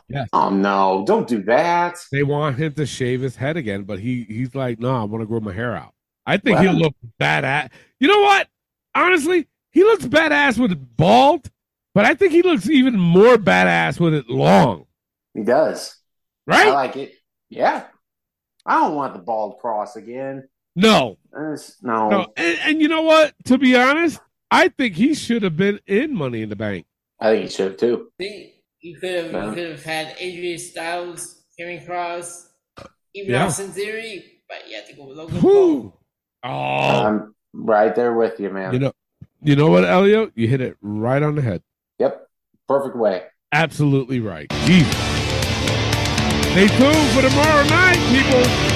Speaker 4: Yes.
Speaker 5: Oh no! Don't do that.
Speaker 4: They want him to shave his head again, but he he's like, no, I want to grow my hair out. I think
Speaker 5: Well-
Speaker 4: he'll look badass. You know what? Honestly, he looks badass with it bald, but I think he looks even more badass with it long.
Speaker 5: He does.
Speaker 4: Right?
Speaker 5: I like it. Yeah. I don't want the bald cross again.
Speaker 4: No.
Speaker 5: That's- no.
Speaker 4: No, and, and you know what? To be honest, I think he should have been in Money in the Bank.
Speaker 5: I think he should too.
Speaker 6: You could have
Speaker 4: Yeah.
Speaker 6: you could have had AJ Styles, Kevin Cross, even
Speaker 5: Yeah.
Speaker 6: Austin Theory, but you had to go with Logan Paul.
Speaker 4: Whew. Oh,
Speaker 5: I'm right there with you, man.
Speaker 4: you know, you know what, Elio? You hit it right on the head.
Speaker 5: Yep. Perfect way.
Speaker 4: Absolutely right. Jesus. Stay tuned for tomorrow night, people.